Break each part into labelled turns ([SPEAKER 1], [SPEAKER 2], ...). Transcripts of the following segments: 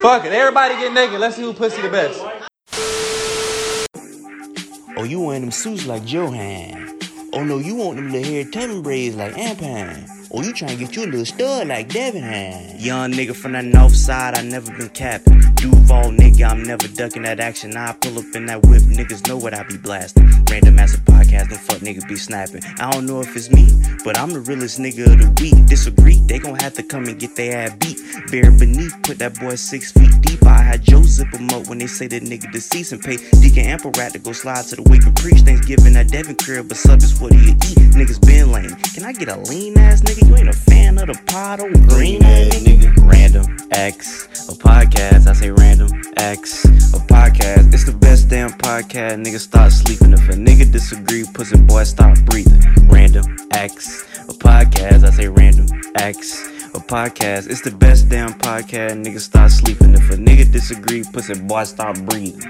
[SPEAKER 1] Fuck it. Everybody get naked. Let's see who pussy the best.
[SPEAKER 2] Oh, you want them suits like Johan. Oh, no, you want them little hair tubbing braids like Ampan. Oh, you trying to get you a little stud like Devin had. Young nigga from the north side, I never been capping. Duval nigga, I'm never ducking that action. I pull up in that whip, niggas know what I be blasting. Random ass a podcast, no fuck nigga be snapping. I don't know if it's me, but I'm the realest nigga of the week. Disagree, they gon' have to come and get their ass beat. Bare beneath, put that boy six feet deep. I had Joe zip him up when they say that nigga deceased and pay Deacon Ample Rat to go slide to the wake and preach. Thanksgiving at Devin crib, but sub is what do you eat? Niggas been lame. Can I get a lean ass nigga? You ain't a fan of the pot or green ass nigga? Random X, a podcast. I say random X, a podcast. It's the best damn podcast. Nigga start sleeping. If a nigga disagree, pussy boy stop breathing. Random X, a podcast. I say random X, a podcast. It's the best damn podcast. Nigga start sleeping. If a nigga disagree, pussy boy stop breathing.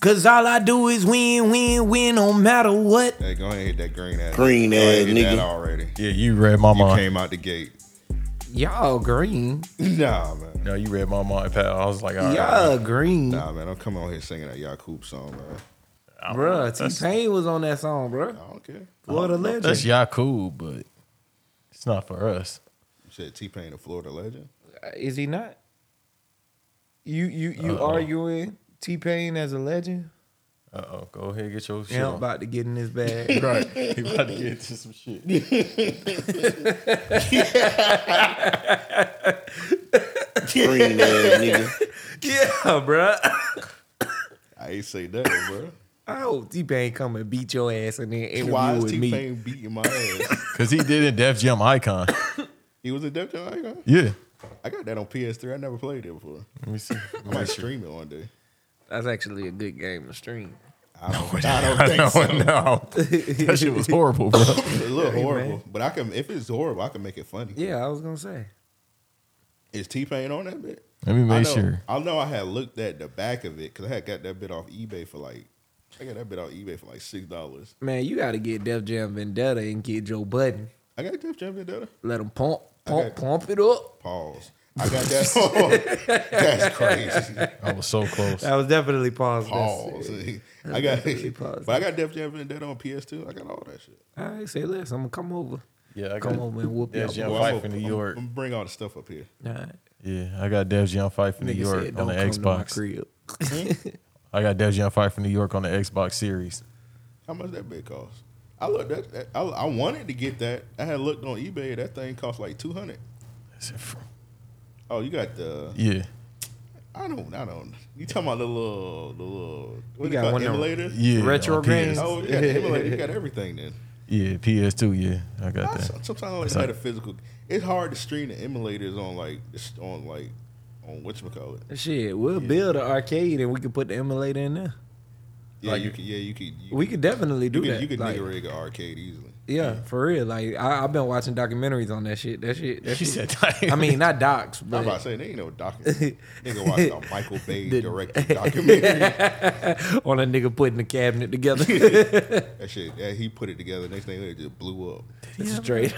[SPEAKER 3] Cause all I do is win, win, win, no matter what.
[SPEAKER 4] Hey, go ahead and hit that green ass.
[SPEAKER 2] Green
[SPEAKER 4] Go ahead
[SPEAKER 2] ass
[SPEAKER 4] and hit
[SPEAKER 2] nigga.
[SPEAKER 4] That already.
[SPEAKER 3] Yeah, you read my
[SPEAKER 4] You
[SPEAKER 3] mind.
[SPEAKER 4] came out the gate.
[SPEAKER 3] Y'all green.
[SPEAKER 4] Nah, man.
[SPEAKER 3] No, you read my mind, Pat. I was like, all right.
[SPEAKER 4] Y'all
[SPEAKER 3] green.
[SPEAKER 4] Nah, man. Don't come out here singing that Yakoub song, man.
[SPEAKER 3] Bruh, T Pain was on that song, bruh.
[SPEAKER 4] I don't care.
[SPEAKER 3] What a legend.
[SPEAKER 5] That's y'all cool, but it's not for us.
[SPEAKER 4] You said T Pain, a Florida legend.
[SPEAKER 3] Uh, Is he not? You you you arguing T Pain as a legend?
[SPEAKER 5] Uh oh, go ahead get your shit.
[SPEAKER 3] Yeah, I'm
[SPEAKER 5] on.
[SPEAKER 3] about to get in this bag.
[SPEAKER 5] Right, he about to get into some shit.
[SPEAKER 2] Green ass nigga.
[SPEAKER 3] yeah, bruh.
[SPEAKER 4] I ain't say that, bro.
[SPEAKER 3] I hope T Pain Oh, come and beat your ass and then interview
[SPEAKER 4] Why is
[SPEAKER 3] with
[SPEAKER 4] T
[SPEAKER 3] me.
[SPEAKER 4] Pain beating my ass?
[SPEAKER 5] Cause he did it, Def Jam Icon.
[SPEAKER 4] he was a Def Jam icon.
[SPEAKER 5] Yeah.
[SPEAKER 4] I got that on PS3. I never played it before.
[SPEAKER 5] Let me see.
[SPEAKER 4] I might stream it one day.
[SPEAKER 3] That's actually a good game to stream.
[SPEAKER 4] I don't, I don't think
[SPEAKER 5] no,
[SPEAKER 4] so.
[SPEAKER 5] no. That shit was horrible, bro.
[SPEAKER 4] It look horrible, but I can. If it's horrible, I can make it funny.
[SPEAKER 3] Yeah, I was gonna say.
[SPEAKER 4] Is T Pain on that bit?
[SPEAKER 5] Let me
[SPEAKER 4] I
[SPEAKER 5] make
[SPEAKER 4] know-
[SPEAKER 5] sure.
[SPEAKER 4] I know I had looked at the back of it because I had got that bit off eBay for like. I got that bit off eBay for like six dollars.
[SPEAKER 3] Man, you gotta get Def Jam Vendetta and get Joe Budden.
[SPEAKER 4] I got Def Jam Vendetta.
[SPEAKER 3] Let him pump,
[SPEAKER 4] Okay.
[SPEAKER 3] pump, pump it up.
[SPEAKER 4] Pause. I got that. on. That's crazy.
[SPEAKER 5] I was so close.
[SPEAKER 3] That was definitely pause.
[SPEAKER 4] Pause. I got.
[SPEAKER 3] Really pause.
[SPEAKER 4] But I got Def Jam Vendetta on PS2. I got all that shit.
[SPEAKER 3] All right, say less. I'm gonna come over.
[SPEAKER 5] Yeah, I
[SPEAKER 3] Come
[SPEAKER 5] got
[SPEAKER 3] over and whoop
[SPEAKER 5] Def
[SPEAKER 3] y'all
[SPEAKER 5] Jam
[SPEAKER 3] boys.
[SPEAKER 4] I'm
[SPEAKER 5] Fight
[SPEAKER 4] gonna-
[SPEAKER 5] in New
[SPEAKER 4] I'm-
[SPEAKER 5] York.
[SPEAKER 4] I'm gonna bring all the stuff up here.
[SPEAKER 3] All right.
[SPEAKER 5] Yeah, I got Def Jam Fight from New
[SPEAKER 3] Nigga
[SPEAKER 5] York
[SPEAKER 3] said,
[SPEAKER 5] on
[SPEAKER 3] "Don't
[SPEAKER 5] the
[SPEAKER 3] come to my
[SPEAKER 5] Xbox.
[SPEAKER 3] crib."
[SPEAKER 5] I got Def Jam Fight from New York on the Xbox Series.
[SPEAKER 4] How much that bit cost? I looked at. that- I, I wanted to get that. I had looked on eBay. That thing cost like two hundred.
[SPEAKER 5] Is it fr-
[SPEAKER 4] Oh, you got the.
[SPEAKER 5] Yeah,
[SPEAKER 4] I don't. I don't. You talking about the little, the little.
[SPEAKER 3] You
[SPEAKER 4] What do you
[SPEAKER 3] got
[SPEAKER 4] call
[SPEAKER 3] one
[SPEAKER 4] it?
[SPEAKER 3] of them.
[SPEAKER 4] emulator?
[SPEAKER 5] yeah.
[SPEAKER 3] Retro
[SPEAKER 5] on PS
[SPEAKER 3] games.
[SPEAKER 4] Oh, yeah, the emulator. You got everything then.
[SPEAKER 5] Yeah, PS2. Yeah, I got
[SPEAKER 4] I,
[SPEAKER 5] that.
[SPEAKER 4] sometimes I like
[SPEAKER 5] That's
[SPEAKER 4] to have a
[SPEAKER 5] like-
[SPEAKER 4] physical. It's hard to stream the emulators on like this- on like on what call it.
[SPEAKER 3] Shit, we'll build an arcade and we can put the emulator in there.
[SPEAKER 4] Yeah,
[SPEAKER 5] Like-
[SPEAKER 4] you can. Yeah, you can. You,
[SPEAKER 3] We could definitely do
[SPEAKER 4] you can,
[SPEAKER 3] that.
[SPEAKER 4] you can
[SPEAKER 3] like,
[SPEAKER 4] nigga rig an arcade easily.
[SPEAKER 3] yeah, for real. Like I, I've been watching documentaries on that shit. That shit. That
[SPEAKER 5] She
[SPEAKER 3] shit.
[SPEAKER 5] said,
[SPEAKER 3] I mean, not docs,
[SPEAKER 4] I'm about to
[SPEAKER 3] but
[SPEAKER 4] say they ain't no documentary. nigga watch a Michael Bay directed documentary.
[SPEAKER 3] on a nigga putting the cabinet together
[SPEAKER 4] that shit. Yeah, he put it together. Next thing it just blew up.
[SPEAKER 3] straight.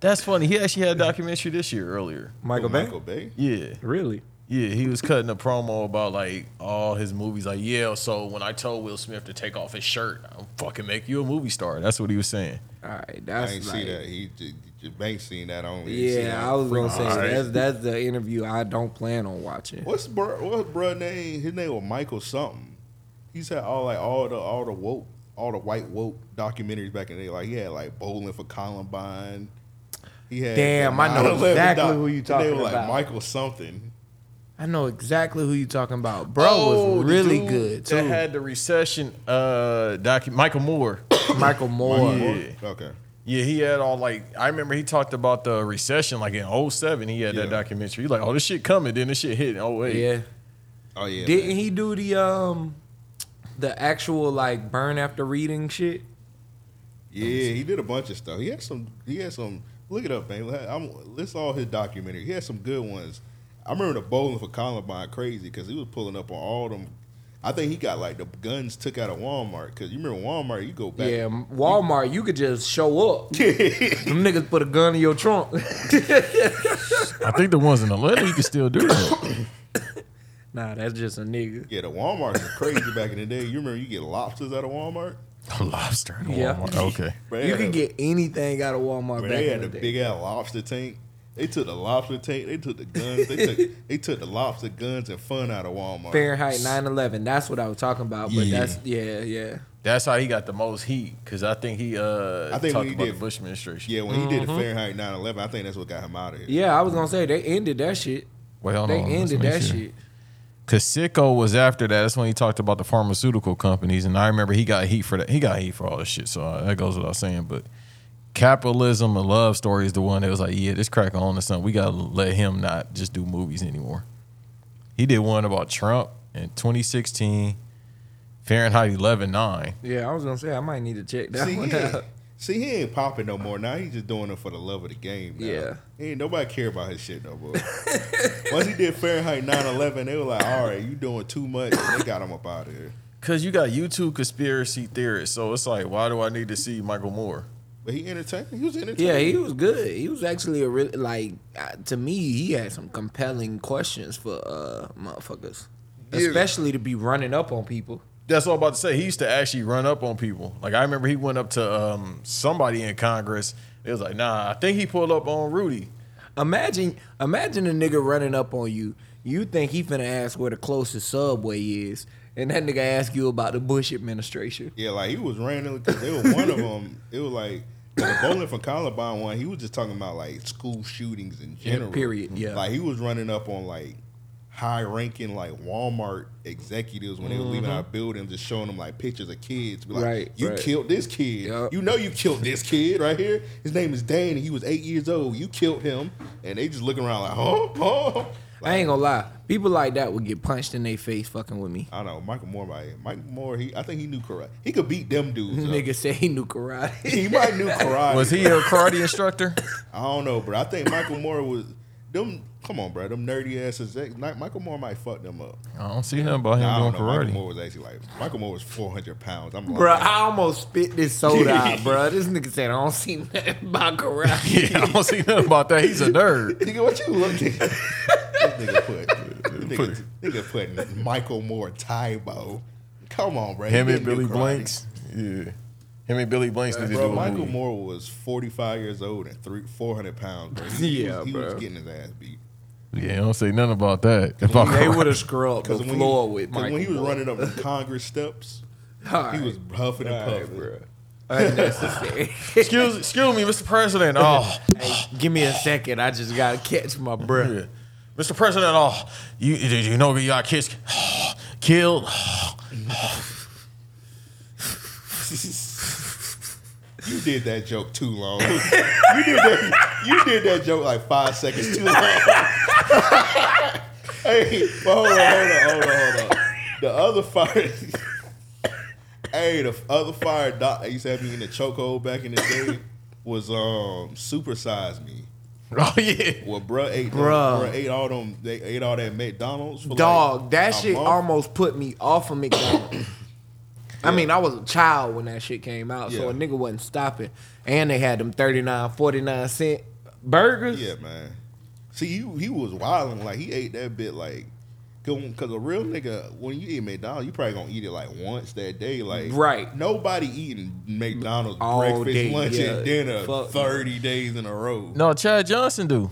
[SPEAKER 5] that's funny. He actually had a documentary this year earlier.
[SPEAKER 3] Michael
[SPEAKER 4] With
[SPEAKER 3] Bay.
[SPEAKER 4] Michael Bay.
[SPEAKER 5] Yeah,
[SPEAKER 3] Really?
[SPEAKER 5] yeah. He was cutting a promo about like all his movies. Like, yeah. So when I told Will Smith to take off his shirt, I'll fucking make you a movie star. That's what he was saying.
[SPEAKER 3] All right,
[SPEAKER 4] I
[SPEAKER 3] that's
[SPEAKER 4] ain't
[SPEAKER 3] like,
[SPEAKER 4] see that. He just, Banks seen that only. He seen that
[SPEAKER 3] Yeah, I was gonna
[SPEAKER 4] freaking
[SPEAKER 3] say
[SPEAKER 4] shit.
[SPEAKER 3] that's that's the interview I don't plan on watching.
[SPEAKER 4] What's bro? What's bro name? His name was Michael something. He's had all like all the all the woke all the white woke documentaries back in the day. Like he had like bowling for Columbine. He had
[SPEAKER 3] Damn,
[SPEAKER 4] the
[SPEAKER 3] I know
[SPEAKER 4] 9/11
[SPEAKER 3] exactly who you
[SPEAKER 4] His
[SPEAKER 3] talking
[SPEAKER 4] name was,
[SPEAKER 3] about.
[SPEAKER 4] Like Michael something.
[SPEAKER 3] I know exactly who you talking about. Bro
[SPEAKER 5] Oh,
[SPEAKER 3] was
[SPEAKER 5] the
[SPEAKER 3] really
[SPEAKER 5] dude
[SPEAKER 3] good too.
[SPEAKER 5] That had the recession. Uh, docu- Michael Moore.
[SPEAKER 3] Michael Moore.
[SPEAKER 4] Michael Moore?
[SPEAKER 5] Yeah.
[SPEAKER 4] Okay.
[SPEAKER 5] Yeah, he had all like I remember he talked about the recession like in 07. He had
[SPEAKER 4] Yeah.
[SPEAKER 5] that documentary. He like, oh, this shit coming, then this shit hit in 08.
[SPEAKER 3] Yeah.
[SPEAKER 4] Oh yeah.
[SPEAKER 3] Didn't
[SPEAKER 4] man.
[SPEAKER 3] he do the um the actual like burn after reading shit?
[SPEAKER 4] Yeah, he did a bunch of stuff. He had some. He had some. Look it up, man. Let- I'm, list all his documentary. He had some good ones. I remember the bowling for Columbine crazy because he was pulling up on all them. I think he got like the guns took out of Walmart because you remember Walmart, you go back.
[SPEAKER 3] Yeah, Walmart, you could just show up. Them niggas put a gun in your trunk.
[SPEAKER 5] I think the ones in Atlanta you can still do that.
[SPEAKER 3] nah, that's just a nigga.
[SPEAKER 4] Yeah, the Walmart is crazy back in the day. You remember you get lobsters out of Walmart?
[SPEAKER 5] Lobster in
[SPEAKER 3] Yeah.
[SPEAKER 5] Walmart. Okay.
[SPEAKER 4] Bro, they
[SPEAKER 3] You
[SPEAKER 4] had
[SPEAKER 3] could
[SPEAKER 4] a-
[SPEAKER 3] get anything out of Walmart
[SPEAKER 4] bro,
[SPEAKER 3] back
[SPEAKER 4] they
[SPEAKER 3] in
[SPEAKER 4] had
[SPEAKER 3] the day.
[SPEAKER 4] a big ass lobster tank. They took the lobster tank. They took the guns. They took they took the lobster guns and fun out of Walmart.
[SPEAKER 3] Fahrenheit 911. That's what I was talking about. But
[SPEAKER 5] Yeah.
[SPEAKER 3] that's yeah, yeah.
[SPEAKER 5] That's how he got the most heat because I think he uh
[SPEAKER 4] I think when
[SPEAKER 5] talked
[SPEAKER 4] he
[SPEAKER 5] about
[SPEAKER 4] did-
[SPEAKER 5] the Bush administration.
[SPEAKER 4] Yeah, when he did the
[SPEAKER 3] Mm-hmm.
[SPEAKER 4] Fahrenheit 9/11, I think that's what got him out of here.
[SPEAKER 3] Yeah, I was gonna say they ended that shit.
[SPEAKER 5] Well,
[SPEAKER 3] They ended that shit.
[SPEAKER 5] Cause Sicko was after that. That's when he talked about the pharmaceutical companies, and I remember he got heat for that. He got heat for all this shit. So uh, that goes without saying. But capitalism and love story is the one that was like, yeah, this crack on to something. We gotta let him not just do movies anymore. He did one about Trump in 2016, Fahrenheit 11.9.
[SPEAKER 3] Yeah, I was gonna say I might need to check that
[SPEAKER 4] See,
[SPEAKER 3] one
[SPEAKER 4] he ain't,
[SPEAKER 3] out.
[SPEAKER 4] see, he ain't popping no more now. He's just doing it for the love of the game. Now.
[SPEAKER 3] Yeah.
[SPEAKER 4] ain't nobody care about his shit no more. Once he did Fahrenheit 9/11, they were like, "All right, you doing too much." And they got him up out of here.
[SPEAKER 5] Cause you got YouTube conspiracy theorists, so it's like, why do I need to see Michael Moore?
[SPEAKER 4] But he entertained. He was entertaining.
[SPEAKER 3] Yeah, he was good. He was actually a real like uh, to me. He had some compelling questions for uh motherfuckers,
[SPEAKER 4] Yeah.
[SPEAKER 3] especially to be running up on people.
[SPEAKER 5] That's all I'm about to say. He used to actually run up on people. Like I remember he went up to um, somebody in Congress. It was like, nah, I think he pulled up on Rudy.
[SPEAKER 3] Imagine, imagine a nigga running up on you. You think he finna ask where the closest subway is, and that nigga ask you about the Bush administration.
[SPEAKER 4] Yeah, like he was randomly because they were one of them. It was like the bowling for Columbine one. He was just talking about like school shootings in general.
[SPEAKER 3] period, yeah.
[SPEAKER 4] Like he was running up on like high ranking like Walmart executives when they were leaving our building, just showing them like pictures of kids. Be like,
[SPEAKER 3] Mm-hmm. Right,
[SPEAKER 4] you
[SPEAKER 3] right.
[SPEAKER 4] killed this kid.
[SPEAKER 3] Yup.
[SPEAKER 4] You know you killed this kid right here. His name is Dan. and He was eight years old. You killed him, and they just looking around like, huh, huh. Like,
[SPEAKER 3] I ain't gonna lie, people like that would get punched in their face fucking with me.
[SPEAKER 4] I don't know Michael Moore. Might, Michael Moore. He, I think he knew karate. He could beat them dudes. up.
[SPEAKER 3] Nigga say he knew karate.
[SPEAKER 4] He might knew karate.
[SPEAKER 5] Was he a karate instructor?
[SPEAKER 4] I don't know, but I think Michael Moore was them. Come on, bro, them nerdy asses. that- like, Michael Moore might fuck them up.
[SPEAKER 5] I don't see nothing about him
[SPEAKER 4] Nah, I don't know.
[SPEAKER 5] doing
[SPEAKER 4] Michael
[SPEAKER 5] karate.
[SPEAKER 4] Moore was actually like Michael Moore was four hundred pounds. I'm like,
[SPEAKER 3] Bruh, I almost spit this soda out, bruh. This nigga said I don't see nothing about karate.
[SPEAKER 5] Yeah, I don't see nothing about that. He's a nerd.
[SPEAKER 4] nigga, what you looking? this nigga put, this nigga, nigga putting Michael Moore Tybo. Come on, bro. He
[SPEAKER 5] Him and
[SPEAKER 4] didn't do
[SPEAKER 5] Billy
[SPEAKER 4] karate.
[SPEAKER 5] Blanks. Yeah. Him and Billy Blanks need to do
[SPEAKER 4] Bro,
[SPEAKER 5] a
[SPEAKER 4] Michael
[SPEAKER 5] movie.
[SPEAKER 4] Moore was forty five years old and three four hundred pounds. Bro. He,
[SPEAKER 3] Yeah,
[SPEAKER 4] was, he was
[SPEAKER 3] bro.
[SPEAKER 4] getting his ass beat.
[SPEAKER 5] Yeah, I don't say nothing about that. About
[SPEAKER 3] they
[SPEAKER 5] karate.
[SPEAKER 3] would have scrubbed the
[SPEAKER 4] Because when,
[SPEAKER 3] floor
[SPEAKER 4] he-
[SPEAKER 3] with
[SPEAKER 4] 'cause
[SPEAKER 3] Michael.
[SPEAKER 4] when he was
[SPEAKER 3] Moore.
[SPEAKER 4] running up the Congress steps,
[SPEAKER 3] All
[SPEAKER 4] he was huffing and
[SPEAKER 3] right,
[SPEAKER 4] puffing.
[SPEAKER 3] bruh. unnecessary.
[SPEAKER 5] excuse, excuse me, Mr. President. Oh,
[SPEAKER 3] hey, give me a second. I just gotta catch my breath.
[SPEAKER 5] yeah. Mr. President. Oh, you you you know you got kids killed.
[SPEAKER 4] You did that joke too long. you did that. You did that joke like five seconds too long. hey, but hold on, hold on, hold on, hold on. The other fire. hey, the other fire doc that used to have me in the chokehold back in the day was um supersize me.
[SPEAKER 5] Oh yeah.
[SPEAKER 4] Well, bruh ate,
[SPEAKER 3] Bruh.
[SPEAKER 4] bruh ate all them. They ate all that McDonald's. For
[SPEAKER 3] Dog,
[SPEAKER 4] like
[SPEAKER 3] that
[SPEAKER 4] a
[SPEAKER 3] shit
[SPEAKER 4] month.
[SPEAKER 3] almost put me off of McDonald's. I mean, I was a child when that shit came out, so
[SPEAKER 4] Yeah.
[SPEAKER 3] a nigga wasn't stopping. And they had them 39, 49 cent burgers.
[SPEAKER 4] Yeah, man. See, you he was wilding like he ate that bit like, because a real nigga when you eat McDonald's, you probably gonna eat it like once that day. Like,
[SPEAKER 3] Right.
[SPEAKER 4] Nobody eating McDonald's
[SPEAKER 3] All
[SPEAKER 4] breakfast,
[SPEAKER 3] day,
[SPEAKER 4] lunch,
[SPEAKER 3] yeah.
[SPEAKER 4] and dinner
[SPEAKER 3] Fuck.
[SPEAKER 4] thirty days in a row.
[SPEAKER 5] No, Chad Johnson do.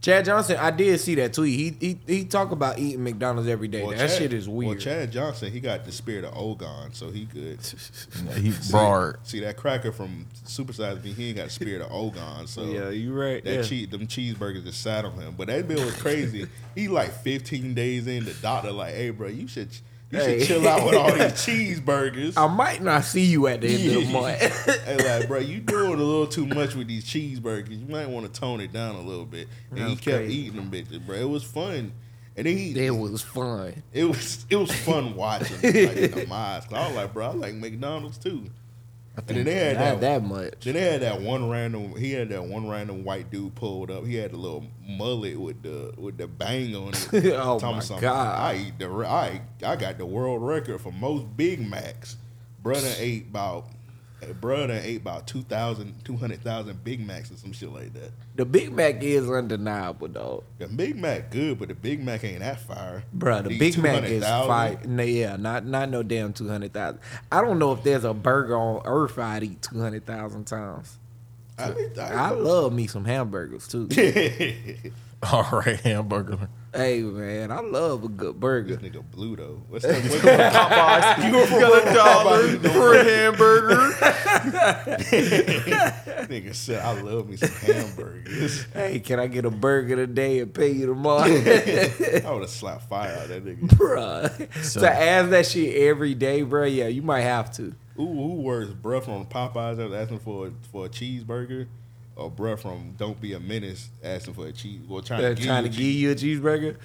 [SPEAKER 3] Chad Johnson, I did see that tweet. He he, he talk about eating McDonald's every day. that
[SPEAKER 4] Chad-
[SPEAKER 3] shit is weird.
[SPEAKER 4] Well, Chad Johnson, he got the spirit of Ogon, so he good.
[SPEAKER 5] He broad.
[SPEAKER 4] See that cracker from Supersize Me, he ain't got the spirit of Ogon, so
[SPEAKER 3] you right.
[SPEAKER 4] That cheese, them cheeseburgers just sat on him. But that bill was crazy. he like 15 days in, the doctor like, hey, bro, you should you
[SPEAKER 3] Hey.
[SPEAKER 4] should chill out with all these cheeseburgers.
[SPEAKER 3] I might not see you at the end of the month.
[SPEAKER 4] hey, like, bro, you doing a little too much with these cheeseburgers. You might want to tone it down a little bit. And
[SPEAKER 3] That
[SPEAKER 4] he
[SPEAKER 3] was
[SPEAKER 4] kept
[SPEAKER 3] crazy.
[SPEAKER 4] eating them bitches, bro. It was fun. And then he,
[SPEAKER 3] it was fun.
[SPEAKER 4] it was it was fun watching like, in the eyes. I was like, bro, I like McDonald's too. And then they had
[SPEAKER 3] Not
[SPEAKER 4] that,
[SPEAKER 3] that much.
[SPEAKER 4] Then they had that one random. He had that one random white dude pulled up. He had a little mullet with the with the bang on it.
[SPEAKER 3] Oh,
[SPEAKER 4] Tell me
[SPEAKER 3] my
[SPEAKER 4] something.
[SPEAKER 3] God.
[SPEAKER 4] I eat the re- I eat- I got the world record for most Big Macs. Brother ate about brother ate about 2,000, 200,000 Big Macs or some shit like that.
[SPEAKER 3] The Big Mac is undeniable, dog.
[SPEAKER 4] The Big Mac good, but the Big Mac ain't that fire.
[SPEAKER 3] Bruh, the
[SPEAKER 4] These
[SPEAKER 3] Big Mac is
[SPEAKER 4] 200,000.
[SPEAKER 3] fire. No, yeah, not not no damn two hundred thousand. I don't know if there's a burger on earth I'd eat two hundred thousand times.
[SPEAKER 4] I, mean, I-
[SPEAKER 3] I love me some hamburgers too.
[SPEAKER 4] this
[SPEAKER 5] All right, hamburger.
[SPEAKER 3] hey man, I love a good burger.
[SPEAKER 4] nigga blue though. What's that? What's that?
[SPEAKER 5] you were
[SPEAKER 4] from a dollar
[SPEAKER 5] for a hamburger.
[SPEAKER 4] nigga said I love me some hamburgers.
[SPEAKER 3] Hey, can I get a burger today and pay you tomorrow?
[SPEAKER 4] I would have slapped fire out of that nigga.
[SPEAKER 3] Bruh.
[SPEAKER 5] So-
[SPEAKER 3] to ask that shit every day, bruh, yeah, you might have to.
[SPEAKER 4] Who, who wears bruh from Popeyes that was asking for a, for a cheeseburger, or bruh from Don't Be a Menace asking for a cheese? Well, trying
[SPEAKER 3] They're
[SPEAKER 4] to
[SPEAKER 3] Uh, trying to
[SPEAKER 4] get
[SPEAKER 3] give you a cheeseburger.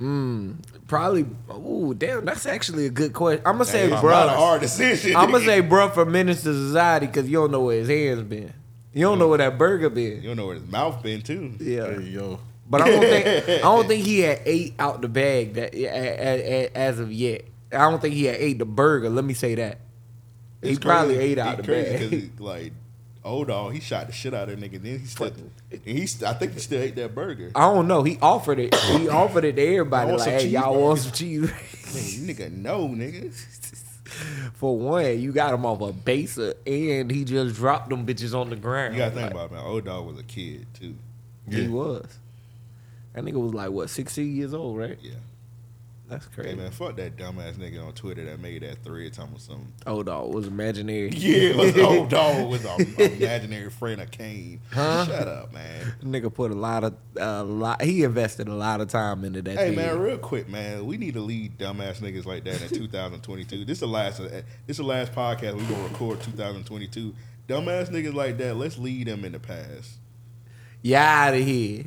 [SPEAKER 3] Mm, probably. Ooh, damn, that's actually a good question. I'm gonna say,
[SPEAKER 4] It's not a
[SPEAKER 3] bruh.
[SPEAKER 4] hard decision.
[SPEAKER 3] I'm gonna say, bruh, for minutes to society because you don't know where his hands been. You don't know where that burger been.
[SPEAKER 4] you don't know where his mouth been too.
[SPEAKER 3] Yeah,
[SPEAKER 5] yo.
[SPEAKER 3] but I don't think I don't think he had ate out the bag that a- a- a- as of yet. I don't think he had ate the burger. Let me say that. He
[SPEAKER 4] It's
[SPEAKER 3] probably
[SPEAKER 4] crazy-
[SPEAKER 3] ate out
[SPEAKER 4] it's
[SPEAKER 3] the
[SPEAKER 4] crazy 'cause
[SPEAKER 3] bag.
[SPEAKER 4] he, like old dog, he shot the shit out of that nigga. Then he still, and he st- I think he still ate that burger.
[SPEAKER 3] I don't know. He offered it. He offered it to everybody.
[SPEAKER 4] I want
[SPEAKER 3] Like,
[SPEAKER 4] some
[SPEAKER 3] hey, y'all want some cheese?
[SPEAKER 4] Nigga, you nigga, no nigga.
[SPEAKER 3] For one, you got him off a baser, and he just dropped them bitches on the ground.
[SPEAKER 4] You gotta think about it, man. Old dog was a kid too.
[SPEAKER 3] He was. That nigga was like what, sixteen years old, right?
[SPEAKER 4] Yeah.
[SPEAKER 3] That's crazy.
[SPEAKER 4] Hey man, fuck that dumbass nigga on Twitter that made that thread time or something.
[SPEAKER 3] Old dog Oh, was imaginary.
[SPEAKER 4] Yeah, it was old dog with an imaginary friend of Kane. Shut up, man.
[SPEAKER 3] Nigga put a lot of a lot. He invested a lot of time into that.
[SPEAKER 4] Hey
[SPEAKER 3] thing.
[SPEAKER 4] man, real quick, man. We need to lead dumbass niggas like that in 2022. This is the last. uh, This is the last podcast we gonna record 2022. Dumbass niggas like that. Let's lead them in the past.
[SPEAKER 3] you out of here.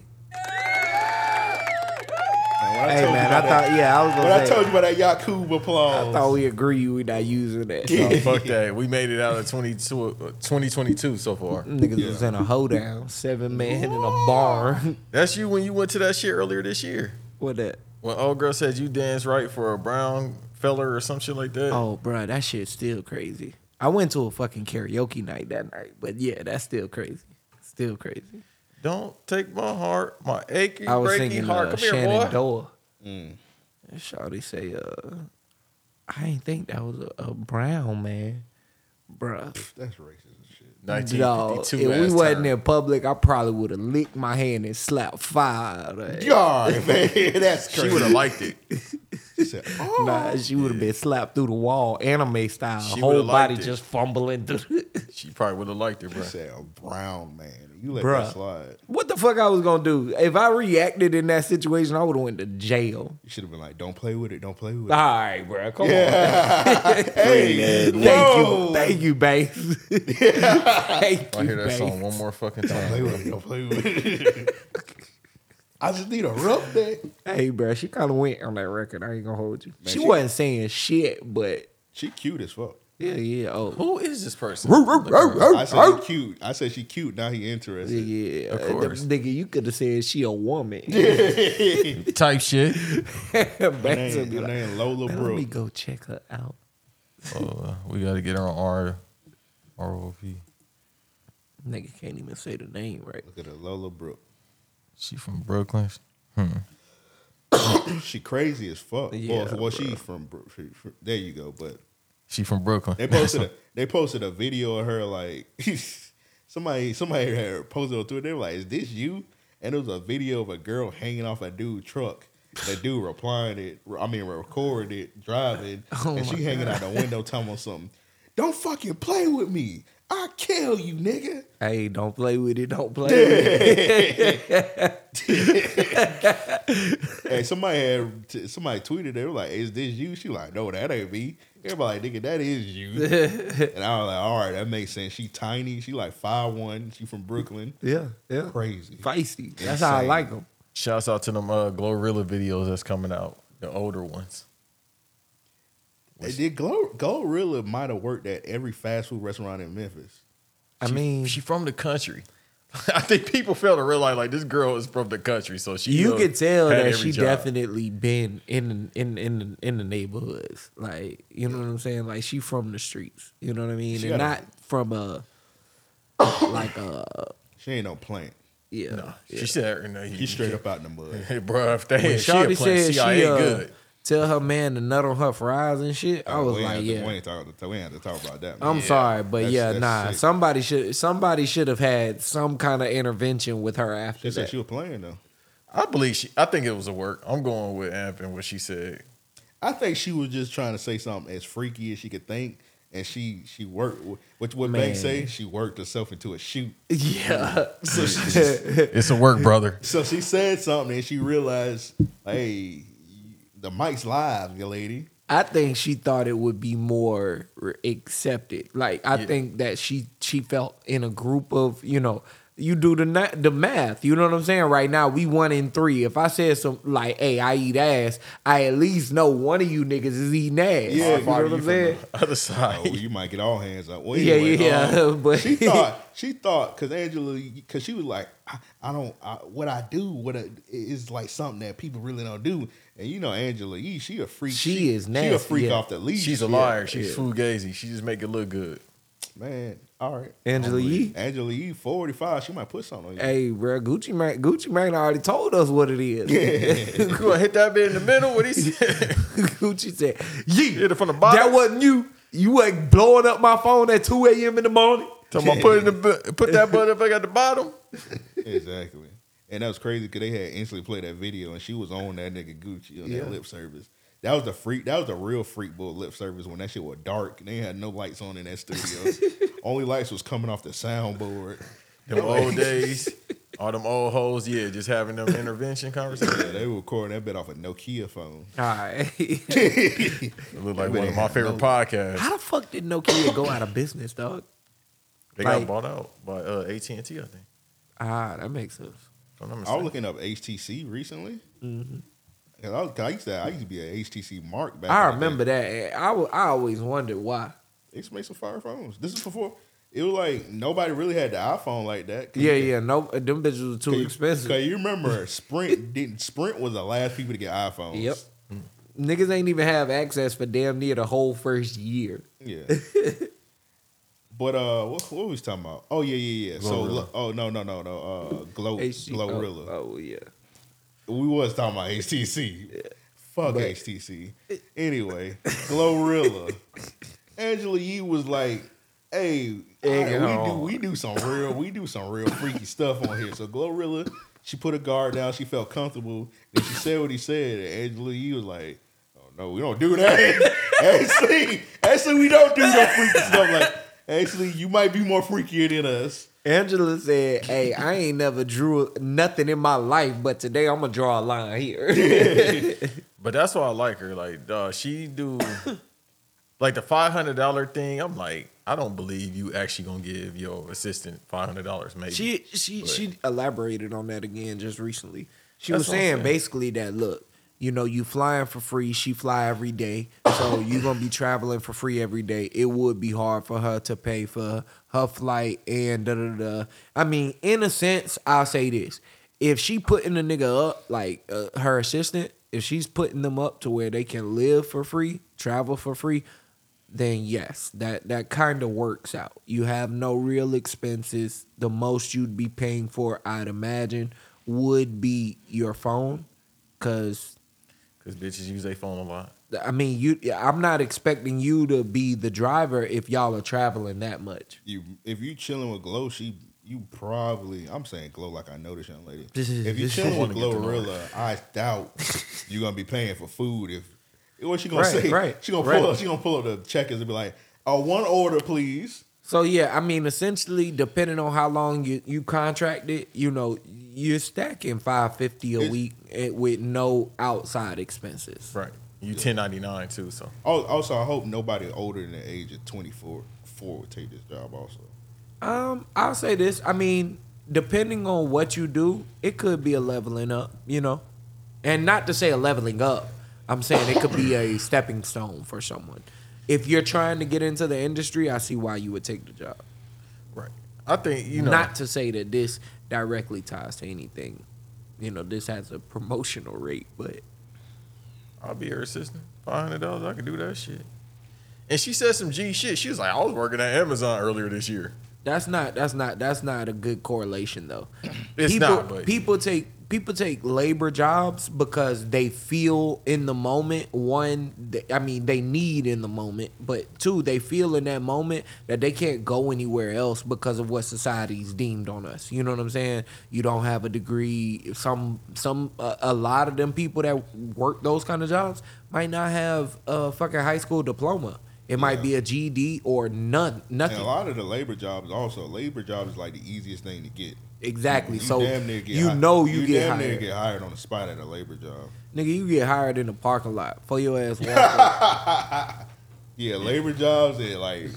[SPEAKER 4] Man, when I
[SPEAKER 3] Hey
[SPEAKER 4] told you
[SPEAKER 3] man, I
[SPEAKER 4] about that-
[SPEAKER 3] thought yeah, I was
[SPEAKER 4] When I
[SPEAKER 3] gonna say.
[SPEAKER 4] told you about that Yakub applause,
[SPEAKER 3] I thought we agree we not using that.
[SPEAKER 5] No, fuck that. We made it out of 22, uh, 2022 so far.
[SPEAKER 3] Niggas was in a hoedown, seven man in a barn.
[SPEAKER 5] That's you when you went to that shit earlier this year.
[SPEAKER 3] what that?
[SPEAKER 5] When old girl said you dance right for a brown feller or some shit like that.
[SPEAKER 3] Oh, bruh, that shit's still crazy. I went to a fucking karaoke night that night, but yeah, that's still crazy. Still crazy.
[SPEAKER 5] Don't take my heart, my aching,
[SPEAKER 3] I was
[SPEAKER 5] breaking
[SPEAKER 3] thinking
[SPEAKER 5] heart.
[SPEAKER 3] uh,
[SPEAKER 5] Come here, boy.
[SPEAKER 3] Shenandoah.
[SPEAKER 5] Mm.
[SPEAKER 3] And Shawty say, uh, I ain't think that was a, a brown man, bruh.
[SPEAKER 4] that's racist as shit.
[SPEAKER 3] Dog, if
[SPEAKER 5] 1952
[SPEAKER 3] we
[SPEAKER 5] ass
[SPEAKER 3] wasn't
[SPEAKER 5] time.
[SPEAKER 3] in public, I probably would have licked my hand and slapped fire. out of it.
[SPEAKER 4] God, man, that's
[SPEAKER 5] She
[SPEAKER 4] crazy.
[SPEAKER 5] would have liked it.
[SPEAKER 4] She said, "Oh,
[SPEAKER 3] Nah, she would have been slapped through the wall, anime style,
[SPEAKER 5] She
[SPEAKER 3] whole
[SPEAKER 5] would've liked
[SPEAKER 3] body
[SPEAKER 5] it.
[SPEAKER 3] just fumbling through. the-
[SPEAKER 5] She probably would have liked it, bro.
[SPEAKER 4] she said a brown man. You let
[SPEAKER 3] Bruh.
[SPEAKER 4] that slide.
[SPEAKER 3] what the fuck I was gonna do if I reacted in that situation? I would have went to jail.
[SPEAKER 4] You should have been like, don't play with it. Don't play with
[SPEAKER 3] All
[SPEAKER 4] it.
[SPEAKER 3] right, bruh, come on.
[SPEAKER 4] Hey,
[SPEAKER 3] Thank
[SPEAKER 4] whoa.
[SPEAKER 3] you, thank you, Bass. thank
[SPEAKER 5] I
[SPEAKER 3] you,
[SPEAKER 5] hear that
[SPEAKER 3] Bass.
[SPEAKER 5] song one more fucking
[SPEAKER 4] Play
[SPEAKER 5] time.
[SPEAKER 4] with it. Don't play with it. I just need a rough day.
[SPEAKER 3] Hey, bruh, she kind of went on that record. I ain't gonna hold you. she,
[SPEAKER 4] she-
[SPEAKER 3] wasn't saying shit, but
[SPEAKER 4] She cute as fuck.
[SPEAKER 3] yeah, yeah, oh,
[SPEAKER 5] Who is this person?
[SPEAKER 4] I said she cute. I said she cute. Now he
[SPEAKER 3] yeah,
[SPEAKER 4] interested.
[SPEAKER 3] yeah.
[SPEAKER 5] Of
[SPEAKER 3] Uh,
[SPEAKER 5] course.
[SPEAKER 3] nigga, you could have said she a woman.
[SPEAKER 5] Type shit.
[SPEAKER 4] Her
[SPEAKER 3] Bass would
[SPEAKER 4] name,
[SPEAKER 3] be
[SPEAKER 4] her
[SPEAKER 3] like,
[SPEAKER 4] name Lola
[SPEAKER 3] "Man, let me
[SPEAKER 4] Brooke.
[SPEAKER 3] go check her out.
[SPEAKER 5] Uh, we got to get her on R, ROP.
[SPEAKER 3] Nigga can't even say the name right.
[SPEAKER 4] Look at her, Lola Brooke.
[SPEAKER 5] She from Brooklyn. Hmm.
[SPEAKER 4] She crazy as fuck.
[SPEAKER 3] Yeah,
[SPEAKER 4] well, well she from, Bro- she from. There you go. But
[SPEAKER 5] She from Brooklyn.
[SPEAKER 4] They posted a, they posted a video of her like somebody somebody had posted on Twitter. They were like, "Is this you?" And it was a video of a girl hanging off a dude's truck. The dude replying it, I mean recorded it, driving,
[SPEAKER 3] Oh
[SPEAKER 4] and she hanging out the window telling him something. Don't fucking play with me. I kill you, nigga.
[SPEAKER 3] Hey, don't play with it. Don't play with it.
[SPEAKER 4] Hey, somebody had t- somebody tweeted. They were like, "Is this you?" She like, "No, that ain't me." Everybody, like, nigga, that is you. and I was like, "All right, that makes sense." She tiny. She like five one. She from Brooklyn.
[SPEAKER 3] Yeah, yeah.
[SPEAKER 4] Crazy.
[SPEAKER 3] Feisty. That's how I
[SPEAKER 4] Insane.
[SPEAKER 3] like them.
[SPEAKER 5] Shouts out to them uh, Glorilla videos that's coming out, the older ones.
[SPEAKER 4] They did Glo- Glorilla might have worked at every fast food restaurant in Memphis.
[SPEAKER 3] I mean,
[SPEAKER 5] she from the country. I think people fail to realize like this girl is from the country, so she
[SPEAKER 3] you
[SPEAKER 5] know,
[SPEAKER 3] could tell
[SPEAKER 5] had
[SPEAKER 3] that
[SPEAKER 5] every
[SPEAKER 3] she
[SPEAKER 5] job.
[SPEAKER 3] definitely been in in in in the neighborhoods. Like you know what I'm saying? Like she from the streets. You know what I mean?
[SPEAKER 4] She
[SPEAKER 3] and
[SPEAKER 4] got
[SPEAKER 3] not
[SPEAKER 4] a-
[SPEAKER 3] from a like a
[SPEAKER 4] She ain't no plant.
[SPEAKER 3] yeah.
[SPEAKER 5] She said, "No,
[SPEAKER 4] She
[SPEAKER 3] Mm-hmm.
[SPEAKER 4] straight up out in the mud.
[SPEAKER 5] Hey, bro, if they
[SPEAKER 3] When
[SPEAKER 5] she a
[SPEAKER 3] Shawty
[SPEAKER 5] plant
[SPEAKER 3] said she
[SPEAKER 5] CIA
[SPEAKER 3] uh,
[SPEAKER 5] good.
[SPEAKER 3] tell her man to nut on her fries and shit. I was
[SPEAKER 4] we ain't
[SPEAKER 3] like,
[SPEAKER 4] have to-
[SPEAKER 3] yeah.
[SPEAKER 4] we ain't, talk, we ain't have to talk about that. man.
[SPEAKER 3] I'm sorry, but
[SPEAKER 4] That's-
[SPEAKER 3] yeah,
[SPEAKER 4] that's
[SPEAKER 3] nah.
[SPEAKER 4] sick.
[SPEAKER 3] Somebody should somebody should have had some kind of intervention with her after
[SPEAKER 4] She
[SPEAKER 3] that.
[SPEAKER 4] said she was playing though.
[SPEAKER 5] I believe she. I think it was a work. I'm going with Amp and what she said.
[SPEAKER 4] I think she was just trying to say something as freaky as she could think, and she she worked. Which what
[SPEAKER 3] Man.
[SPEAKER 4] Banks say? She worked herself into a shoot.
[SPEAKER 3] yeah,
[SPEAKER 4] So she,
[SPEAKER 5] It's a work, brother.
[SPEAKER 4] so she said something, and she realized, hey, the mic's live, you lady.
[SPEAKER 3] I think she thought it would be more re- accepted. Like I
[SPEAKER 5] Yeah.
[SPEAKER 3] think that she she felt in a group of you know you do the na- the math. You know what I'm saying? Right now we one in three. If I said some like, "Hey, I eat ass," I at least know one of you niggas is eating ass.
[SPEAKER 4] Yeah,
[SPEAKER 3] you know what
[SPEAKER 5] You
[SPEAKER 3] I'm
[SPEAKER 5] from
[SPEAKER 3] saying?
[SPEAKER 5] the Other
[SPEAKER 4] Oh, well,
[SPEAKER 5] side.
[SPEAKER 4] you might get all hands up. Well,
[SPEAKER 3] Yeah,
[SPEAKER 4] anyway,
[SPEAKER 3] yeah,
[SPEAKER 4] um,
[SPEAKER 3] but-
[SPEAKER 4] she thought she thought because Angela because she was like, I, I don't I, what I do what I, is like something that people really don't do, and you know Angela Yee, she a freak.
[SPEAKER 3] She is
[SPEAKER 4] She
[SPEAKER 3] nasty,
[SPEAKER 4] a freak
[SPEAKER 3] yeah.
[SPEAKER 4] off the leash.
[SPEAKER 5] She's a liar. She's fugazi. She just make it look good.
[SPEAKER 4] Man, all right.
[SPEAKER 3] Angela Yee?
[SPEAKER 4] Angela Yee, 45. She might put something on you.
[SPEAKER 3] Hey, bro, Gucci Mane, Gucci Mane already told us what it is.
[SPEAKER 5] you gonna hit that bit in the middle? What he said?
[SPEAKER 3] Gucci said, "Yee,
[SPEAKER 5] Hit it from the bottom."
[SPEAKER 3] That wasn't you. You wasn't blowing up my phone at two a.m. in the morning."
[SPEAKER 5] Talking about putting the bu- put that motherfucker at the bottom.
[SPEAKER 4] Exactly. And that was crazy because they had instantly play that video and she was on that nigga Gucci on
[SPEAKER 3] Yeah.
[SPEAKER 4] that lip service. That was the freak. That was the real freak bull lip service when that shit was dark and they had no lights on in that studio. Only lights was coming off the soundboard.
[SPEAKER 5] Them old days, all them old hoes. Yeah, just having them intervention conversations.
[SPEAKER 4] Yeah, they were recording that bit off a Nokia phone.
[SPEAKER 3] All right.
[SPEAKER 5] It looked like one of my favorite podcasts.
[SPEAKER 3] How the fuck did Nokia go out of business, dog?
[SPEAKER 5] They
[SPEAKER 3] Like-
[SPEAKER 5] got bought out by uh, AT and T, I think.
[SPEAKER 3] Ah, that makes sense.
[SPEAKER 5] If I'm not
[SPEAKER 4] I was
[SPEAKER 5] mistaken.
[SPEAKER 4] looking up HTC recently.
[SPEAKER 3] Mm-hmm.
[SPEAKER 4] And I, was- 'cause I used to I used to be a HTC mark back.
[SPEAKER 3] I
[SPEAKER 4] in the day.
[SPEAKER 3] remember that. I, wa- I always wondered why.
[SPEAKER 4] They used to make some fire phones. This is before it was like nobody really had the iPhone like that. 'Cause
[SPEAKER 3] Yeah,
[SPEAKER 4] you-
[SPEAKER 3] yeah. No, them bitches were too expensive.
[SPEAKER 4] Cause you remember Sprint didn't Sprint was the last people to get iPhones.
[SPEAKER 3] Yep. Mm. Niggas ain't even have access for damn near the whole first year.
[SPEAKER 4] Yeah. but uh, what, what was we talking about? Oh yeah, yeah, yeah. So
[SPEAKER 5] Glorilla.
[SPEAKER 4] lo- oh no, no, no, no. Uh, Glow
[SPEAKER 3] HT
[SPEAKER 4] Glorilla.
[SPEAKER 3] Oh, oh yeah.
[SPEAKER 4] We was talking about HTC. Fuck
[SPEAKER 3] But-
[SPEAKER 4] HTC. Anyway, Glorilla. Angela Yee was like, "Hey,
[SPEAKER 3] Egg it
[SPEAKER 4] I- we do
[SPEAKER 3] on.
[SPEAKER 4] we do some real we do some real freaky stuff on here." So Glorilla, she put a guard down. She felt comfortable. Then she said what he said. And Angela Yee was like, "Oh no, we don't do that. Actually, actually, we don't do no freaky stuff. Like, actually, you might be more freakier than us."
[SPEAKER 3] Angela said, "Hey, I ain't never drew nothing in my life, but today I'm gonna draw a line here."
[SPEAKER 5] But that's why I like her. Like, dawg, she do like the five hundred dollar thing. I'm like, I don't believe you actually gonna give your assistant five hundred dollars. Maybe
[SPEAKER 3] she she she elaborated on that again just recently. She
[SPEAKER 5] That's
[SPEAKER 3] was
[SPEAKER 5] what I'm
[SPEAKER 3] saying,
[SPEAKER 5] saying.
[SPEAKER 3] basically that look, you know, you flying for free. She fly every day, so you gonna be traveling for free every day. It would be hard for her to pay for her flight and da da da. I mean, in a sense, I'll say this: if she putting the nigga up, like uh, her assistant, if she's putting them up to where they can live for free, travel for free, then yes, that that kind of works out. You have no real expenses. The most you'd be paying for, I'd imagine, would be your phone, because
[SPEAKER 5] because bitches use their phone a lot.
[SPEAKER 3] I mean, you. I'm not expecting you to be the driver if y'all are traveling that much.
[SPEAKER 4] you if you chilling with Glow, she you probably I'm saying Glow like I know this young lady. If you chilling with
[SPEAKER 5] Wanna get to know her.
[SPEAKER 4] Glorilla, I doubt you're gonna be paying for food. If what she gonna
[SPEAKER 3] Right,
[SPEAKER 4] say?
[SPEAKER 3] right,
[SPEAKER 4] she gonna
[SPEAKER 3] right.
[SPEAKER 4] pull up. She gonna pull up the checkers and be like, "Oh, one order, please."
[SPEAKER 3] So yeah, I mean, essentially, depending on how long you you contracted, you know, you're stacking five fifty a
[SPEAKER 4] It's-
[SPEAKER 3] week eh, with no outside expenses.
[SPEAKER 5] Right. You ten ninety nine too. So
[SPEAKER 4] Al- Oh, Also, I hope nobody older than the age of 24 four would take this job. Also,
[SPEAKER 3] Um, I'll say this. I mean, depending on what you do, it could be a leveling up, you know. And not to say a leveling up, I'm saying it could be a stepping stone for someone. If you're trying to get into the industry, I see why you would take the job.
[SPEAKER 5] Right. I think you know.
[SPEAKER 3] Not to say that this directly ties to anything. You know, this has a promotional rate, but
[SPEAKER 5] I'll be her assistant. Five hundred dollars, I can do that shit. And she said some G shit. She was like, I was working at Amazon earlier this year.
[SPEAKER 3] That's not that's not that's not a good correlation though.
[SPEAKER 5] It's
[SPEAKER 3] people,
[SPEAKER 5] not, but-
[SPEAKER 3] people take people take labor jobs because they feel in the moment. One, they, I mean, they need in the moment, but two, they feel in that moment that they can't go anywhere else because of what society's deemed on us. You know what I'm saying? You don't have a degree. Some some a, a lot of them people that work those kind of jobs might not have a fucking high school diploma. It might be a GED or none, nothing.
[SPEAKER 4] And a lot of the labor jobs also labor jobs is like the easiest thing to get.
[SPEAKER 3] Exactly.
[SPEAKER 4] You
[SPEAKER 3] so
[SPEAKER 4] damn near get
[SPEAKER 3] you
[SPEAKER 4] hi-
[SPEAKER 3] know you, get
[SPEAKER 4] damn
[SPEAKER 3] hired.
[SPEAKER 4] near get hired on the spot at a labor job.
[SPEAKER 3] Nigga, you get hired in the parking lot for your ass. walk.
[SPEAKER 4] Yeah, labor jobs at like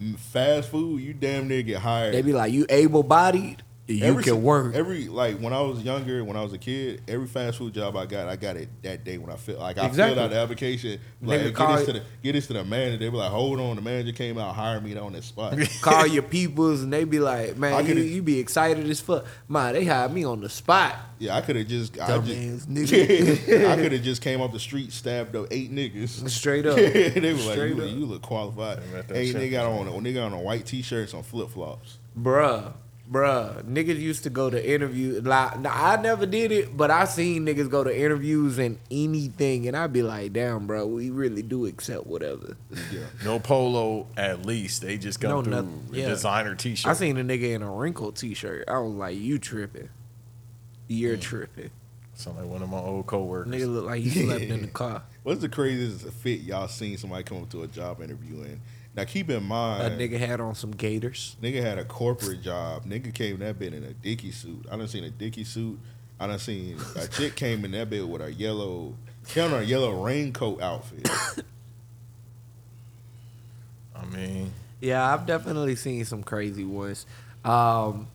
[SPEAKER 4] m- fast food. You damn near get hired.
[SPEAKER 3] they be like, you able bodied, you
[SPEAKER 4] Every
[SPEAKER 3] can
[SPEAKER 4] si-
[SPEAKER 3] work.
[SPEAKER 4] Every like when I was younger, when I was a kid, every fast food job I got, I got it that day when I feel like I
[SPEAKER 3] Exactly.
[SPEAKER 4] filled out the application. Like
[SPEAKER 3] Nigga
[SPEAKER 4] get
[SPEAKER 3] call
[SPEAKER 4] this
[SPEAKER 3] it-
[SPEAKER 4] to the get this to the manager. They were like, hold on, the manager came out, hired me on the spot.
[SPEAKER 3] Call your peoples and they be like,
[SPEAKER 4] I
[SPEAKER 3] man, you,
[SPEAKER 4] coulda-
[SPEAKER 3] you be excited as fuck. Ma, they hired me on the spot.
[SPEAKER 4] yeah, I could have just, I
[SPEAKER 3] Dumbass
[SPEAKER 4] just
[SPEAKER 3] nigga.
[SPEAKER 4] I could have just came off the street, stabbed up eight niggas.
[SPEAKER 3] Straight up.
[SPEAKER 4] they were like,
[SPEAKER 3] Straight
[SPEAKER 4] you,
[SPEAKER 3] up.
[SPEAKER 4] you look qualified.
[SPEAKER 5] Let that
[SPEAKER 4] Hey,
[SPEAKER 5] shit-
[SPEAKER 4] nigga on a nigga on a white t shirt, some flip flops.
[SPEAKER 3] Bruh, bruh. Niggas used to go to interview. Like, nah, I never did it, but I seen niggas go to interviews and anything, and I'd be like, damn, bro, we really do accept whatever.
[SPEAKER 5] No polo, at least they just
[SPEAKER 3] No,
[SPEAKER 5] come through
[SPEAKER 3] nothing.
[SPEAKER 5] a
[SPEAKER 3] Yeah.
[SPEAKER 5] designer T-shirt.
[SPEAKER 3] I seen a nigga in a wrinkled t shirt. I was like, you tripping. You're tripping.
[SPEAKER 5] Sound like one of my old coworkers.
[SPEAKER 3] Nigga look like he slept in the car.
[SPEAKER 4] What's the craziest fit y'all seen somebody come up to a job interview in? Now keep in
[SPEAKER 3] A
[SPEAKER 4] mind,
[SPEAKER 3] nigga had on some gators.
[SPEAKER 4] Nigga had a corporate job. Nigga came in that bed in a dicky suit. I done seen a dicky suit. I done seen a chick came in that bed with a yellow, came on a yellow raincoat outfit.
[SPEAKER 5] I mean,
[SPEAKER 3] Yeah, I've definitely seen some crazy ones. Um,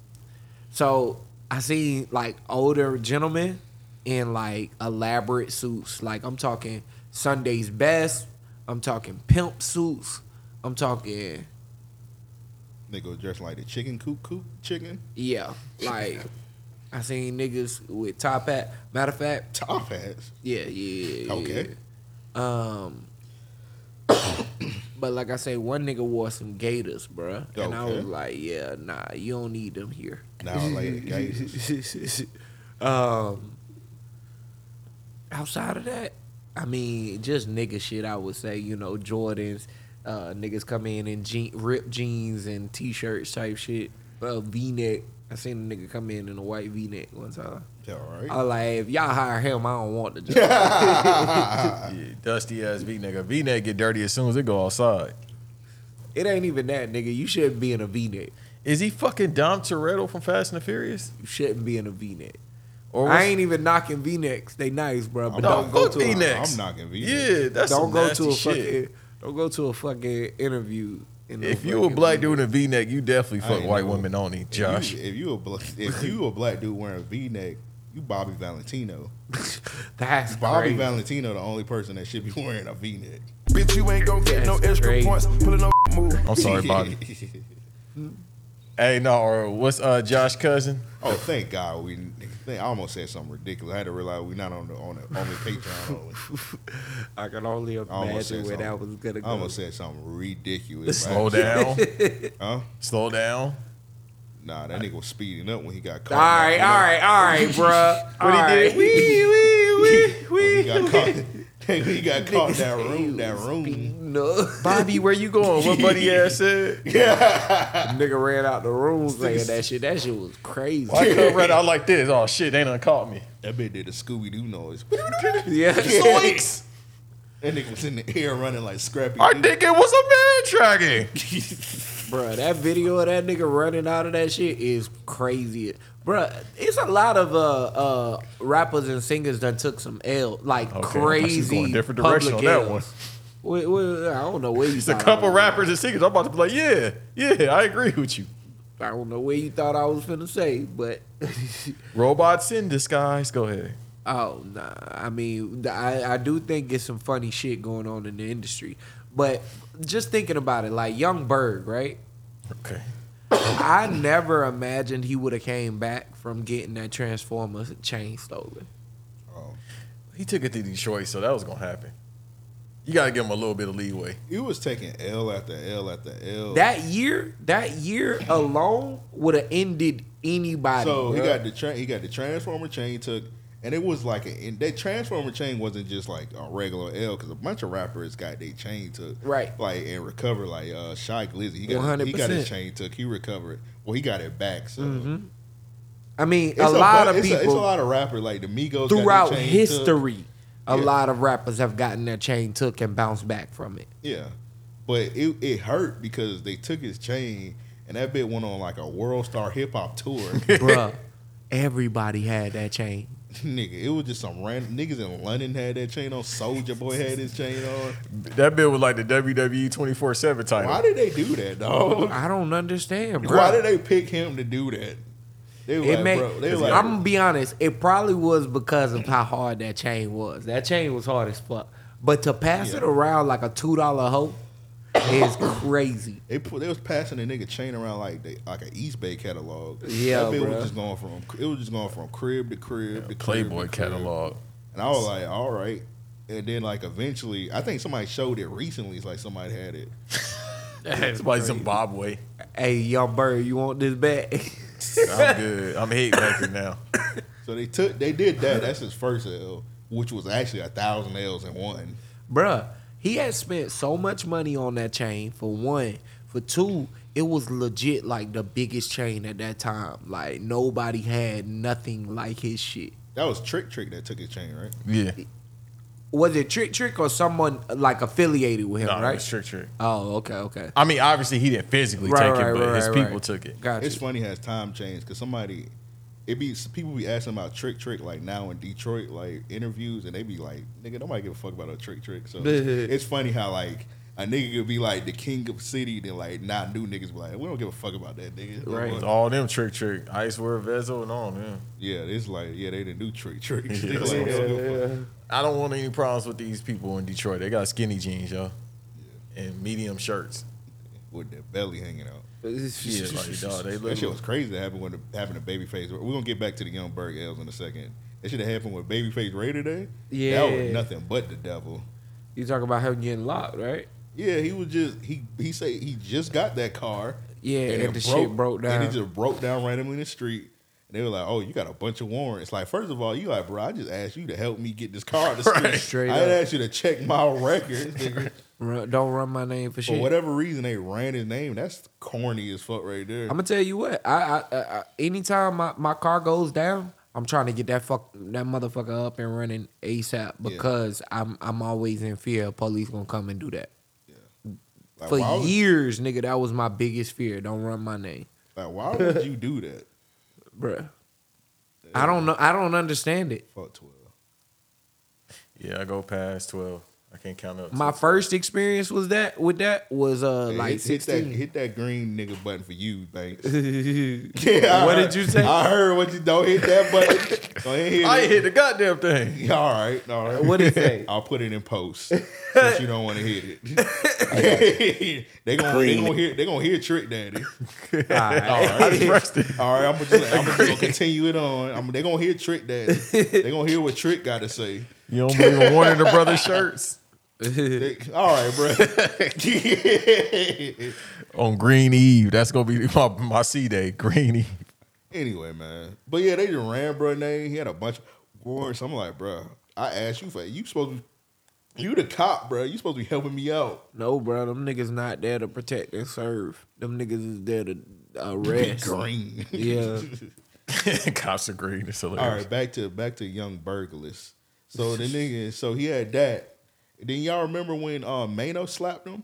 [SPEAKER 3] so I seen like older gentlemen in like elaborate suits. Like I'm talking Sunday's best. I'm talking pimp suits. I'm talking
[SPEAKER 4] Nigga was dressed like the chicken coop coop chicken
[SPEAKER 3] yeah, like I seen niggas with top hat. Matter of fact,
[SPEAKER 4] top hats.
[SPEAKER 3] yeah, yeah, yeah, yeah.
[SPEAKER 4] Okay.
[SPEAKER 3] Um, but like I say, one nigga wore some gators, bruh. And I was
[SPEAKER 4] Okay.
[SPEAKER 3] like, yeah, nah, you don't need them here.
[SPEAKER 4] Now like the guys.
[SPEAKER 3] um, outside of that, I mean, just nigga shit, I would say, you know, Jordans, uh, niggas come in in je- ripped jeans and t shirts type shit, uh, v neck. I seen a nigga come in in a white v neck one time. I
[SPEAKER 4] All
[SPEAKER 5] Uh,
[SPEAKER 4] right.
[SPEAKER 3] was like, if y'all hire him, I don't want the job.
[SPEAKER 5] yeah, dusty ass V neck. V neck get dirty as soon as it go outside.
[SPEAKER 3] It ain't even that, nigga. You shouldn't be in a V neck.
[SPEAKER 5] Is he fucking Dom Toretto from Fast and the Furious?
[SPEAKER 3] You shouldn't be in a V neck.
[SPEAKER 5] Or
[SPEAKER 3] I
[SPEAKER 5] what's-
[SPEAKER 3] ain't even knocking V necks. They nice, bro. But
[SPEAKER 4] No,
[SPEAKER 3] don't go
[SPEAKER 5] fuck
[SPEAKER 3] to
[SPEAKER 5] V
[SPEAKER 3] a,
[SPEAKER 5] necks.
[SPEAKER 4] I'm knocking V.
[SPEAKER 5] Yeah, that's
[SPEAKER 3] don't
[SPEAKER 5] some
[SPEAKER 3] go to a
[SPEAKER 5] nasty shit.
[SPEAKER 3] fucking don't go to a fucking interview. In
[SPEAKER 5] If
[SPEAKER 3] no
[SPEAKER 5] you a
[SPEAKER 3] fucking
[SPEAKER 5] black
[SPEAKER 3] V-neck.
[SPEAKER 5] dude in a V neck, you definitely
[SPEAKER 4] I
[SPEAKER 5] fuck
[SPEAKER 4] ain't
[SPEAKER 5] white
[SPEAKER 4] know.
[SPEAKER 5] women only,
[SPEAKER 4] If you-
[SPEAKER 5] Josh.
[SPEAKER 4] If you a black, if you a black dude wearing a V neck, you Bobby Valentino.
[SPEAKER 3] that's
[SPEAKER 4] Bobby
[SPEAKER 3] crazy.
[SPEAKER 4] Valentino, the only person that should be wearing a V neck.
[SPEAKER 6] Bitch, you ain't gon' get no
[SPEAKER 3] That's
[SPEAKER 6] extra
[SPEAKER 3] crazy.
[SPEAKER 6] points. Pulling no move.
[SPEAKER 5] I'm sorry, Bobby. hey, no, or what's uh, Josh cousin?
[SPEAKER 4] Oh, thank God we. Think, I almost said something ridiculous. I had to realize we're not on the on the on the Patreon. only.
[SPEAKER 3] I can only
[SPEAKER 4] I almost
[SPEAKER 3] imagine
[SPEAKER 4] said
[SPEAKER 3] where that
[SPEAKER 4] something.
[SPEAKER 3] was gonna
[SPEAKER 4] I
[SPEAKER 3] go.
[SPEAKER 4] almost said something ridiculous.
[SPEAKER 5] Slow
[SPEAKER 4] Like,
[SPEAKER 5] down,
[SPEAKER 4] Huh?
[SPEAKER 5] slow down.
[SPEAKER 4] Nah, that nigga was speeding up when he got caught.
[SPEAKER 3] all right, all right, all right, bruh. All
[SPEAKER 5] What he did?
[SPEAKER 3] right.
[SPEAKER 5] Wee wee
[SPEAKER 4] When
[SPEAKER 5] wee wee.
[SPEAKER 4] he got caught, when he got caught in that room. That room.
[SPEAKER 3] No,
[SPEAKER 5] Bobby, where you going? What buddy ass said?
[SPEAKER 3] nigga ran out the room saying that shit. That shit was crazy.
[SPEAKER 5] I come right out like this. Oh shit, they done caught me.
[SPEAKER 4] That bitch did a Scooby Doo noise.
[SPEAKER 3] Yeah,
[SPEAKER 5] Zoinks!
[SPEAKER 4] That nigga was in the air running like Scrappy.
[SPEAKER 5] I
[SPEAKER 4] Doo.
[SPEAKER 5] think it was a man dragon.
[SPEAKER 3] Bruh, that video of that nigga running out of that shit is crazy. Bruh, it's a lot of uh uh rappers and singers that took some L like
[SPEAKER 5] Okay, I thought you was
[SPEAKER 3] crazy.
[SPEAKER 5] going a different
[SPEAKER 3] public
[SPEAKER 5] direction on that
[SPEAKER 3] Ls.
[SPEAKER 5] one.
[SPEAKER 3] Wait, wait, I don't know where you.
[SPEAKER 5] It's a
[SPEAKER 3] thought I
[SPEAKER 5] couple
[SPEAKER 3] was-
[SPEAKER 5] rappers and singers. I'm about to be like, yeah, yeah, I agree with you.
[SPEAKER 3] I don't know where you thought I was finna say, but
[SPEAKER 5] Robots in disguise. Go ahead.
[SPEAKER 3] Oh nah. I mean, th- I, I do think it's some funny shit going on in the industry. But just thinking about it, like Young Berg, right?
[SPEAKER 5] Okay.
[SPEAKER 3] I never imagined he would have came back from getting that Transformer chain stolen.
[SPEAKER 4] Um,
[SPEAKER 5] He took it to Detroit, so that was gonna happen. You gotta give him a little bit of leeway.
[SPEAKER 4] He was taking L after L after L.
[SPEAKER 3] That year, that year alone would have ended anybody.
[SPEAKER 4] so he
[SPEAKER 3] bruh.
[SPEAKER 4] got the tra- he got the transformer chain took, and it was like a, and that transformer chain wasn't just like a regular L because a bunch of rappers got their chain took
[SPEAKER 3] Right.
[SPEAKER 4] like and recovered like uh Shy Glizzy he got he got
[SPEAKER 3] 100%.
[SPEAKER 4] his chain took he recovered well he got it back so
[SPEAKER 3] I mean,
[SPEAKER 4] It's
[SPEAKER 3] Mm-hmm. a lot
[SPEAKER 4] bu-
[SPEAKER 3] of
[SPEAKER 4] it's a-
[SPEAKER 3] people
[SPEAKER 4] it's a lot of rappers like the Migos got their
[SPEAKER 3] throughout
[SPEAKER 4] chain took.
[SPEAKER 3] history, a
[SPEAKER 4] Yeah.
[SPEAKER 3] lot of rappers have gotten their chain took and bounced back from it.
[SPEAKER 4] Yeah, but it, it hurt because they took his chain, and that bit went on like a world star hip hop tour.
[SPEAKER 3] Bruh, everybody had that chain.
[SPEAKER 4] Nigga, it was just some random niggas in London had that chain on. Soldier Boy had his chain on.
[SPEAKER 5] That bit was like the WWE twenty four seven title.
[SPEAKER 4] Why did they do that, dog?
[SPEAKER 3] I don't understand, bro.
[SPEAKER 4] Why did they pick him to do that? They were
[SPEAKER 3] It
[SPEAKER 4] like,
[SPEAKER 3] may,
[SPEAKER 4] bro, they were like,
[SPEAKER 3] I'm gonna be honest. It probably was because of how hard that chain was. That chain was hard as fuck. But to pass it
[SPEAKER 4] Yeah.
[SPEAKER 3] around like a two dollar hoe is crazy.
[SPEAKER 4] they put, they was passing a nigga chain around like they like an East Bay catalog.
[SPEAKER 3] Yeah,
[SPEAKER 4] that bit
[SPEAKER 3] bro.
[SPEAKER 4] was just going from it was just going from crib to crib to crib
[SPEAKER 5] Playboy
[SPEAKER 4] to crib.
[SPEAKER 5] catalog.
[SPEAKER 4] And I was like, all right. And then like eventually, I think somebody showed it recently. It's like somebody had it.
[SPEAKER 5] It's like Zimbabwe.
[SPEAKER 3] Hey, young bird, you want this back?
[SPEAKER 5] I'm good. I'm hate making now.
[SPEAKER 4] So they took they did that. That's his first L, which was actually a thousand L's in one.
[SPEAKER 3] Bruh, he had spent so much money on that chain for one. For two, it was legit like the biggest chain at that time. Like nobody had nothing like his shit.
[SPEAKER 4] That was Trick Trick that took his chain, right?
[SPEAKER 5] Yeah.
[SPEAKER 3] Was it Trick Trick or someone like affiliated with him,
[SPEAKER 5] Nah,
[SPEAKER 3] right?
[SPEAKER 5] it's trick trick.
[SPEAKER 3] Oh, okay, okay.
[SPEAKER 5] I mean, obviously he didn't physically
[SPEAKER 3] Right,
[SPEAKER 5] take
[SPEAKER 3] right,
[SPEAKER 5] it, but
[SPEAKER 3] right,
[SPEAKER 5] his
[SPEAKER 3] right,
[SPEAKER 5] people
[SPEAKER 3] right.
[SPEAKER 5] took it.
[SPEAKER 3] Gotcha.
[SPEAKER 4] It's funny how time changed because somebody it be people be asking about Trick Trick like now in Detroit like interviews and they be like nigga nobody give a fuck about a Trick Trick. So it's, it's funny how like. A nigga could be like the king of city, then like not new niggas be like, we don't give a fuck about that nigga.
[SPEAKER 3] Right.
[SPEAKER 5] It's all them trick trick. Ice wear Vezo and all them.
[SPEAKER 4] Yeah, it's like, yeah, they didn't do trick trick.
[SPEAKER 5] Yeah, that's what I'm I don't want any problems with these people in Detroit. They got skinny jeans, yo, and medium shirts.
[SPEAKER 4] With their belly hanging out.
[SPEAKER 5] Yeah, like dog, they
[SPEAKER 4] That shit
[SPEAKER 5] look.
[SPEAKER 4] was crazy that happened when the, happened to Babyface. We're gonna get back to the Young Berg L's in a second. That should have happened with Babyface Ray today. that
[SPEAKER 3] Yeah.
[SPEAKER 4] was nothing but the devil.
[SPEAKER 3] You talking about him getting locked, right?
[SPEAKER 4] Yeah, he was just he he say he just got that car.
[SPEAKER 3] Yeah, and
[SPEAKER 4] it
[SPEAKER 3] the shit broke down.
[SPEAKER 4] And it just broke down randomly in the street. And they were like, "Oh, you got a bunch of warrants." Like, first of all, you like, bro, I just asked you to help me get this car. out of The
[SPEAKER 5] Right.
[SPEAKER 4] street.
[SPEAKER 3] Straight
[SPEAKER 4] I didn't
[SPEAKER 3] up.
[SPEAKER 4] ask you to check my records. nigga.
[SPEAKER 3] Run, don't run my name for
[SPEAKER 4] For
[SPEAKER 3] shit.
[SPEAKER 4] whatever reason, they ran his name. That's corny as fuck, right there.
[SPEAKER 3] I'm gonna tell you what. I, I, I I- anytime my, my car goes down, I'm trying to get that fuck that motherfucker up and running ASAP because I'm I'm always in fear police gonna come and do that.
[SPEAKER 4] Like,
[SPEAKER 3] for
[SPEAKER 4] why would-
[SPEAKER 3] years, nigga, that was my biggest fear. Don't run my name,
[SPEAKER 4] Like, why would you do that?
[SPEAKER 3] bruh. I don't know. I don't understand it.
[SPEAKER 4] Fuck twelve.
[SPEAKER 5] Yeah, I go past twelve. I can't count up.
[SPEAKER 3] My
[SPEAKER 5] to-
[SPEAKER 3] first experience was that with that was uh
[SPEAKER 4] Hey,
[SPEAKER 3] like
[SPEAKER 4] hit, hit that
[SPEAKER 3] sixteen.
[SPEAKER 4] hit that green nigga button for you, Banks. yeah, I
[SPEAKER 3] What
[SPEAKER 4] heard-
[SPEAKER 3] did you say?
[SPEAKER 4] I heard what you don't hit that button. Go ahead, hit
[SPEAKER 5] I
[SPEAKER 4] it.
[SPEAKER 5] ain't hit the goddamn thing.
[SPEAKER 4] Yeah, all right, all right.
[SPEAKER 3] What it say?
[SPEAKER 4] I'll put it in post since you don't want to hit it. they gonna they gonna hear they gonna hear Trick Daddy. Oh, All right, I'm gonna just, I'm just gonna continue it on. I'm, they gonna hear Trick Daddy. They gonna hear what Trick got to say.
[SPEAKER 5] You don't believe in one of the brother shirts
[SPEAKER 4] They- all right, bro.
[SPEAKER 5] on Green Eve. That's gonna be my my C day. Green Eve.
[SPEAKER 4] Anyway, man. But yeah, they just ran bro name. He had a bunch of warrants. I'm like, bro, I asked you for you supposed to be, you the cop, bro. You supposed to be helping me out.
[SPEAKER 3] No, bro, them niggas not there to protect and serve. Them niggas is there to arrest.
[SPEAKER 4] Green.
[SPEAKER 3] Yeah.
[SPEAKER 5] Cops are green. It's
[SPEAKER 4] All
[SPEAKER 5] hilarious.
[SPEAKER 4] right, back to back to young burglars. So the nigga, so he had that. Then y'all remember when uh Mano slapped him?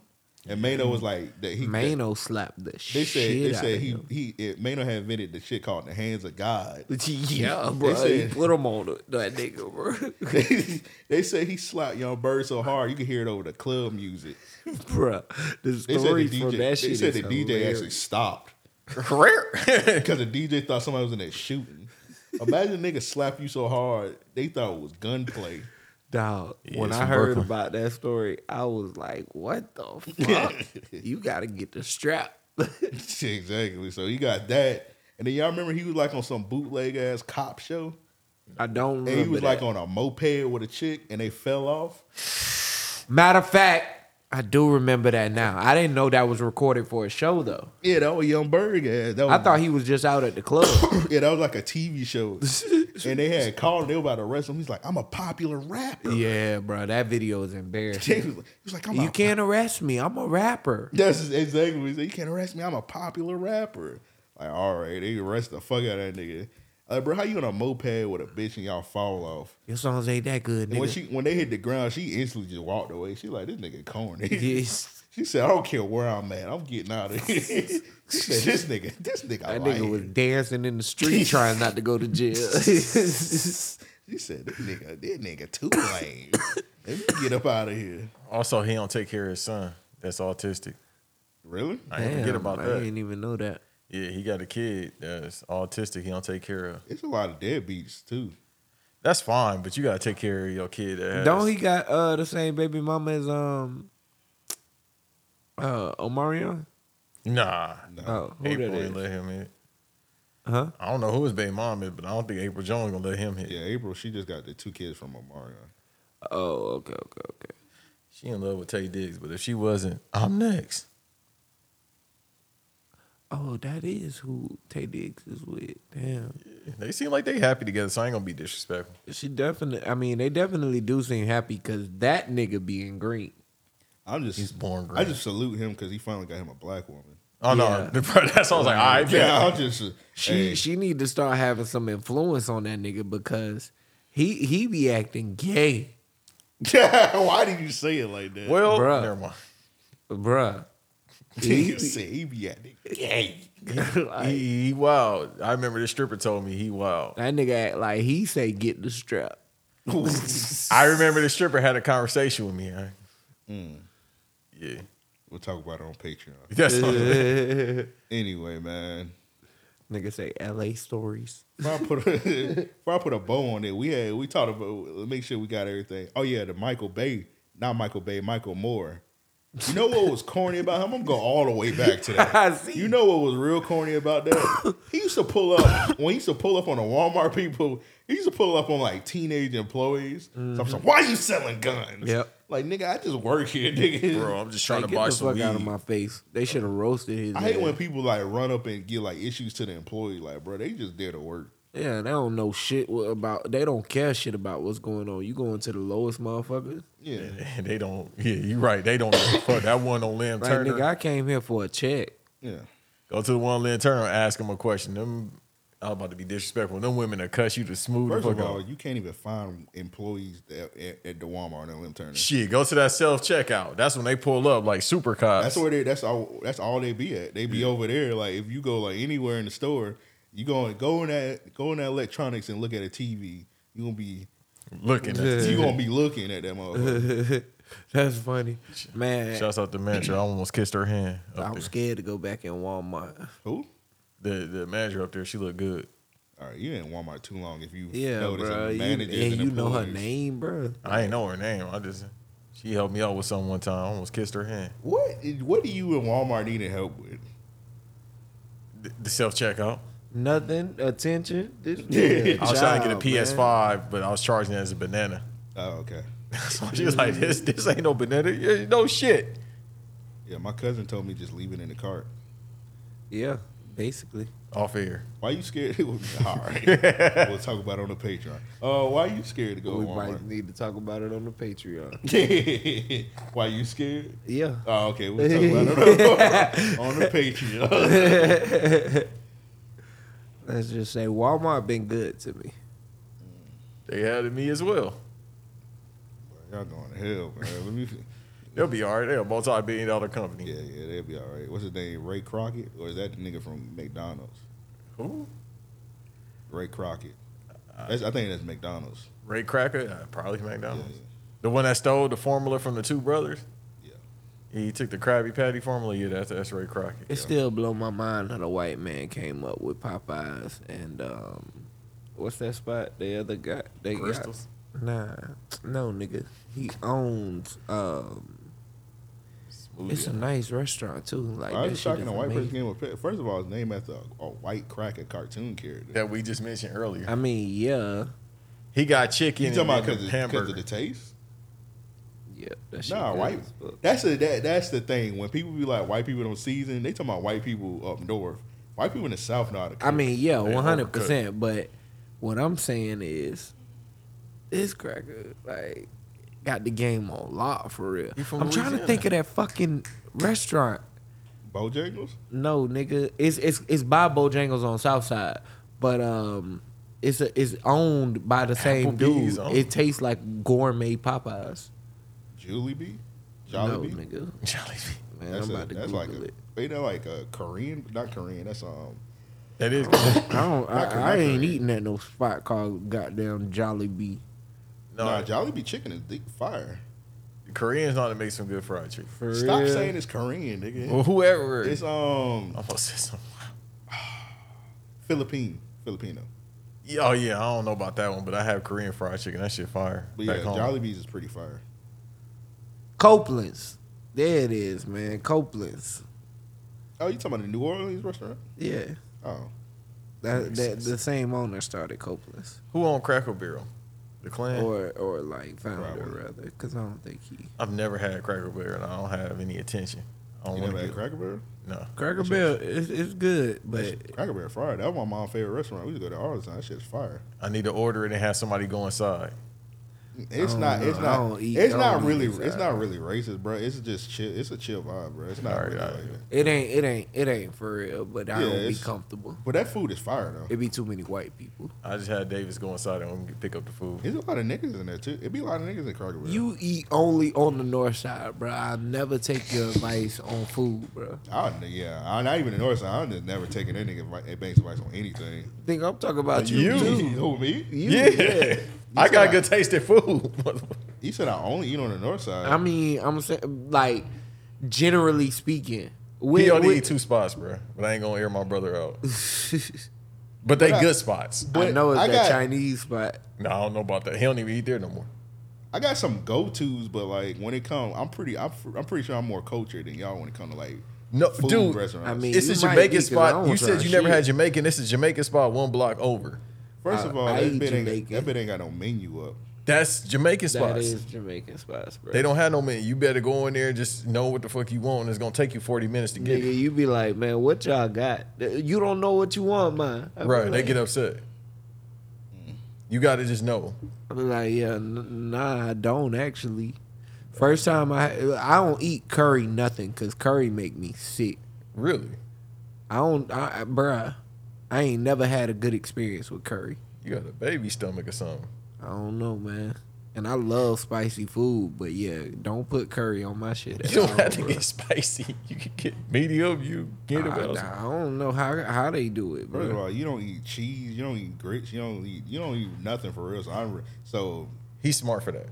[SPEAKER 4] And Mano was like that he
[SPEAKER 3] Mano slapped the
[SPEAKER 4] They said
[SPEAKER 3] shit
[SPEAKER 4] they
[SPEAKER 3] out
[SPEAKER 4] said
[SPEAKER 3] of
[SPEAKER 4] he
[SPEAKER 3] him.
[SPEAKER 4] he it, Mano had invented the shit called the hands of God.
[SPEAKER 3] Yeah, bro.
[SPEAKER 4] said-
[SPEAKER 3] he put him on the, that nigga, bro.
[SPEAKER 4] they, they say he slapped young bird so hard you could hear it over the club music.
[SPEAKER 3] bro, the
[SPEAKER 4] They said
[SPEAKER 3] story
[SPEAKER 4] the
[SPEAKER 3] from that
[SPEAKER 4] DJ, they
[SPEAKER 3] shit
[SPEAKER 4] said
[SPEAKER 3] is
[SPEAKER 4] the DJ
[SPEAKER 3] hilarious.
[SPEAKER 4] actually stopped because the DJ thought somebody was in there shooting. Imagine niggas slap you so hard they thought it was gunplay.
[SPEAKER 3] Dog,
[SPEAKER 5] Yeah,
[SPEAKER 3] when
[SPEAKER 5] it's
[SPEAKER 3] I
[SPEAKER 5] from
[SPEAKER 3] heard
[SPEAKER 5] Brooklyn.
[SPEAKER 3] about that story, I was like, what the fuck? you got to get the strap.
[SPEAKER 4] exactly. So he got that, and then y'all remember he was like on some bootleg ass cop show,
[SPEAKER 3] I don't remember.
[SPEAKER 4] and he was
[SPEAKER 3] that.
[SPEAKER 4] like on a moped with a chick, and they fell off.
[SPEAKER 3] Matter of fact, I do remember that now. I didn't know that was recorded for a show, though.
[SPEAKER 4] Yeah, that was Young Berg. ass. That was,
[SPEAKER 3] I thought he was just out at the club.
[SPEAKER 4] yeah, that was like a TV show, and they had called. him, They were about to arrest him. He's like, I'm a popular rapper.
[SPEAKER 3] yeah, bro, Oh that video is
[SPEAKER 4] He
[SPEAKER 3] embarrassing.
[SPEAKER 4] was like, he was like, I'm
[SPEAKER 3] you
[SPEAKER 4] a-
[SPEAKER 3] can't arrest me. I'm a rapper.
[SPEAKER 4] That's exactly what he said. You can't arrest me. I'm a popular rapper. Like, all right, they arrest the fuck out of that nigga. Like, bro, how you on a moped with a bitch and y'all fall off?
[SPEAKER 3] Your songs ain't that good,
[SPEAKER 4] And when
[SPEAKER 3] nigga.
[SPEAKER 4] she when they hit the ground, she instantly just walked away. She like, this nigga corny.
[SPEAKER 3] Yes.
[SPEAKER 4] She said, I don't care where I'm at. I'm getting out of here. she said, this nigga, this nigga,
[SPEAKER 3] That
[SPEAKER 4] lying.
[SPEAKER 3] nigga was dancing in the street trying not to go to jail.
[SPEAKER 4] She said, this nigga, this nigga too lame. Let me get up out of here.
[SPEAKER 5] Also, he don't take care of his son. That's autistic.
[SPEAKER 4] Really?
[SPEAKER 5] I didn't forget
[SPEAKER 3] Damn,
[SPEAKER 5] about
[SPEAKER 3] I
[SPEAKER 5] that.
[SPEAKER 3] didn't even know that.
[SPEAKER 5] Yeah, he got a kid that's autistic. He don't take care of.
[SPEAKER 4] It's a lot of deadbeats too.
[SPEAKER 5] That's fine, but you gotta take care of your kid. That has,
[SPEAKER 3] Don't he got uh the same baby mama as um uh Omarion?
[SPEAKER 5] Nah,
[SPEAKER 3] Oh, who
[SPEAKER 5] April
[SPEAKER 3] that
[SPEAKER 5] ain't
[SPEAKER 3] is?
[SPEAKER 5] let him hit.
[SPEAKER 3] Huh?
[SPEAKER 5] I don't know who his baby mom is, but I don't think April Jones gonna let him hit.
[SPEAKER 4] Yeah, April, she just got the two kids from Omarion.
[SPEAKER 3] Oh, okay, okay, okay.
[SPEAKER 5] She in love with Tay Diggs, but if she wasn't, I'm next.
[SPEAKER 3] Oh, that is who Tay Diggs is with. Damn.
[SPEAKER 5] They seem like they happy together, so I ain't gonna be disrespectful.
[SPEAKER 3] She definitely I mean, they definitely do seem happy because that nigga being green.
[SPEAKER 4] I'm just
[SPEAKER 5] He's born
[SPEAKER 4] I
[SPEAKER 5] green.
[SPEAKER 4] just salute him because he finally got him a black woman.
[SPEAKER 5] Oh
[SPEAKER 3] Yeah.
[SPEAKER 5] no, that's why I was like, all right,
[SPEAKER 4] Yeah,
[SPEAKER 5] yeah.
[SPEAKER 4] I'll just
[SPEAKER 3] She
[SPEAKER 4] hey,
[SPEAKER 3] she need to start having some influence on that nigga because he he be acting gay.
[SPEAKER 4] Why did you say it like that?
[SPEAKER 5] Well,
[SPEAKER 3] Bruh.
[SPEAKER 5] never mind.
[SPEAKER 3] Bruh.
[SPEAKER 4] you said he be at it.
[SPEAKER 3] Like,
[SPEAKER 5] He, he wild. I remember the stripper told me he wild.
[SPEAKER 3] that nigga act like he say get the strap.
[SPEAKER 5] I remember the stripper had a conversation with me. I- Yeah,
[SPEAKER 4] We'll talk about it on Patreon.
[SPEAKER 5] that's all-
[SPEAKER 4] Anyway, man.
[SPEAKER 3] Nigga say LA stories.
[SPEAKER 4] Before I put a, before I put a bow on it, we had we talked about make sure we got everything. Oh yeah, the Michael Bay, not Michael Bay, Michael Moore. You know what was corny about him? I'm going all the way back to that.
[SPEAKER 3] I see.
[SPEAKER 4] You know what was real corny about that? He used to pull up when he used to pull up on the Walmart people. He used to pull up on like teenage employees. So I'm like, why you selling guns?
[SPEAKER 3] Yep.
[SPEAKER 4] Like nigga, I just work here, nigga.
[SPEAKER 5] bro. I'm just trying
[SPEAKER 3] Like,
[SPEAKER 5] to
[SPEAKER 3] get
[SPEAKER 5] buy
[SPEAKER 3] the
[SPEAKER 5] some
[SPEAKER 3] fuck
[SPEAKER 5] weed.
[SPEAKER 3] out of my face. They should have roasted his.
[SPEAKER 4] I hate
[SPEAKER 3] ass.
[SPEAKER 4] when people like run up and get like issues to the employee. Like, bro, they just there to work.
[SPEAKER 3] Yeah, they don't know shit wha- about. They don't care shit about what's going on. You going to the lowest motherfucker.
[SPEAKER 4] Yeah.
[SPEAKER 5] And they don't. Yeah, you're right. They don't. give a fuck that one on Lynn
[SPEAKER 3] Like
[SPEAKER 5] Turner.
[SPEAKER 3] nigga, I came here for a check.
[SPEAKER 4] Yeah.
[SPEAKER 5] Go to the one on Lynn Turner. and Ask him a question. Them. I'm about to be disrespectful. Them women that cuss you to smooth
[SPEAKER 4] First
[SPEAKER 5] the
[SPEAKER 4] of
[SPEAKER 5] fuck
[SPEAKER 4] all,
[SPEAKER 5] out.
[SPEAKER 4] you can't even find employees at, at, at the Walmart and Lim Turner.
[SPEAKER 5] Shit, go to that self checkout. That's when they pull up like super cops.
[SPEAKER 4] That's where they. That's all. That's all they be at. They be over there. Like if you go like anywhere in the store, you going go in that go in that electronics and look at a TV. You gonna be
[SPEAKER 5] looking. At
[SPEAKER 4] you gonna be looking at that motherfucker.
[SPEAKER 3] That's funny, man.
[SPEAKER 5] Shouts out to manager. I almost kissed her hand. Up
[SPEAKER 3] I'm
[SPEAKER 5] there.
[SPEAKER 3] scared to go back in Walmart.
[SPEAKER 4] Who?
[SPEAKER 5] The the manager up there, she looked good.
[SPEAKER 4] All right, you ain't Walmart too long if you
[SPEAKER 3] Yeah,
[SPEAKER 4] notice
[SPEAKER 3] bro.
[SPEAKER 4] that
[SPEAKER 3] You, and
[SPEAKER 4] managers and
[SPEAKER 3] you know her
[SPEAKER 4] employees-
[SPEAKER 3] name, bro.
[SPEAKER 5] I ain't know her name. I just she helped me out with something one time. I almost kissed her hand.
[SPEAKER 4] What? is- What do you in Walmart need help with?
[SPEAKER 5] The, the self checkout.
[SPEAKER 3] Nothing, attention. This
[SPEAKER 4] Yeah.
[SPEAKER 5] I was trying to get a PS Five, but I was charging it as a banana.
[SPEAKER 4] Oh, okay.
[SPEAKER 5] so she was like,
[SPEAKER 4] Mm.
[SPEAKER 5] "This this ain't no banana. Yeah, No shit."
[SPEAKER 4] Yeah, my cousin told me just leave it in the cart.
[SPEAKER 3] Yeah, basically.
[SPEAKER 5] Off air.
[SPEAKER 4] Why you scared? All right, we'll talk about it on the Patreon. Uh, why you scared to go
[SPEAKER 3] we
[SPEAKER 4] to
[SPEAKER 3] might
[SPEAKER 4] Walmart?
[SPEAKER 3] need to talk about it on the Patreon.
[SPEAKER 4] why you scared?
[SPEAKER 3] Yeah.
[SPEAKER 4] Oh, okay. We'll talk about it on, on the Patreon.
[SPEAKER 3] Let's just say Walmart been good to me.
[SPEAKER 5] They had me as well.
[SPEAKER 4] Y'all going to hell, man. Let me.
[SPEAKER 5] They'll be all right. They're a multi-billion dollar company.
[SPEAKER 4] Yeah, yeah, they'll be all right. What's his name? Ray Crockett, or is that the nigga from McDonald's?
[SPEAKER 5] Who?
[SPEAKER 4] Ray Crockett. That's, I think that's McDonald's.
[SPEAKER 5] Ray Cracker, uh, probably
[SPEAKER 4] Yeah,
[SPEAKER 5] McDonald's.
[SPEAKER 4] yeah.
[SPEAKER 5] The one that stole the formula from the two brothers.
[SPEAKER 4] Yeah.
[SPEAKER 5] He took the Krabby Patty formula. Yeah, that's, that's Ray Crockett.
[SPEAKER 3] It still blow my mind that a white man came up with Popeyes and um,
[SPEAKER 1] What's that spot? The other guy. They got-
[SPEAKER 7] Crystals.
[SPEAKER 3] Nah, no, nigga. He owns. Um, it's a nice restaurant too. Like
[SPEAKER 4] I
[SPEAKER 3] that
[SPEAKER 4] was
[SPEAKER 3] shit
[SPEAKER 4] talking
[SPEAKER 3] is
[SPEAKER 4] a white person
[SPEAKER 3] amazing.
[SPEAKER 4] game with pet. First of all, it's named after a, a white cracker cartoon character.
[SPEAKER 5] that we just mentioned earlier.
[SPEAKER 3] I mean, yeah,
[SPEAKER 5] He got chicken.
[SPEAKER 4] you talking about
[SPEAKER 5] and
[SPEAKER 4] because
[SPEAKER 5] hamburger.
[SPEAKER 4] of the taste?
[SPEAKER 3] yeah. That shit
[SPEAKER 4] Nah,
[SPEAKER 3] good
[SPEAKER 4] white.
[SPEAKER 3] as fuck.
[SPEAKER 4] That's the that, that's the thing. When people be like white people don't season, they talking about white people up north. White people in the south know how to cook.
[SPEAKER 3] I mean, yeah,
[SPEAKER 5] They
[SPEAKER 3] one hundred percent. But what I'm saying is, this cracker like got the game on lock for real.
[SPEAKER 5] He
[SPEAKER 3] I'm
[SPEAKER 5] from
[SPEAKER 3] trying to think of that fucking restaurant.
[SPEAKER 4] Bojangles.
[SPEAKER 3] No, nigga, it's it's it's by Bojangles on Southside, but um, it's a, it's owned by the same
[SPEAKER 5] Applebee's
[SPEAKER 3] dude.
[SPEAKER 5] owned.
[SPEAKER 3] It tastes like gourmet Popeyes.
[SPEAKER 4] Julie B.
[SPEAKER 3] no,
[SPEAKER 4] Jollibee.
[SPEAKER 3] nigga, man,
[SPEAKER 5] Jollibee.
[SPEAKER 4] that's
[SPEAKER 3] I'm
[SPEAKER 4] a,
[SPEAKER 3] about to
[SPEAKER 4] that's
[SPEAKER 3] Google
[SPEAKER 4] like
[SPEAKER 3] it.
[SPEAKER 4] a ain't that like a Korean? Not Korean. That's um.
[SPEAKER 5] That is.
[SPEAKER 3] I don't, I,
[SPEAKER 4] Not
[SPEAKER 3] I ain't
[SPEAKER 4] Korean.
[SPEAKER 3] eating at no spot called goddamn Jollibee
[SPEAKER 5] No,
[SPEAKER 4] nah, Jollibee chicken is deep fire.
[SPEAKER 5] Koreans know how to make some good fried chicken.
[SPEAKER 3] for
[SPEAKER 4] Stop
[SPEAKER 3] real.
[SPEAKER 4] saying it's Korean, nigga.
[SPEAKER 5] Well, whoever.
[SPEAKER 4] It's um
[SPEAKER 5] I'm gonna say something.
[SPEAKER 4] Philippine, Filipino.
[SPEAKER 5] Yeah, Oh yeah, I don't know about that one, but I have Korean fried chicken. That shit fire.
[SPEAKER 4] But
[SPEAKER 5] Back
[SPEAKER 4] yeah,
[SPEAKER 5] home.
[SPEAKER 4] Jollibee's is pretty fire.
[SPEAKER 3] Copeland's. There it is, man. Copeland's.
[SPEAKER 4] Oh, you talking about the New Orleans restaurant?
[SPEAKER 3] Yeah,
[SPEAKER 4] Oh,
[SPEAKER 3] that,
[SPEAKER 5] Makes
[SPEAKER 3] that the
[SPEAKER 5] sense.
[SPEAKER 3] same owner started Copeland's,
[SPEAKER 5] Who owned Cracker Barrel? The clan.
[SPEAKER 3] or or like founder
[SPEAKER 4] Probably.
[SPEAKER 3] rather, because I don't think he.
[SPEAKER 5] I've never had Cracker Barrel, and I don't have any attention. I don't
[SPEAKER 4] you
[SPEAKER 5] want
[SPEAKER 4] never
[SPEAKER 5] to
[SPEAKER 4] had
[SPEAKER 5] get
[SPEAKER 4] Cracker Barrel?
[SPEAKER 5] no.
[SPEAKER 3] Cracker Barrel is it's good, but
[SPEAKER 4] Cracker Barrel fire. That was my mom's favorite restaurant. We used to go to all the time. That shit's fire.
[SPEAKER 5] I need to order it and have somebody go inside.
[SPEAKER 4] It's
[SPEAKER 3] don't
[SPEAKER 4] not.
[SPEAKER 3] know.
[SPEAKER 4] It's
[SPEAKER 3] I
[SPEAKER 4] not.
[SPEAKER 3] don't eat-
[SPEAKER 4] it's
[SPEAKER 3] I
[SPEAKER 4] not
[SPEAKER 3] don't eat
[SPEAKER 4] really.
[SPEAKER 3] inside.
[SPEAKER 4] It's not really racist, bro. It's just chill. It's a chill vibe, bro. It's not.
[SPEAKER 5] Alright,
[SPEAKER 4] Really
[SPEAKER 5] alright.
[SPEAKER 4] like that.
[SPEAKER 3] It ain't it ain't it ain't for real, but I
[SPEAKER 4] Yeah,
[SPEAKER 3] don't be
[SPEAKER 4] it's-
[SPEAKER 3] comfortable.
[SPEAKER 4] But that food is fire though.
[SPEAKER 3] It be too many white people.
[SPEAKER 5] I just had Davis go inside and get- pick up the food.
[SPEAKER 4] There's a lot of niggas in there too. It be a lot of niggas in Cracker Barrel.
[SPEAKER 3] You eat only on the north side, bro. I never take your advice on food, bro.
[SPEAKER 4] I, yeah, I, not even the North Side. I'm just never taking that nigga advi- Banks advice on anything.
[SPEAKER 3] Think I'm talking about you,
[SPEAKER 5] You.
[SPEAKER 3] too.
[SPEAKER 4] Who, me?
[SPEAKER 3] You,
[SPEAKER 5] yeah, I
[SPEAKER 4] said
[SPEAKER 5] got
[SPEAKER 4] I-
[SPEAKER 5] good taste in food.
[SPEAKER 4] You said I only eat on the North Side.
[SPEAKER 3] I mean, I'm saying like generally speaking, we
[SPEAKER 5] we only eat two spots, bro. But I ain't gonna air my brother out. But
[SPEAKER 4] But
[SPEAKER 5] they
[SPEAKER 4] I-
[SPEAKER 5] good spots.
[SPEAKER 3] I know it's
[SPEAKER 4] I
[SPEAKER 3] that
[SPEAKER 4] got-
[SPEAKER 3] Chinese spot.
[SPEAKER 5] No, I don't know about that. He don't even eat there no more.
[SPEAKER 4] I got some go tos, but like when it comes, I'm pretty, I'm, fr- I'm pretty sure I'm more cultured than y'all when it comes to like
[SPEAKER 5] No,
[SPEAKER 4] food
[SPEAKER 5] dude,
[SPEAKER 4] restaurants.
[SPEAKER 3] I mean,
[SPEAKER 5] it's
[SPEAKER 3] you
[SPEAKER 5] a
[SPEAKER 3] might
[SPEAKER 5] Jamaican
[SPEAKER 3] be, 'cause I
[SPEAKER 5] spot.
[SPEAKER 3] don't
[SPEAKER 5] You said
[SPEAKER 3] try
[SPEAKER 5] you never
[SPEAKER 3] shit.
[SPEAKER 5] had Jamaican. This is Jamaican spot one block over.
[SPEAKER 4] first of all,
[SPEAKER 3] I
[SPEAKER 4] that
[SPEAKER 3] eat
[SPEAKER 4] bit, ain't,
[SPEAKER 3] Jamaican.
[SPEAKER 4] that bit ain't got no menu up.
[SPEAKER 5] That's Jamaican
[SPEAKER 3] That
[SPEAKER 5] spots.
[SPEAKER 3] is Jamaican spots, bro.
[SPEAKER 5] They don't have no menu. You better go in there and just know what the fuck you want, and it's gonna take you forty minutes to get
[SPEAKER 3] Nigga,
[SPEAKER 5] it.
[SPEAKER 3] you be like, man, what y'all got? You don't know what you want, man. I be
[SPEAKER 5] Right? They
[SPEAKER 3] like- mm.
[SPEAKER 5] get upset. You gotta just know.
[SPEAKER 3] I be like, yeah, n- nah, I don't actually. First time I I don't eat curry nothing because curry make me sick.
[SPEAKER 5] Really,
[SPEAKER 3] I don't, I, I, bruh. I ain't never had a good experience with curry.
[SPEAKER 5] you got a baby stomach or something.
[SPEAKER 3] I don't know, man. And I love spicy food, but yeah, don't put curry on my shit. at
[SPEAKER 5] You don't
[SPEAKER 3] all,
[SPEAKER 5] have to
[SPEAKER 3] bruh.
[SPEAKER 5] get spicy. You can get medium. You get it.
[SPEAKER 3] I,
[SPEAKER 5] else.
[SPEAKER 3] I don't know how how they do it,
[SPEAKER 4] First of
[SPEAKER 3] bro.
[SPEAKER 4] all, you don't eat cheese, you don't eat grits, you don't eat, you don't eat nothing for real. So I'm re- so
[SPEAKER 5] He's smart for that.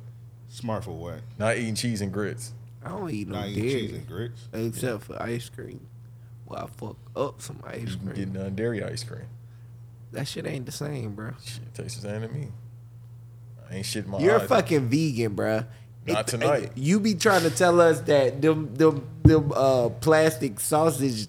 [SPEAKER 4] smart for what?
[SPEAKER 5] Not eating cheese and grits.
[SPEAKER 3] I don't eat no
[SPEAKER 4] Not eating cheese
[SPEAKER 3] dairy
[SPEAKER 4] and grits.
[SPEAKER 3] except for ice cream. Well, I fuck up some ice
[SPEAKER 5] You can get
[SPEAKER 3] cream.
[SPEAKER 5] none dairy ice cream.
[SPEAKER 3] That shit ain't the same, bro.
[SPEAKER 5] Shit tastes the same to me. I ain't shit my
[SPEAKER 3] You're
[SPEAKER 5] eyes.
[SPEAKER 3] fucking vegan, bruh.
[SPEAKER 5] Not tonight.
[SPEAKER 3] you be trying to tell us that them them them uh, plastic sausage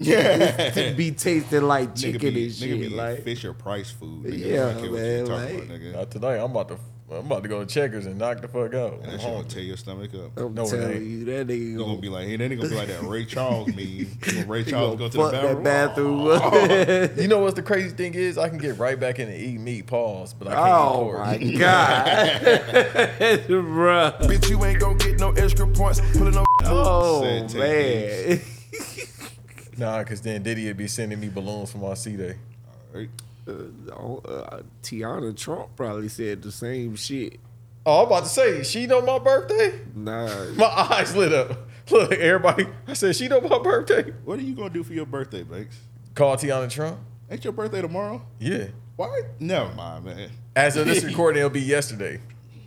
[SPEAKER 4] Yeah.
[SPEAKER 3] be tasting like
[SPEAKER 4] Nigga
[SPEAKER 3] chicken
[SPEAKER 4] be,
[SPEAKER 3] and
[SPEAKER 4] nigga be
[SPEAKER 3] shit.
[SPEAKER 4] eating
[SPEAKER 3] Like
[SPEAKER 4] Fisher Price food. Nigga.
[SPEAKER 3] Yeah,
[SPEAKER 4] I don't care what you
[SPEAKER 3] man,
[SPEAKER 4] talking
[SPEAKER 3] like-
[SPEAKER 4] about, nigga.
[SPEAKER 5] Not tonight. I'm about to. I'm about to go to Checkers and knock the fuck out.
[SPEAKER 4] And
[SPEAKER 5] I'm
[SPEAKER 4] that shit gonna
[SPEAKER 5] hungry.
[SPEAKER 4] tear your stomach up.
[SPEAKER 3] I'm
[SPEAKER 5] No, it
[SPEAKER 3] telling
[SPEAKER 5] ain't.
[SPEAKER 3] you, that nigga
[SPEAKER 4] You're gonna be like, hey, then they gonna be like that Ray Charles meme. When Ray
[SPEAKER 3] he
[SPEAKER 4] Charles Oh, go
[SPEAKER 3] gonna
[SPEAKER 4] to the
[SPEAKER 3] fuck that
[SPEAKER 4] bathroom. Oh.
[SPEAKER 3] bathroom. up.
[SPEAKER 5] You know what's the crazy thing is? I can get right back in and eat meat, pause, but I can't
[SPEAKER 3] oh
[SPEAKER 5] record.
[SPEAKER 3] my god, bruh.
[SPEAKER 6] Bitch, you ain't gon' get no extra points. Pulling up.
[SPEAKER 3] Oh
[SPEAKER 4] Said take
[SPEAKER 3] man,
[SPEAKER 5] Nah, because then Diddy would be sending me balloons for my C day.
[SPEAKER 4] Right?
[SPEAKER 3] Oh, uh, Tiana Trump probably said the same shit.
[SPEAKER 5] Oh, I'm about to say, she know my birthday?
[SPEAKER 3] Nah,
[SPEAKER 5] My eyes lit up. Look, everybody, I said, she know my birthday.
[SPEAKER 4] What are you gonna do for your birthday, Banks?
[SPEAKER 5] Call Tiana Trump?
[SPEAKER 4] Ain't your birthday tomorrow?
[SPEAKER 5] Yeah.
[SPEAKER 4] Why? Never mind, man.
[SPEAKER 5] As of this recording, it'll be yesterday.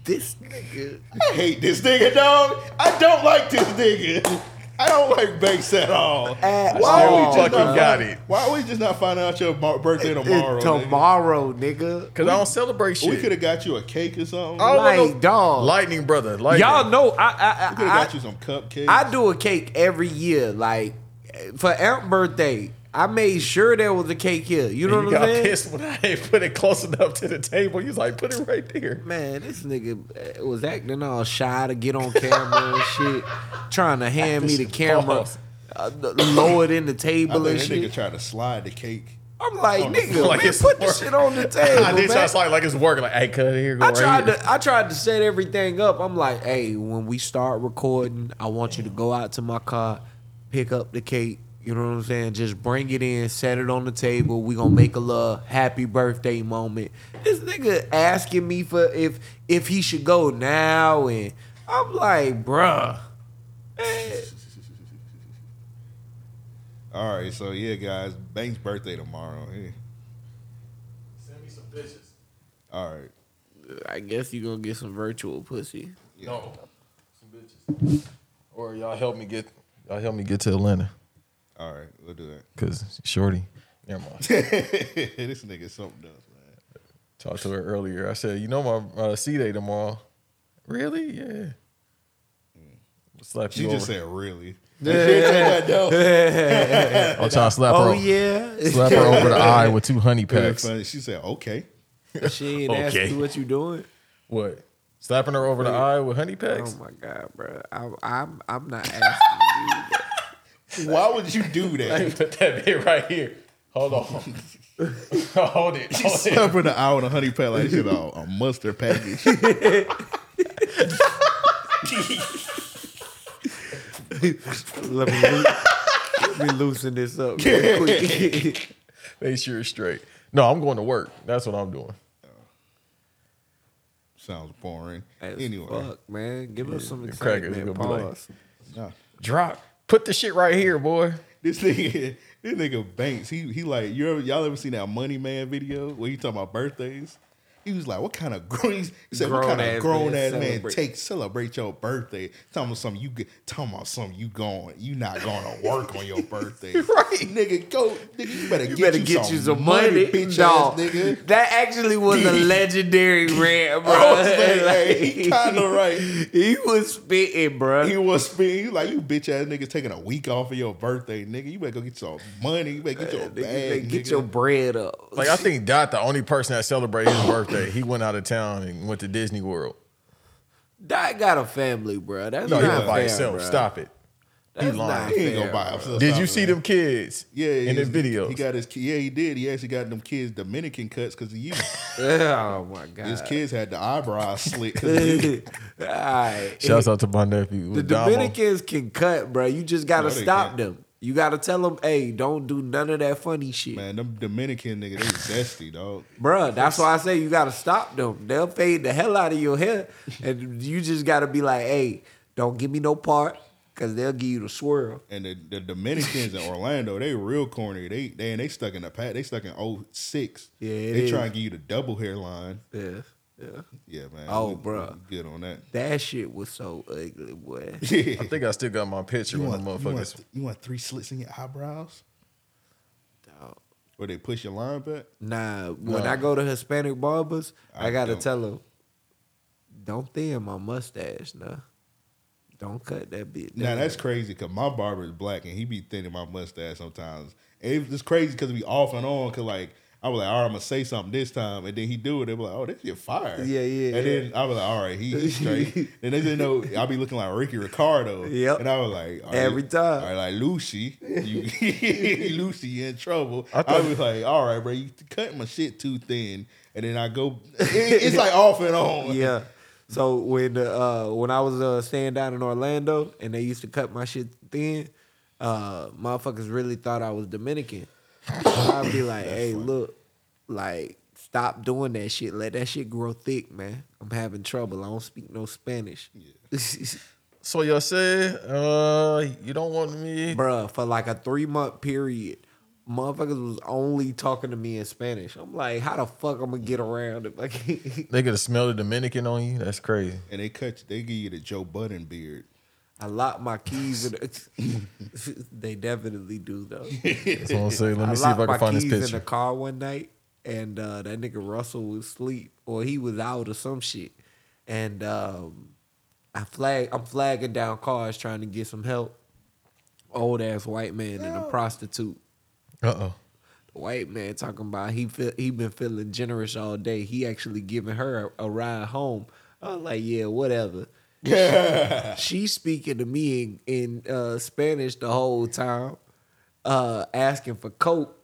[SPEAKER 3] this nigga.
[SPEAKER 4] I hate this nigga, dog. I don't like this nigga. I don't like banks at all.
[SPEAKER 3] At
[SPEAKER 4] why
[SPEAKER 3] all,
[SPEAKER 4] we just
[SPEAKER 5] fucking
[SPEAKER 4] not
[SPEAKER 5] got
[SPEAKER 4] find-
[SPEAKER 5] it.
[SPEAKER 4] Why we just not finding out your mar- birthday tomorrow?
[SPEAKER 3] Tomorrow, tomorrow
[SPEAKER 4] nigga?
[SPEAKER 3] nigga.
[SPEAKER 5] Cause I don't celebrate
[SPEAKER 4] We could
[SPEAKER 5] shit.
[SPEAKER 4] have got you a cake or something.
[SPEAKER 5] I don't want
[SPEAKER 3] Like, dog.
[SPEAKER 5] Lightning brother. Lightning.
[SPEAKER 3] Y'all know I I
[SPEAKER 4] we could
[SPEAKER 3] I,
[SPEAKER 4] have got you some cupcakes.
[SPEAKER 3] I, I do a cake every year. Like for Aunt birthday, I made sure there was a cake here. You know
[SPEAKER 5] You
[SPEAKER 3] what I'm
[SPEAKER 5] got
[SPEAKER 3] saying?
[SPEAKER 5] pissed when I ain't put it close enough to the table. You was like, put it right there.
[SPEAKER 3] Man, this nigga uh, was acting all shy to get on camera and shit, trying to hand me the camera,
[SPEAKER 5] Pause.
[SPEAKER 3] uh, lower it in the
[SPEAKER 4] I
[SPEAKER 3] table
[SPEAKER 4] think
[SPEAKER 3] and
[SPEAKER 4] that
[SPEAKER 3] shit.
[SPEAKER 4] nigga tried to slide the cake.
[SPEAKER 3] I'm like,
[SPEAKER 4] on the
[SPEAKER 3] nigga,
[SPEAKER 4] floor
[SPEAKER 5] like
[SPEAKER 3] man,
[SPEAKER 5] it's
[SPEAKER 3] put the
[SPEAKER 5] work.
[SPEAKER 3] shit on the table,
[SPEAKER 5] I did try
[SPEAKER 3] man.
[SPEAKER 5] to like, like it's working. Like, hey, cut here, go
[SPEAKER 3] I
[SPEAKER 5] right
[SPEAKER 3] tried
[SPEAKER 5] here.
[SPEAKER 3] to I tried to set everything up. I'm like, hey, when we start recording, I want you to go out to my car, pick up the cake. You know what I'm saying? Just bring it in, set it on the table. We gonna make a little happy birthday moment. This nigga asking me for if if he should go now, and I'm like, bruh. eh,
[SPEAKER 4] All right, so yeah, guys, Bang's birthday tomorrow. Yeah.
[SPEAKER 5] Send me some bitches.
[SPEAKER 4] All right,
[SPEAKER 3] I guess you gonna get some virtual pussy.
[SPEAKER 5] No, some bitches. Or y'all help me get, y'all help me get to Atlanta,
[SPEAKER 4] all right, we'll do that.
[SPEAKER 5] cause Shorty. Never mind.
[SPEAKER 4] this nigga something else, man.
[SPEAKER 5] Talked to her earlier. I said, you know my uh, C day tomorrow. Really? Yeah. Slap
[SPEAKER 3] Mm.
[SPEAKER 4] She
[SPEAKER 5] you
[SPEAKER 4] just
[SPEAKER 5] over.
[SPEAKER 4] said, "Really." That shit take that dope.
[SPEAKER 5] I'm trying to slap her.
[SPEAKER 3] Oh
[SPEAKER 5] o-
[SPEAKER 3] yeah,
[SPEAKER 5] Slap her over the eye with two honey
[SPEAKER 4] Very
[SPEAKER 5] packs.
[SPEAKER 4] funny. She said, "Okay."
[SPEAKER 3] she ain't asked
[SPEAKER 5] Okay.
[SPEAKER 3] you what you doing.
[SPEAKER 5] What? Slapping her over the eye with honey
[SPEAKER 3] Oh
[SPEAKER 5] packs?
[SPEAKER 3] my god, bro! I'm I'm I'm not asking you.
[SPEAKER 4] Why would you do that?
[SPEAKER 5] Put that bit right here. Hold on. Hold it. Hold it.
[SPEAKER 4] Stop for the hour and a honey pat like shit a, a mustard package.
[SPEAKER 3] Let me, loo- let me loosen this up real quick.
[SPEAKER 5] Make sure it's straight. No, I'm going to work. That's what I'm doing.
[SPEAKER 4] Sounds boring.
[SPEAKER 3] As
[SPEAKER 4] Anyway,
[SPEAKER 3] fuck, man, give us some
[SPEAKER 5] the crackers
[SPEAKER 3] excitement.
[SPEAKER 5] gonna be like-
[SPEAKER 3] Pause.
[SPEAKER 4] Nah.
[SPEAKER 5] Drop. Put the shit right here, boy.
[SPEAKER 4] this nigga, this nigga Banks, he he like you ever y'all ever seen that Money Man video where he talking about birthdays? He was like, "What kind of grown?" He said, "What
[SPEAKER 3] Grown
[SPEAKER 4] kind of
[SPEAKER 3] ass
[SPEAKER 4] grown
[SPEAKER 3] man
[SPEAKER 4] ass man
[SPEAKER 3] celebrate."
[SPEAKER 4] take celebrate your birthday? Talking about something you get- talking about something you going you not going to work on your birthday, right? Nigga, go, nigga, you better get,
[SPEAKER 3] You better
[SPEAKER 4] you,
[SPEAKER 3] get
[SPEAKER 4] some
[SPEAKER 3] you some money,
[SPEAKER 4] bitch
[SPEAKER 3] dog.
[SPEAKER 4] ass nigga.
[SPEAKER 3] That actually was a legendary rant, bro.
[SPEAKER 4] I was like, hey, he kind of right.
[SPEAKER 3] he was spitting, bro.
[SPEAKER 4] He was spinning. He like, you bitch ass niggas taking a week off of your birthday, nigga. You better go get some money. You better get
[SPEAKER 3] Uh,
[SPEAKER 4] your bag.
[SPEAKER 3] get
[SPEAKER 4] nigga.
[SPEAKER 3] your bread up.
[SPEAKER 5] Like I think Dot, the only person that celebrated his birthday, he went out of town and went to Disney World.
[SPEAKER 3] Dot got a family, bro. That's
[SPEAKER 5] No, he
[SPEAKER 3] not
[SPEAKER 5] was by
[SPEAKER 3] fair,
[SPEAKER 5] himself.
[SPEAKER 3] bruh.
[SPEAKER 5] Stop it.
[SPEAKER 3] That's
[SPEAKER 5] lying.
[SPEAKER 3] not
[SPEAKER 4] He ain't gonna
[SPEAKER 3] fair,
[SPEAKER 4] buy
[SPEAKER 3] bruh.
[SPEAKER 4] himself.
[SPEAKER 5] Did
[SPEAKER 4] out
[SPEAKER 5] you
[SPEAKER 4] of
[SPEAKER 5] see
[SPEAKER 4] that.
[SPEAKER 5] them kids?
[SPEAKER 4] Yeah,
[SPEAKER 5] in the video.
[SPEAKER 4] He got his. Yeah, he did. He actually got them kids Dominican cuts because he
[SPEAKER 3] Oh my god.
[SPEAKER 4] his kids had the eyebrows slit. 'cause he-
[SPEAKER 3] All right.
[SPEAKER 5] Shouts out to my nephew.
[SPEAKER 3] The
[SPEAKER 5] Damo.
[SPEAKER 3] Dominicans can cut, bro. You just gotta
[SPEAKER 4] No, they
[SPEAKER 3] stop
[SPEAKER 4] can't.
[SPEAKER 3] them. You gotta tell them, hey, don't do none of that funny shit,
[SPEAKER 4] Man, them Dominican niggas, they zesty dog.
[SPEAKER 3] Bruh, That's why I say you gotta stop them. They'll fade the hell out of your hair, and you just gotta be like, hey, don't give me no part, cause they'll give you the swirl.
[SPEAKER 4] And the, the Dominicans in Orlando, they real corny. They they and they stuck in the pat. They stuck in 06.
[SPEAKER 3] Yeah, it
[SPEAKER 4] they
[SPEAKER 3] is.
[SPEAKER 4] try and give you the double hairline.
[SPEAKER 3] Yeah, yeah.
[SPEAKER 4] Yeah, man.
[SPEAKER 3] Oh,
[SPEAKER 4] we- we
[SPEAKER 3] bruh.
[SPEAKER 4] Good on that.
[SPEAKER 3] That shit was so ugly, boy.
[SPEAKER 5] I think I still got my picture
[SPEAKER 4] You
[SPEAKER 5] when
[SPEAKER 4] want,
[SPEAKER 5] the
[SPEAKER 4] you, want,
[SPEAKER 5] motherfuckers.
[SPEAKER 4] th- you want three slits in your eyebrows?
[SPEAKER 3] Dog.
[SPEAKER 4] Or they push your line back?
[SPEAKER 3] Nah, when
[SPEAKER 5] No.
[SPEAKER 3] I go to Hispanic barbers, I,
[SPEAKER 4] I
[SPEAKER 3] gotta
[SPEAKER 4] don't.
[SPEAKER 3] tell them, don't thin my mustache, nah. Don't cut that bit.
[SPEAKER 4] Now
[SPEAKER 3] down."
[SPEAKER 4] that's crazy because my barber is black and he be thinning my mustache sometimes. And it's just crazy because we off and on because like I was like, all right, I'm gonna say something this time, and then he do it. and be like, oh, this shit fire.
[SPEAKER 3] Yeah, yeah,
[SPEAKER 4] And then I was like, all right, he, he straight. and they didn't know I be looking like Ricky Ricardo.
[SPEAKER 3] Yep.
[SPEAKER 4] And I was like, all
[SPEAKER 3] Every time.
[SPEAKER 4] All right, like Lucy, you, Lucy you in trouble. I,
[SPEAKER 5] thought-
[SPEAKER 4] was like, all right, bro, you cut my shit too thin, and then I go. it- it's like off and on.
[SPEAKER 3] Yeah. So when uh, when I was uh, staying down in Orlando and they used to cut my shit thin, uh, motherfuckers really thought I was Dominican. So I'd be like, "Hey, look, like stop doing that shit. Let that shit grow thick, man. I'm having trouble. I don't speak no Spanish,
[SPEAKER 5] So you say, uh, you don't want me.
[SPEAKER 3] Bruh, For like a three month period, motherfuckers was only talking to me in Spanish. I'm like, how the fuck I'm gonna get around if I can't?
[SPEAKER 5] They could have smelled the Dominican on you. That's crazy.
[SPEAKER 4] And they cut. They give you the Joe Budden beard.
[SPEAKER 3] I lock my keys in. The, they definitely do though.
[SPEAKER 5] That's what I'm saying. Let me
[SPEAKER 3] I
[SPEAKER 5] see if
[SPEAKER 3] locked
[SPEAKER 5] I
[SPEAKER 3] my
[SPEAKER 5] can find this
[SPEAKER 3] keys in
[SPEAKER 5] picture.
[SPEAKER 3] the car one night, and uh, that nigga Russell was asleep, or he was out or some shit. And um, I flag, I'm flagging down cars trying to get some help. Old ass white man and a prostitute.
[SPEAKER 5] Uh oh.
[SPEAKER 3] The white man talking about he feel, he been feeling generous all day. He actually giving her a, a ride home. I was like, yeah, whatever. She's speaking to me in, in uh, Spanish the whole time, uh, asking for coke.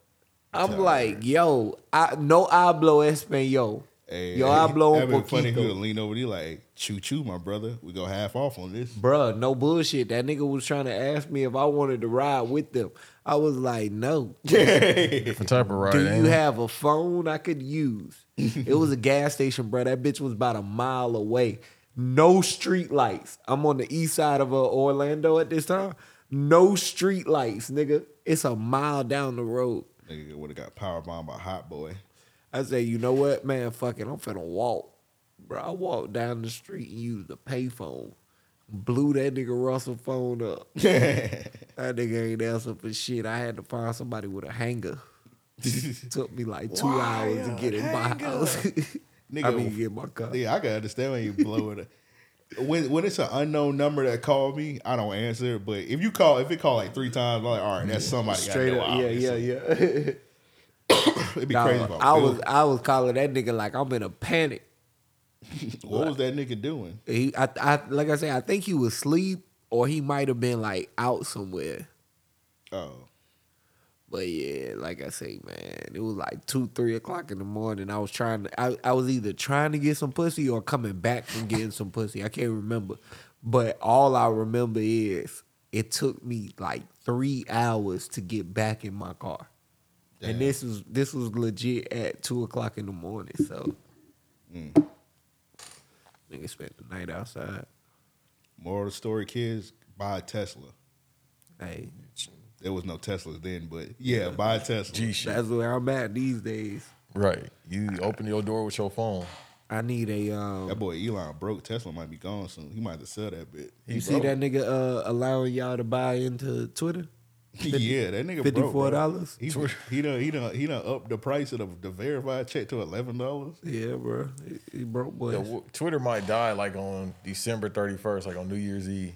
[SPEAKER 3] I'm like, yo, I no hablo español.
[SPEAKER 4] Hey,
[SPEAKER 3] yo
[SPEAKER 4] hey,
[SPEAKER 3] hablo
[SPEAKER 4] that'd
[SPEAKER 3] un
[SPEAKER 4] been funny. He would
[SPEAKER 3] poquito.
[SPEAKER 4] lean over to you like, "Choo choo, my brother. We go half off on this."
[SPEAKER 3] Bruh, no bullshit. That nigga was trying to ask me if I wanted to ride with them. I was like, no.
[SPEAKER 5] Different type of ride.
[SPEAKER 3] Do
[SPEAKER 5] ain't
[SPEAKER 3] you
[SPEAKER 5] it?
[SPEAKER 3] have a phone I could use? it was a gas station, bro. That bitch was about a mile away. No street lights. I'm on the east side of uh, Orlando at this time. No street lights, nigga. It's a mile down the road.
[SPEAKER 4] Nigga would have got power bombed by Hot Boy.
[SPEAKER 3] I say, you know what, man? Fuck it. I'm finna walk. Bro, I walked down the street and used a payphone. Blew that nigga Russell phone up. that nigga ain't answering for shit. I had to find somebody with a hanger. Took me like two hours to get in my house. I
[SPEAKER 4] Nigga,
[SPEAKER 3] mean, get my car.
[SPEAKER 4] Yeah, I can understand when you blow it. up. When when it's an unknown number that called me, I don't answer. But if you call, if it call like three times, I'm like, all right, that's somebody.
[SPEAKER 3] Straight
[SPEAKER 4] I know,
[SPEAKER 3] up, yeah, yeah,
[SPEAKER 4] obviously.
[SPEAKER 3] yeah.
[SPEAKER 4] It'd be
[SPEAKER 3] Nah,
[SPEAKER 4] crazy. If I,
[SPEAKER 3] I was, I was calling that nigga like I'm in a panic.
[SPEAKER 4] What was that nigga doing?
[SPEAKER 3] He, I, I, like I said, I think he was asleep or he might have been like out somewhere.
[SPEAKER 4] Oh,
[SPEAKER 3] But yeah, like I say, man, it was like two, three o'clock in the morning. I was trying to, I, I was either trying to get some pussy or coming back from getting some pussy. I can't remember. But all I remember is it took me like three hours to get back in my car.
[SPEAKER 4] Damn.
[SPEAKER 3] And this was this was legit at two o'clock in the morning. So nigga spent the night outside.
[SPEAKER 4] moral of the story, kids, buy a Tesla.
[SPEAKER 3] Hey,
[SPEAKER 4] There was no Teslas then, but yeah, buy a Tesla.
[SPEAKER 5] G shit.
[SPEAKER 3] that's where I'm at these days.
[SPEAKER 5] Right. You open your door with your phone.
[SPEAKER 3] I need a um
[SPEAKER 4] That boy Elon broke. Tesla might be gone soon. He might have to sell that bit.
[SPEAKER 3] You see that nigga uh, allowing y'all to buy into Twitter?
[SPEAKER 4] yeah, that nigga broke. bro.
[SPEAKER 3] $54?
[SPEAKER 4] He he done he done he done up the price of the, the verified check to eleven dollars.
[SPEAKER 3] Yeah, bro. He, he broke boys.
[SPEAKER 5] Yo, w- Twitter might die like on December 31st, like on New Year's Eve.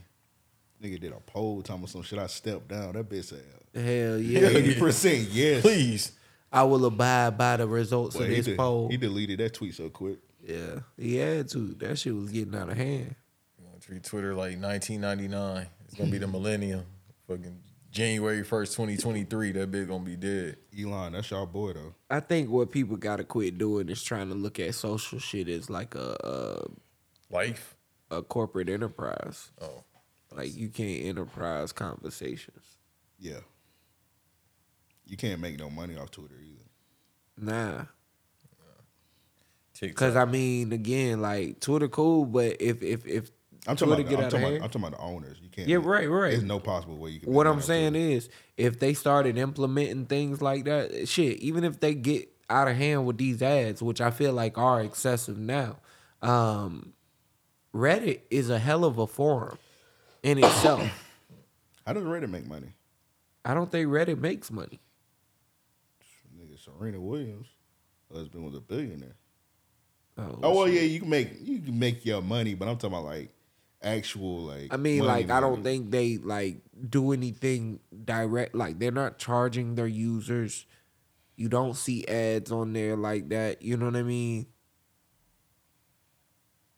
[SPEAKER 4] Nigga did a poll time or some shit. I stepped down. That bitch said
[SPEAKER 3] Hell yeah.
[SPEAKER 4] eighty percent yes.
[SPEAKER 5] Please.
[SPEAKER 3] I will abide by the results
[SPEAKER 4] Boy,
[SPEAKER 3] of
[SPEAKER 4] he,
[SPEAKER 3] this
[SPEAKER 4] did-
[SPEAKER 3] poll.
[SPEAKER 4] he deleted that tweet so quick.
[SPEAKER 3] yeah. He had to. That shit was getting out of hand.
[SPEAKER 5] You wanna treat Twitter like 1999. It's going to be the millennium. Fucking January 1st, 2023. That bitch going to be dead.
[SPEAKER 4] Elon, that's y'all boy though.
[SPEAKER 3] I think what people gotta quit doing is trying to look at social shit as like a
[SPEAKER 5] Life.
[SPEAKER 3] a, a corporate enterprise.
[SPEAKER 5] Oh.
[SPEAKER 3] Like you can't enterprise conversations.
[SPEAKER 4] Yeah. You can't make no money off Twitter either.
[SPEAKER 3] Nah.
[SPEAKER 5] TikTok.
[SPEAKER 3] Cause I mean, again, like Twitter cool, but if if if
[SPEAKER 4] I'm talking
[SPEAKER 3] Twitter
[SPEAKER 4] about,
[SPEAKER 3] get
[SPEAKER 4] I'm,
[SPEAKER 3] out of
[SPEAKER 4] talking about
[SPEAKER 3] hand-
[SPEAKER 4] I'm talking about the owners. You can't
[SPEAKER 3] Yeah,
[SPEAKER 4] make-
[SPEAKER 3] right, right.
[SPEAKER 4] There's no possible way you can
[SPEAKER 3] What I'm saying is, if they started implementing things like that, shit, even if they get out of hand with these ads, which I feel like are excessive now, um, Reddit is a hell of a forum in itself.
[SPEAKER 4] How does Reddit make money?
[SPEAKER 3] I don't think Reddit makes money.
[SPEAKER 4] Nigga, Serena Williams husband was a billionaire.
[SPEAKER 3] Oh,
[SPEAKER 4] Oh well, yeah, you can make you can make your money, but I'm talking about like actual like.
[SPEAKER 3] I mean,
[SPEAKER 4] money,
[SPEAKER 3] like, I don't
[SPEAKER 4] money.
[SPEAKER 3] think they like do anything direct. Like, they're not charging their users. You don't see ads on there like that. You know what I mean?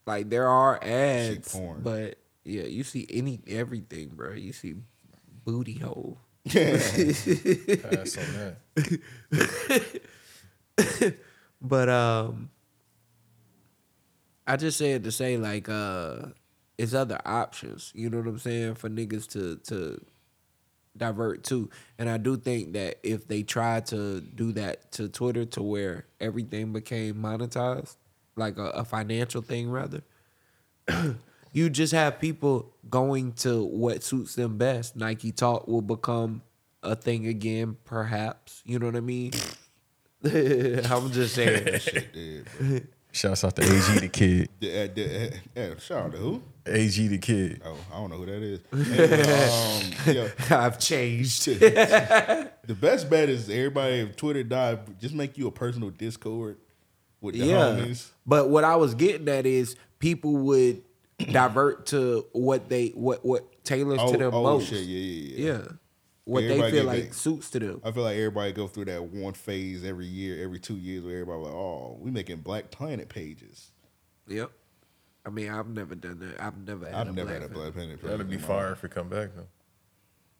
[SPEAKER 3] Like, there are ads,
[SPEAKER 4] porn.
[SPEAKER 3] but yeah, you see any everything, bro. You see booty hole.
[SPEAKER 5] Pass on that.
[SPEAKER 3] But um I just said to say like uh it's other options, you know what I'm saying, for niggas to to divert to. And I do think that if they tried to do that to Twitter to where everything became monetized, like a, a financial thing rather, you just have people going to what suits them best. Nike talk will become a thing again, perhaps. You know what I mean? I'm just saying.
[SPEAKER 4] Shit, dude, bro.
[SPEAKER 5] Shouts out to AG the kid.
[SPEAKER 4] The, uh, the, uh, yeah, shout out to who?
[SPEAKER 5] AG the kid.
[SPEAKER 4] Oh, I don't know who that is. And, um, yeah,
[SPEAKER 3] I've changed.
[SPEAKER 4] the best bet is everybody if Twitter die, just make you a personal Discord with the
[SPEAKER 3] yeah.
[SPEAKER 4] homies.
[SPEAKER 3] But what I was getting at is people would divert to what they what what tailors
[SPEAKER 4] Oh,
[SPEAKER 3] to them
[SPEAKER 4] oh,
[SPEAKER 3] most.
[SPEAKER 4] shit, yeah, yeah, yeah.
[SPEAKER 3] Yeah. What
[SPEAKER 4] Everybody
[SPEAKER 3] they feel
[SPEAKER 4] get
[SPEAKER 3] like
[SPEAKER 4] that. Uh,
[SPEAKER 3] suits to them.
[SPEAKER 4] I feel like everybody go through that one phase every year, every two years, where everybody like, oh, we making Black Planet pages.
[SPEAKER 3] Yep. I mean, I've never done that. I've never had a
[SPEAKER 4] I've never
[SPEAKER 3] black
[SPEAKER 4] had a
[SPEAKER 3] friend.
[SPEAKER 4] Black Planet page.
[SPEAKER 5] That'd be
[SPEAKER 4] in my
[SPEAKER 5] fire
[SPEAKER 4] life.
[SPEAKER 5] if it come back though.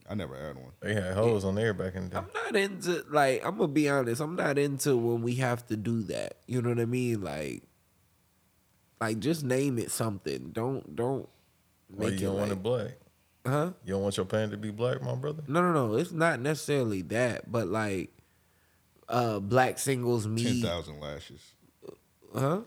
[SPEAKER 4] I never had one.
[SPEAKER 5] They had hoes on there back in the day.
[SPEAKER 3] I'm not into like I'm gonna be honest. I'm not into when we have to do that. You know what I mean? Like, like just name it something. Don't don't
[SPEAKER 5] Why
[SPEAKER 3] make
[SPEAKER 5] you don't
[SPEAKER 3] it
[SPEAKER 5] want
[SPEAKER 3] like,
[SPEAKER 5] it black?
[SPEAKER 3] huh?
[SPEAKER 5] You don't want your pan to be black, my brother?
[SPEAKER 3] No, no, no. It's not necessarily that, but like, uh, black singles
[SPEAKER 4] Ten
[SPEAKER 3] me.
[SPEAKER 4] thousand lashes.
[SPEAKER 3] Huh?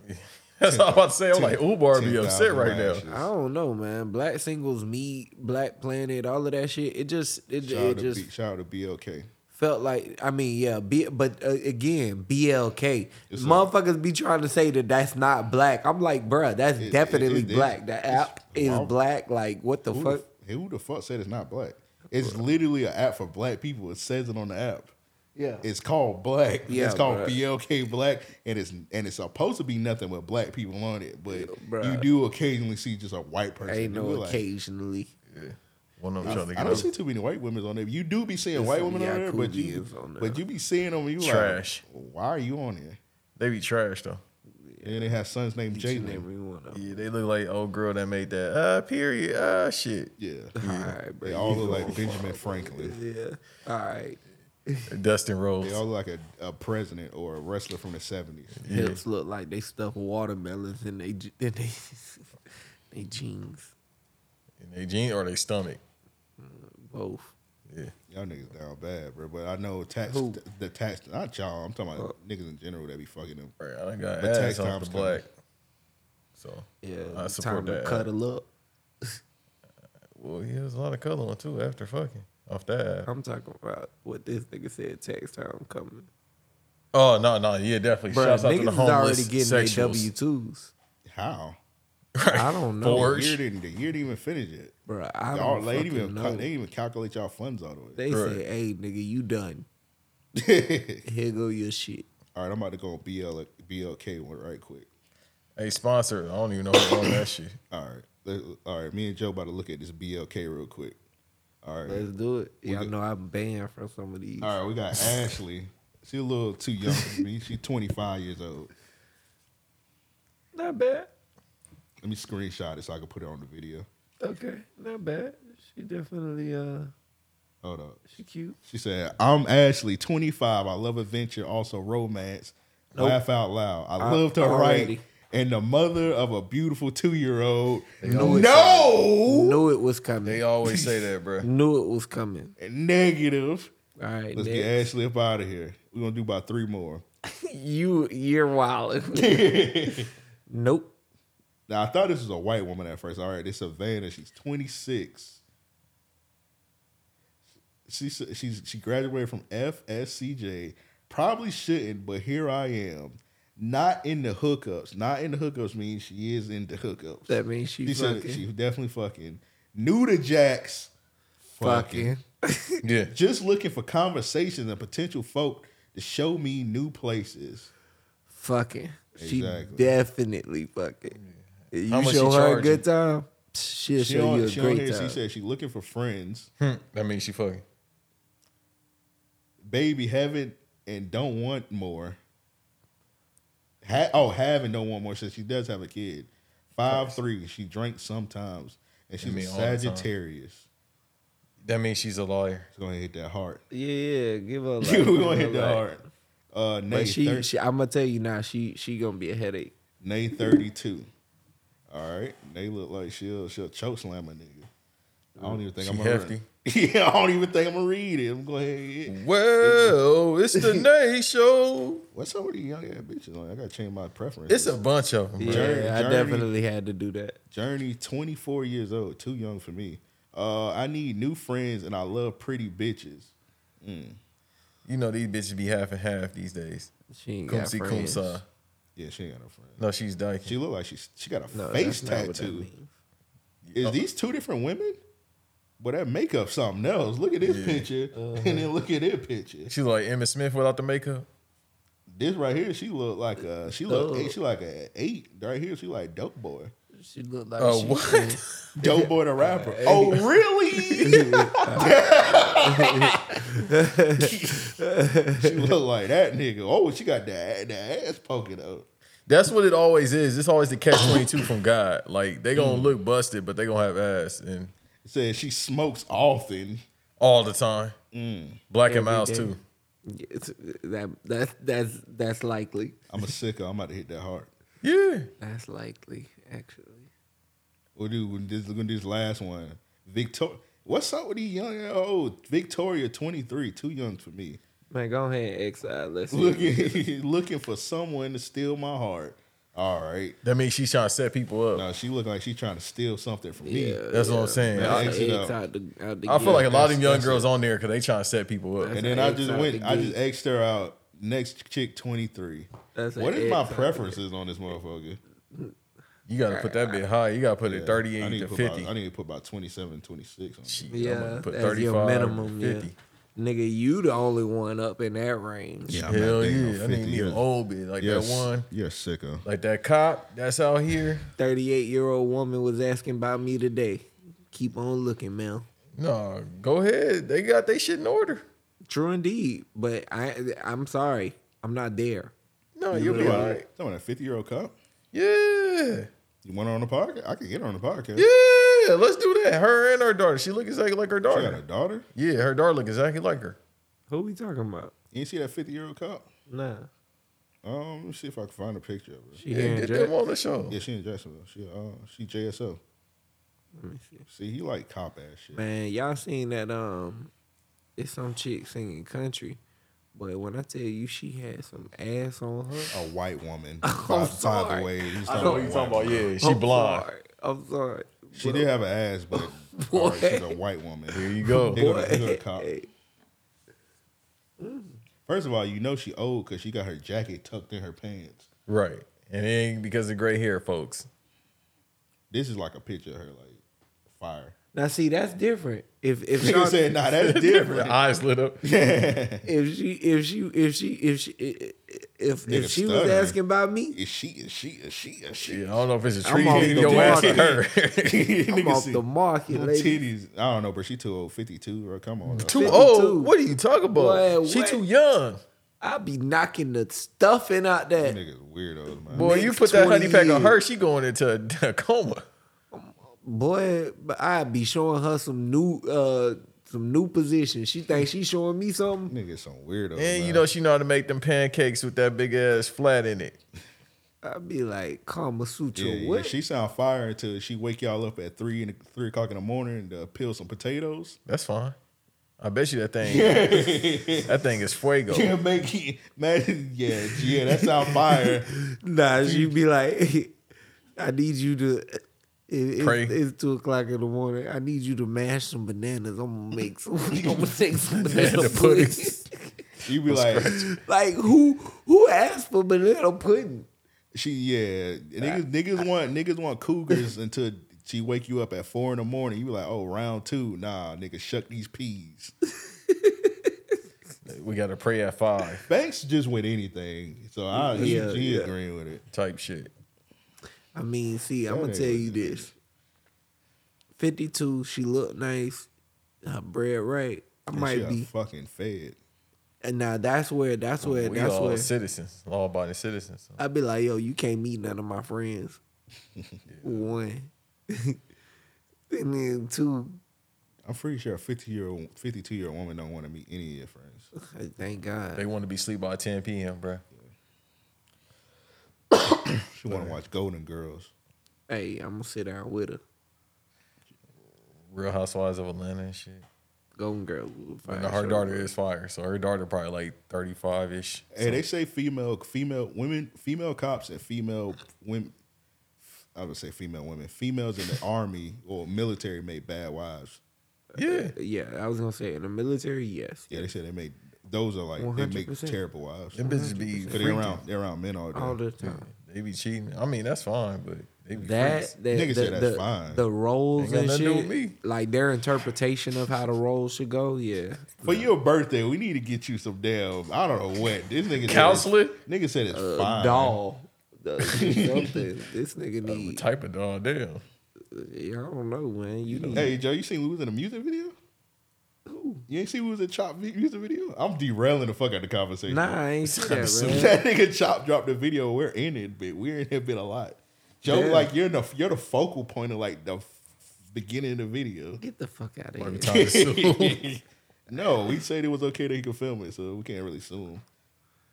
[SPEAKER 5] That's all I'm about to say. I'm
[SPEAKER 4] Ten-
[SPEAKER 5] like, Ubar be
[SPEAKER 4] 10,000
[SPEAKER 5] upset right now.
[SPEAKER 4] lashes.
[SPEAKER 3] I don't know, man. Black singles me. Black Planet, all of that shit. It just, it,
[SPEAKER 4] Shout out
[SPEAKER 3] it
[SPEAKER 4] to
[SPEAKER 3] just
[SPEAKER 4] B- shout out to BLK.
[SPEAKER 3] felt like. I mean, yeah. B, but uh, again, BLK.
[SPEAKER 4] It's a-
[SPEAKER 3] Motherfuckers be trying to say that that's not black. I'm like, bruh, that's
[SPEAKER 4] It- it-
[SPEAKER 3] definitely
[SPEAKER 4] it- it-
[SPEAKER 3] black. The
[SPEAKER 4] it's-
[SPEAKER 3] app is
[SPEAKER 4] Wow.
[SPEAKER 3] black. Like, what the
[SPEAKER 4] Who
[SPEAKER 3] fuck?
[SPEAKER 4] The, who the fuck said it's not black? It's literally an app for black people. It says it on the app.
[SPEAKER 3] Yeah.
[SPEAKER 4] It's called black.
[SPEAKER 3] Yeah,
[SPEAKER 4] it's called
[SPEAKER 3] bruh.
[SPEAKER 4] BLK black, and it's and it's supposed to be nothing but black people on it. But
[SPEAKER 3] bruh.
[SPEAKER 4] you do occasionally see just a white person.
[SPEAKER 3] Ain't
[SPEAKER 4] You
[SPEAKER 3] no
[SPEAKER 4] be like,
[SPEAKER 3] occasionally.
[SPEAKER 5] One of them trying to
[SPEAKER 4] I
[SPEAKER 5] get
[SPEAKER 4] don't
[SPEAKER 5] over.
[SPEAKER 4] see too many white women on there. You do be seeing
[SPEAKER 3] There's
[SPEAKER 4] white
[SPEAKER 3] some
[SPEAKER 4] women on there, but you
[SPEAKER 3] Yakubians on there.
[SPEAKER 4] but you be seeing them. You
[SPEAKER 5] Trash.
[SPEAKER 4] Like, Why are you on here?
[SPEAKER 5] They be trash though.
[SPEAKER 4] And they have sons named
[SPEAKER 3] Each and
[SPEAKER 4] Jalen.
[SPEAKER 3] every one of them.
[SPEAKER 5] Yeah, they look like old girl that made that uh period uh shit.
[SPEAKER 4] Yeah,
[SPEAKER 3] All right, bro.
[SPEAKER 4] they all look like Benjamin Franklin.
[SPEAKER 3] yeah. All right.
[SPEAKER 5] Dustin Rose.
[SPEAKER 4] They all look like a, a president or a wrestler from the seventies.
[SPEAKER 3] hips look like they stuff watermelons in they je- in they, they jeans.
[SPEAKER 5] And they jeans or they stomach.
[SPEAKER 3] Both.
[SPEAKER 5] Yeah.
[SPEAKER 4] Y'all niggas down bad, bro. But I know tax
[SPEAKER 3] Who?
[SPEAKER 4] the tax not y'all. I'm talking about niggas in general that be fucking them.
[SPEAKER 5] Right, I done got
[SPEAKER 4] But tax
[SPEAKER 5] ass off
[SPEAKER 4] time's
[SPEAKER 5] the black. So
[SPEAKER 3] Yeah.
[SPEAKER 5] I
[SPEAKER 3] it's time
[SPEAKER 5] support that.
[SPEAKER 3] To cuddle up.
[SPEAKER 5] Well, yeah, there's a lot of color on too after fucking off that.
[SPEAKER 3] I'm talking about what this nigga said. Text time coming.
[SPEAKER 5] Oh no, no, yeah, definitely.
[SPEAKER 3] Bro,
[SPEAKER 5] Shouts out to
[SPEAKER 3] niggas
[SPEAKER 5] the
[SPEAKER 3] is already
[SPEAKER 5] homeless
[SPEAKER 3] getting
[SPEAKER 5] sexuals.
[SPEAKER 3] their W twos.
[SPEAKER 4] How?
[SPEAKER 3] I don't know,
[SPEAKER 5] Four.
[SPEAKER 4] The
[SPEAKER 5] Birch.
[SPEAKER 4] year didn't the year didn't even finish yet.
[SPEAKER 3] bro. I
[SPEAKER 4] Y'all
[SPEAKER 3] don't
[SPEAKER 4] they didn't
[SPEAKER 3] fucking
[SPEAKER 4] even
[SPEAKER 3] know.
[SPEAKER 4] cal- they didn't even calculate y'all funds all the
[SPEAKER 3] They
[SPEAKER 5] Right.
[SPEAKER 3] said, "Hey, nigga, you done.
[SPEAKER 4] way.
[SPEAKER 3] Here go your shit."
[SPEAKER 4] all right, I'm about to go on BL BLK one right quick.
[SPEAKER 5] Hey, sponsor. I don't even know who's on that shit.
[SPEAKER 4] All right, Let- all right. Me and Joe about to look at this BLK real quick. All right,
[SPEAKER 3] Let's do it.
[SPEAKER 4] We
[SPEAKER 3] Y'all
[SPEAKER 4] good.
[SPEAKER 3] know I'm banned from some of these.
[SPEAKER 4] all right. We got Ashley. She a little too young for me. She's 25 years old.
[SPEAKER 3] Not bad.
[SPEAKER 4] Let me screenshot it so I can put it on the video.
[SPEAKER 3] Okay, not bad. She definitely uh,
[SPEAKER 4] Hold up.
[SPEAKER 3] she cute.
[SPEAKER 4] She said, I'm Ashley, 25. I love adventure, also romance. Laugh out loud. I
[SPEAKER 3] I-
[SPEAKER 4] loved her
[SPEAKER 3] Uh, already.
[SPEAKER 4] right. And the mother of a beautiful two year old.
[SPEAKER 3] always
[SPEAKER 4] No!
[SPEAKER 3] Knew it was coming.
[SPEAKER 5] They always say that, bro.
[SPEAKER 3] Knew it was coming.
[SPEAKER 4] Negative.
[SPEAKER 3] All right,
[SPEAKER 4] Let's get
[SPEAKER 3] next.
[SPEAKER 4] Ashley up out of here. We're going to do about three more.
[SPEAKER 3] you you're wild. nope.
[SPEAKER 4] Now, I thought this was a white woman at first. All right, this Savannah. She's 26. She, she's, she graduated from FSCJ. Probably shouldn't, but here I am. Not in the hookups. Not in the hookups means she is in the hookups.
[SPEAKER 3] That means she,
[SPEAKER 4] she said
[SPEAKER 3] fucking
[SPEAKER 4] she's definitely fucking. New to Jack's.
[SPEAKER 3] fucking.
[SPEAKER 5] Yeah.
[SPEAKER 4] Just looking for conversations and potential folk to show me new places.
[SPEAKER 3] Fucking.
[SPEAKER 4] Exactly.
[SPEAKER 3] She definitely fucking. You
[SPEAKER 5] How much
[SPEAKER 3] show
[SPEAKER 5] she
[SPEAKER 3] her a
[SPEAKER 5] charging?
[SPEAKER 3] good time, she'll
[SPEAKER 4] She
[SPEAKER 3] show
[SPEAKER 4] on,
[SPEAKER 3] you a
[SPEAKER 4] she on
[SPEAKER 3] great
[SPEAKER 4] here, she
[SPEAKER 3] time.
[SPEAKER 4] said she's looking for friends.
[SPEAKER 5] Hmm, that means she fucking.
[SPEAKER 4] baby haven't and don't want more. Ha- oh, have and don't want more. So she does have a kid. Five three. She drinks sometimes, and she's a
[SPEAKER 5] mean all the time.
[SPEAKER 4] Sagittarius.
[SPEAKER 5] That means she's a lawyer.
[SPEAKER 4] She's gonna hit that heart.
[SPEAKER 3] yeah, yeah, give her. Like,
[SPEAKER 4] We're gonna hit that
[SPEAKER 3] like.
[SPEAKER 4] heart. Uh, Nay,
[SPEAKER 3] But she,
[SPEAKER 4] thir-
[SPEAKER 3] she, I'm gonna tell you now, she she gonna be a headache.
[SPEAKER 4] Nay thirty two. All right, Nay look like she'll she'll choke slam a nigga. I don't even think
[SPEAKER 5] She
[SPEAKER 4] I'm gonna
[SPEAKER 5] hefty. Mm.
[SPEAKER 4] Read. Yeah, I don't even think I'm gonna read it. I'm going ahead. and-
[SPEAKER 5] Well, it's the Nay Show.
[SPEAKER 4] What's up with these young ass bitches? Like, I gotta change my preference.
[SPEAKER 5] It's a bunch of them,
[SPEAKER 3] Yeah, I
[SPEAKER 5] bro.
[SPEAKER 4] Journey-
[SPEAKER 3] definitely had to do that.
[SPEAKER 4] Journey, 24 years old, too young for me. Uh, I need new friends and I love pretty bitches.
[SPEAKER 5] You know these bitches be half and half these days.
[SPEAKER 3] She ain't
[SPEAKER 5] Come
[SPEAKER 3] got
[SPEAKER 5] see,
[SPEAKER 3] friends.
[SPEAKER 5] come
[SPEAKER 4] Yeah, she ain't got no friends.
[SPEAKER 5] No, she's dyking.
[SPEAKER 4] She look like she's she got a
[SPEAKER 3] No,
[SPEAKER 4] face
[SPEAKER 3] that's not what that
[SPEAKER 4] tattoo.
[SPEAKER 3] means.
[SPEAKER 4] Is these two different women? But that makeup something else. Look at this picture,
[SPEAKER 3] Uh-huh.
[SPEAKER 4] and then look at this picture.
[SPEAKER 5] she's like Emma Smith without the makeup.
[SPEAKER 4] This right here, she look like a she look
[SPEAKER 3] Oh.
[SPEAKER 4] she like a eight right here. She like dope boy,
[SPEAKER 3] She looked like
[SPEAKER 5] Oh,
[SPEAKER 3] she
[SPEAKER 5] what?
[SPEAKER 3] said-
[SPEAKER 4] dope boy the rapper. Oh really? she look like that nigga. Oh, she got that that ass poking up.
[SPEAKER 5] That's what it always is. It's always the catch twenty two from God. Like they gonna look busted, but they gonna have ass and
[SPEAKER 4] Said she smokes often.
[SPEAKER 5] all the time. Black and
[SPEAKER 3] Every
[SPEAKER 5] Miles
[SPEAKER 3] day.
[SPEAKER 5] too.
[SPEAKER 3] It's, that that's that's that's likely.
[SPEAKER 4] I'm a sicko. I'm about to hit that hard.
[SPEAKER 5] Yeah.
[SPEAKER 3] That's likely, actually.
[SPEAKER 4] We'll do we're just gonna do this last one. Victoria, what's up with these young oh Victoria twenty three, too young for me.
[SPEAKER 3] Man, go ahead, X out. Let's see.
[SPEAKER 4] Looking looking for someone to steal my heart. All right,
[SPEAKER 5] That means she's trying to set people up.
[SPEAKER 4] now she look like she trying to steal something from me.
[SPEAKER 3] Yeah,
[SPEAKER 5] That's what I'm saying.
[SPEAKER 3] That's
[SPEAKER 4] I-
[SPEAKER 3] an
[SPEAKER 4] exit
[SPEAKER 3] X
[SPEAKER 4] out.
[SPEAKER 3] out the- out the
[SPEAKER 5] I feel
[SPEAKER 3] gate.
[SPEAKER 5] like a lot of
[SPEAKER 4] that's-
[SPEAKER 5] them young
[SPEAKER 4] that's
[SPEAKER 5] girls on there because they trying to set people up.
[SPEAKER 4] And
[SPEAKER 3] That's an
[SPEAKER 4] then I
[SPEAKER 3] X
[SPEAKER 4] just
[SPEAKER 3] out
[SPEAKER 4] went,
[SPEAKER 3] the
[SPEAKER 4] I
[SPEAKER 3] gate.
[SPEAKER 4] just exed her out. Next chick twenty three.
[SPEAKER 3] That's an
[SPEAKER 4] What is
[SPEAKER 3] X
[SPEAKER 4] my
[SPEAKER 3] out the
[SPEAKER 4] preferences on this motherfucker?
[SPEAKER 5] You gotta put that bit high. You gotta put it thirty
[SPEAKER 4] I
[SPEAKER 5] eight
[SPEAKER 4] need
[SPEAKER 5] to
[SPEAKER 4] put
[SPEAKER 5] fifty.
[SPEAKER 4] About, I need to put about 27, 26 on.
[SPEAKER 5] Shit, I'm
[SPEAKER 3] Yeah,
[SPEAKER 5] gonna put
[SPEAKER 3] that's your
[SPEAKER 5] 35 to
[SPEAKER 3] minimum. Yeah.
[SPEAKER 5] 50.
[SPEAKER 3] Nigga, you the only one up in that range.
[SPEAKER 4] Yeah,
[SPEAKER 5] Hell yeah. I need me an old bit like that one.
[SPEAKER 4] You're a sicko.
[SPEAKER 5] Like that cop that's out here.
[SPEAKER 3] 38 year old woman was asking about me today. Keep on looking, man.
[SPEAKER 5] No, go ahead. They got they shit in order.
[SPEAKER 3] True indeed, but I I'm sorry. I'm not there.
[SPEAKER 5] No, Oh, you'll be
[SPEAKER 4] Talking
[SPEAKER 5] all
[SPEAKER 4] about-
[SPEAKER 5] right.
[SPEAKER 4] talking about a fifty year old cop.
[SPEAKER 5] Yeah.
[SPEAKER 4] You want her on the podcast? I can get her on the podcast.
[SPEAKER 5] Yeah, let's do that. Her and her daughter. She look exactly like her
[SPEAKER 4] She got a
[SPEAKER 5] daughter.
[SPEAKER 4] daughter.
[SPEAKER 5] Yeah, her daughter look exactly like her.
[SPEAKER 3] Who we talking about?
[SPEAKER 4] You ain't see that fifty year old cop?
[SPEAKER 3] Nah.
[SPEAKER 4] Um, let me see if I can find a picture of her.
[SPEAKER 3] She
[SPEAKER 5] Yeah,
[SPEAKER 3] here in
[SPEAKER 5] get
[SPEAKER 3] Jack-
[SPEAKER 5] them on the show.
[SPEAKER 4] Yeah, she in Jacksonville. She uh she JSO.
[SPEAKER 3] Let me see.
[SPEAKER 4] See, he like cop ass shit.
[SPEAKER 3] Man, y'all seen that um it's some chick singing country. But when I tell you she had some ass on her.
[SPEAKER 4] A white woman.
[SPEAKER 3] I'm
[SPEAKER 4] by, by
[SPEAKER 3] sorry.
[SPEAKER 4] the way, he's
[SPEAKER 3] I
[SPEAKER 4] talking
[SPEAKER 3] know
[SPEAKER 4] about
[SPEAKER 3] what you're
[SPEAKER 4] a white woman.
[SPEAKER 5] Yeah,
[SPEAKER 3] I'm sorry. I'm sorry.
[SPEAKER 4] She did have an ass, but all right, she's a white woman.
[SPEAKER 5] Here you go.
[SPEAKER 4] Here go the- here go the cop.
[SPEAKER 3] Hey,
[SPEAKER 4] First of all, you know she old because she got her jacket tucked in her pants.
[SPEAKER 5] Right. And then because of gray hair, folks.
[SPEAKER 4] This is like a picture of her, like fire.
[SPEAKER 3] Now see that's different. If if
[SPEAKER 4] Nigga
[SPEAKER 3] y'all,
[SPEAKER 4] said, "Nah, that's
[SPEAKER 5] The
[SPEAKER 4] different."
[SPEAKER 5] eyes lit up.
[SPEAKER 3] if she if she if she if she if
[SPEAKER 4] Nigga
[SPEAKER 3] if she was
[SPEAKER 4] stuttering.
[SPEAKER 3] asking about me,
[SPEAKER 4] Is she? Is she? Is she? Is she?
[SPEAKER 5] Yeah, I don't know if it's a
[SPEAKER 3] I'm
[SPEAKER 5] tree
[SPEAKER 3] off
[SPEAKER 5] hitting
[SPEAKER 3] the
[SPEAKER 5] your ass or
[SPEAKER 4] market.
[SPEAKER 5] her.
[SPEAKER 3] I'm
[SPEAKER 4] Nigga
[SPEAKER 3] off
[SPEAKER 4] see
[SPEAKER 3] the market,
[SPEAKER 4] little
[SPEAKER 3] lady.
[SPEAKER 4] titties. I don't know, bro. She too old. Fifty two, bro. Come on. bro.
[SPEAKER 5] too
[SPEAKER 3] 52.
[SPEAKER 5] old. What are you talking about?
[SPEAKER 3] Boy,
[SPEAKER 5] she
[SPEAKER 3] what?
[SPEAKER 5] too young.
[SPEAKER 3] I'll be knocking the stuffing out that.
[SPEAKER 4] Niggas weirdos, man.
[SPEAKER 5] Boy, you
[SPEAKER 3] Next
[SPEAKER 5] put that
[SPEAKER 3] 20
[SPEAKER 5] honey pack on
[SPEAKER 3] years.
[SPEAKER 5] her, she going into a, a coma.
[SPEAKER 3] Boy, but I'd be showing her some new uh some new positions. She thinks she's showing me something.
[SPEAKER 4] Niggas some weirdos.
[SPEAKER 5] And you
[SPEAKER 4] man.
[SPEAKER 5] know she know how to make them pancakes with that big ass flat in it.
[SPEAKER 3] I'd be like, Kama Sutra,
[SPEAKER 4] Yeah, yeah,
[SPEAKER 3] what?
[SPEAKER 4] she sound fire until she wake y'all up at three in the, three o'clock in the morning and uh, peel some potatoes.
[SPEAKER 5] That's fine. I bet you that thing that thing is fuego.
[SPEAKER 4] Yeah, make it- man. Yeah, yeah, that sound fire.
[SPEAKER 3] Nah, she'd be like, I need you to. It,
[SPEAKER 5] Pray.
[SPEAKER 3] it's, it's two o'clock in the morning. I need you to mash some bananas. I'm gonna make some. I'm gonna take some banana pudding.
[SPEAKER 4] You be like,
[SPEAKER 3] like who? Who asked for banana pudding?
[SPEAKER 4] she yeah. Niggas, niggas want niggas want cougars until she wake you up at four in the morning. You be like, oh, round two. Nah, nigga, shuck these peas.
[SPEAKER 5] We gotta pray at five
[SPEAKER 4] Banks just went anything, so I yeah,
[SPEAKER 3] Yeah,
[SPEAKER 4] she
[SPEAKER 3] yeah.
[SPEAKER 4] agreeing with it.
[SPEAKER 5] type shit.
[SPEAKER 3] I mean, see, I'm
[SPEAKER 4] That
[SPEAKER 3] gonna
[SPEAKER 4] ain't
[SPEAKER 3] tell
[SPEAKER 4] what
[SPEAKER 3] you
[SPEAKER 4] it is.
[SPEAKER 3] this. Fifty two, she looked nice. Her bread right. I
[SPEAKER 4] And she
[SPEAKER 3] might
[SPEAKER 4] a
[SPEAKER 3] be.
[SPEAKER 4] fucking fed.
[SPEAKER 3] And now that's where.
[SPEAKER 4] Oh,
[SPEAKER 3] That's where.
[SPEAKER 5] we
[SPEAKER 3] that's
[SPEAKER 5] all
[SPEAKER 3] where.
[SPEAKER 5] citizens, law abiding citizens.
[SPEAKER 3] I'd be like, yo, you can't meet none of my friends. One. and then two,
[SPEAKER 4] I'm pretty sure a 50 year old, 52 year old woman don't want to meet any of your friends.
[SPEAKER 3] thank God.
[SPEAKER 5] They want to be sleep by 10 p.m., bruh.
[SPEAKER 4] She want to watch Golden Girls.
[SPEAKER 3] Hey, I'm gonna sit down with her.
[SPEAKER 5] Real Housewives of Atlanta and shit.
[SPEAKER 3] Golden Girl. will
[SPEAKER 5] And
[SPEAKER 3] find
[SPEAKER 5] her
[SPEAKER 3] show.
[SPEAKER 5] daughter is fire, so her daughter probably like 35 ish.
[SPEAKER 4] Hey, they say female, female women, female cops and female women. I would say female women, females in the army or military make bad wives.
[SPEAKER 5] Yeah,
[SPEAKER 3] Yeah, I was gonna say in the military, yes.
[SPEAKER 4] Yeah, they said they made those are like they make
[SPEAKER 3] 100%.
[SPEAKER 4] terrible wives.
[SPEAKER 5] Them bitches be
[SPEAKER 4] Cause they
[SPEAKER 5] freaky.
[SPEAKER 4] around they around men all day.
[SPEAKER 3] all the time.
[SPEAKER 5] They be cheating. I mean, that's fine, but they be freaks.
[SPEAKER 3] That, that
[SPEAKER 4] Niggas
[SPEAKER 3] the,
[SPEAKER 4] say that's
[SPEAKER 3] the,
[SPEAKER 4] fine.
[SPEAKER 3] the roles
[SPEAKER 5] Ain't got
[SPEAKER 3] and
[SPEAKER 5] nothing to do
[SPEAKER 3] shit,
[SPEAKER 5] with me.
[SPEAKER 3] like their interpretation of how the roles should go. Yeah,
[SPEAKER 4] For your birthday, we need to get you some damn I don't know what this nigga said-
[SPEAKER 5] Counseling?
[SPEAKER 4] Nigga said it's
[SPEAKER 3] a
[SPEAKER 4] fine.
[SPEAKER 3] doll. Uh, something. this nigga
[SPEAKER 5] What
[SPEAKER 3] need.
[SPEAKER 5] type of dog? Damn.
[SPEAKER 3] Yeah, I don't know, man. You need.
[SPEAKER 4] Hey Joe, you seen we was in a music video? You ain't seen we was in Chop vi- music video? I'm derailing the fuck out of the conversation.
[SPEAKER 3] Nah, I ain't see that, man.
[SPEAKER 4] that nigga Chop dropped the video. We're in it, but we're in it bit a lot. Joe,
[SPEAKER 3] Yeah.
[SPEAKER 4] like you're the you're the focal point of like the f- beginning of the video.
[SPEAKER 3] Get the fuck out
[SPEAKER 5] Every
[SPEAKER 3] of here.
[SPEAKER 5] time it's so-
[SPEAKER 4] No, he said it was okay that he could film it, so we can't really sue him.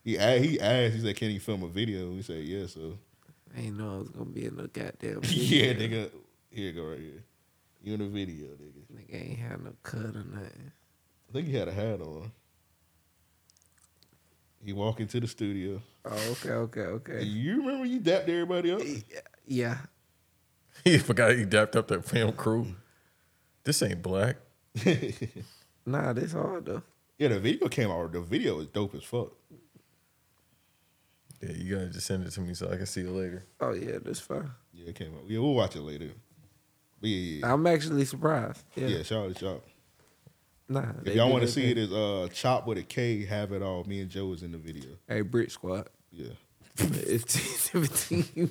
[SPEAKER 4] He asked, he asked, he said, "Can he film a video?" We said, "Yeah." So
[SPEAKER 3] I ain't know I was gonna be in no goddamn.
[SPEAKER 4] yeah, nigga, here you go right here. You in the video, nigga?
[SPEAKER 3] Nigga ain't had no cut or nothing.
[SPEAKER 4] I think he had a hat on. He walked into the studio.
[SPEAKER 3] Oh, okay, okay,
[SPEAKER 4] And
[SPEAKER 3] okay.
[SPEAKER 4] you remember you dapped everybody up?
[SPEAKER 3] Yeah.
[SPEAKER 5] he forgot he dapped up that film crew. This ain't black.
[SPEAKER 3] Nah, this hard though.
[SPEAKER 4] Yeah, the video came out. The video is dope as fuck.
[SPEAKER 5] Yeah, you gotta just send it to me so I can see it later.
[SPEAKER 3] Oh yeah, this fine.
[SPEAKER 4] Yeah, it came out. Yeah, we'll watch it later. But yeah, yeah,
[SPEAKER 3] I'm actually surprised.
[SPEAKER 4] yeah.
[SPEAKER 3] Uh, Yeah.
[SPEAKER 4] yeah shout out to Chop.
[SPEAKER 3] Nah.
[SPEAKER 4] If y'all want to see it, it's uh, Chop with a K. Have it all. Me and Joe is in the video.
[SPEAKER 3] Hey, Brit Squad.
[SPEAKER 4] Yeah.
[SPEAKER 3] It's 17.
[SPEAKER 4] yeah,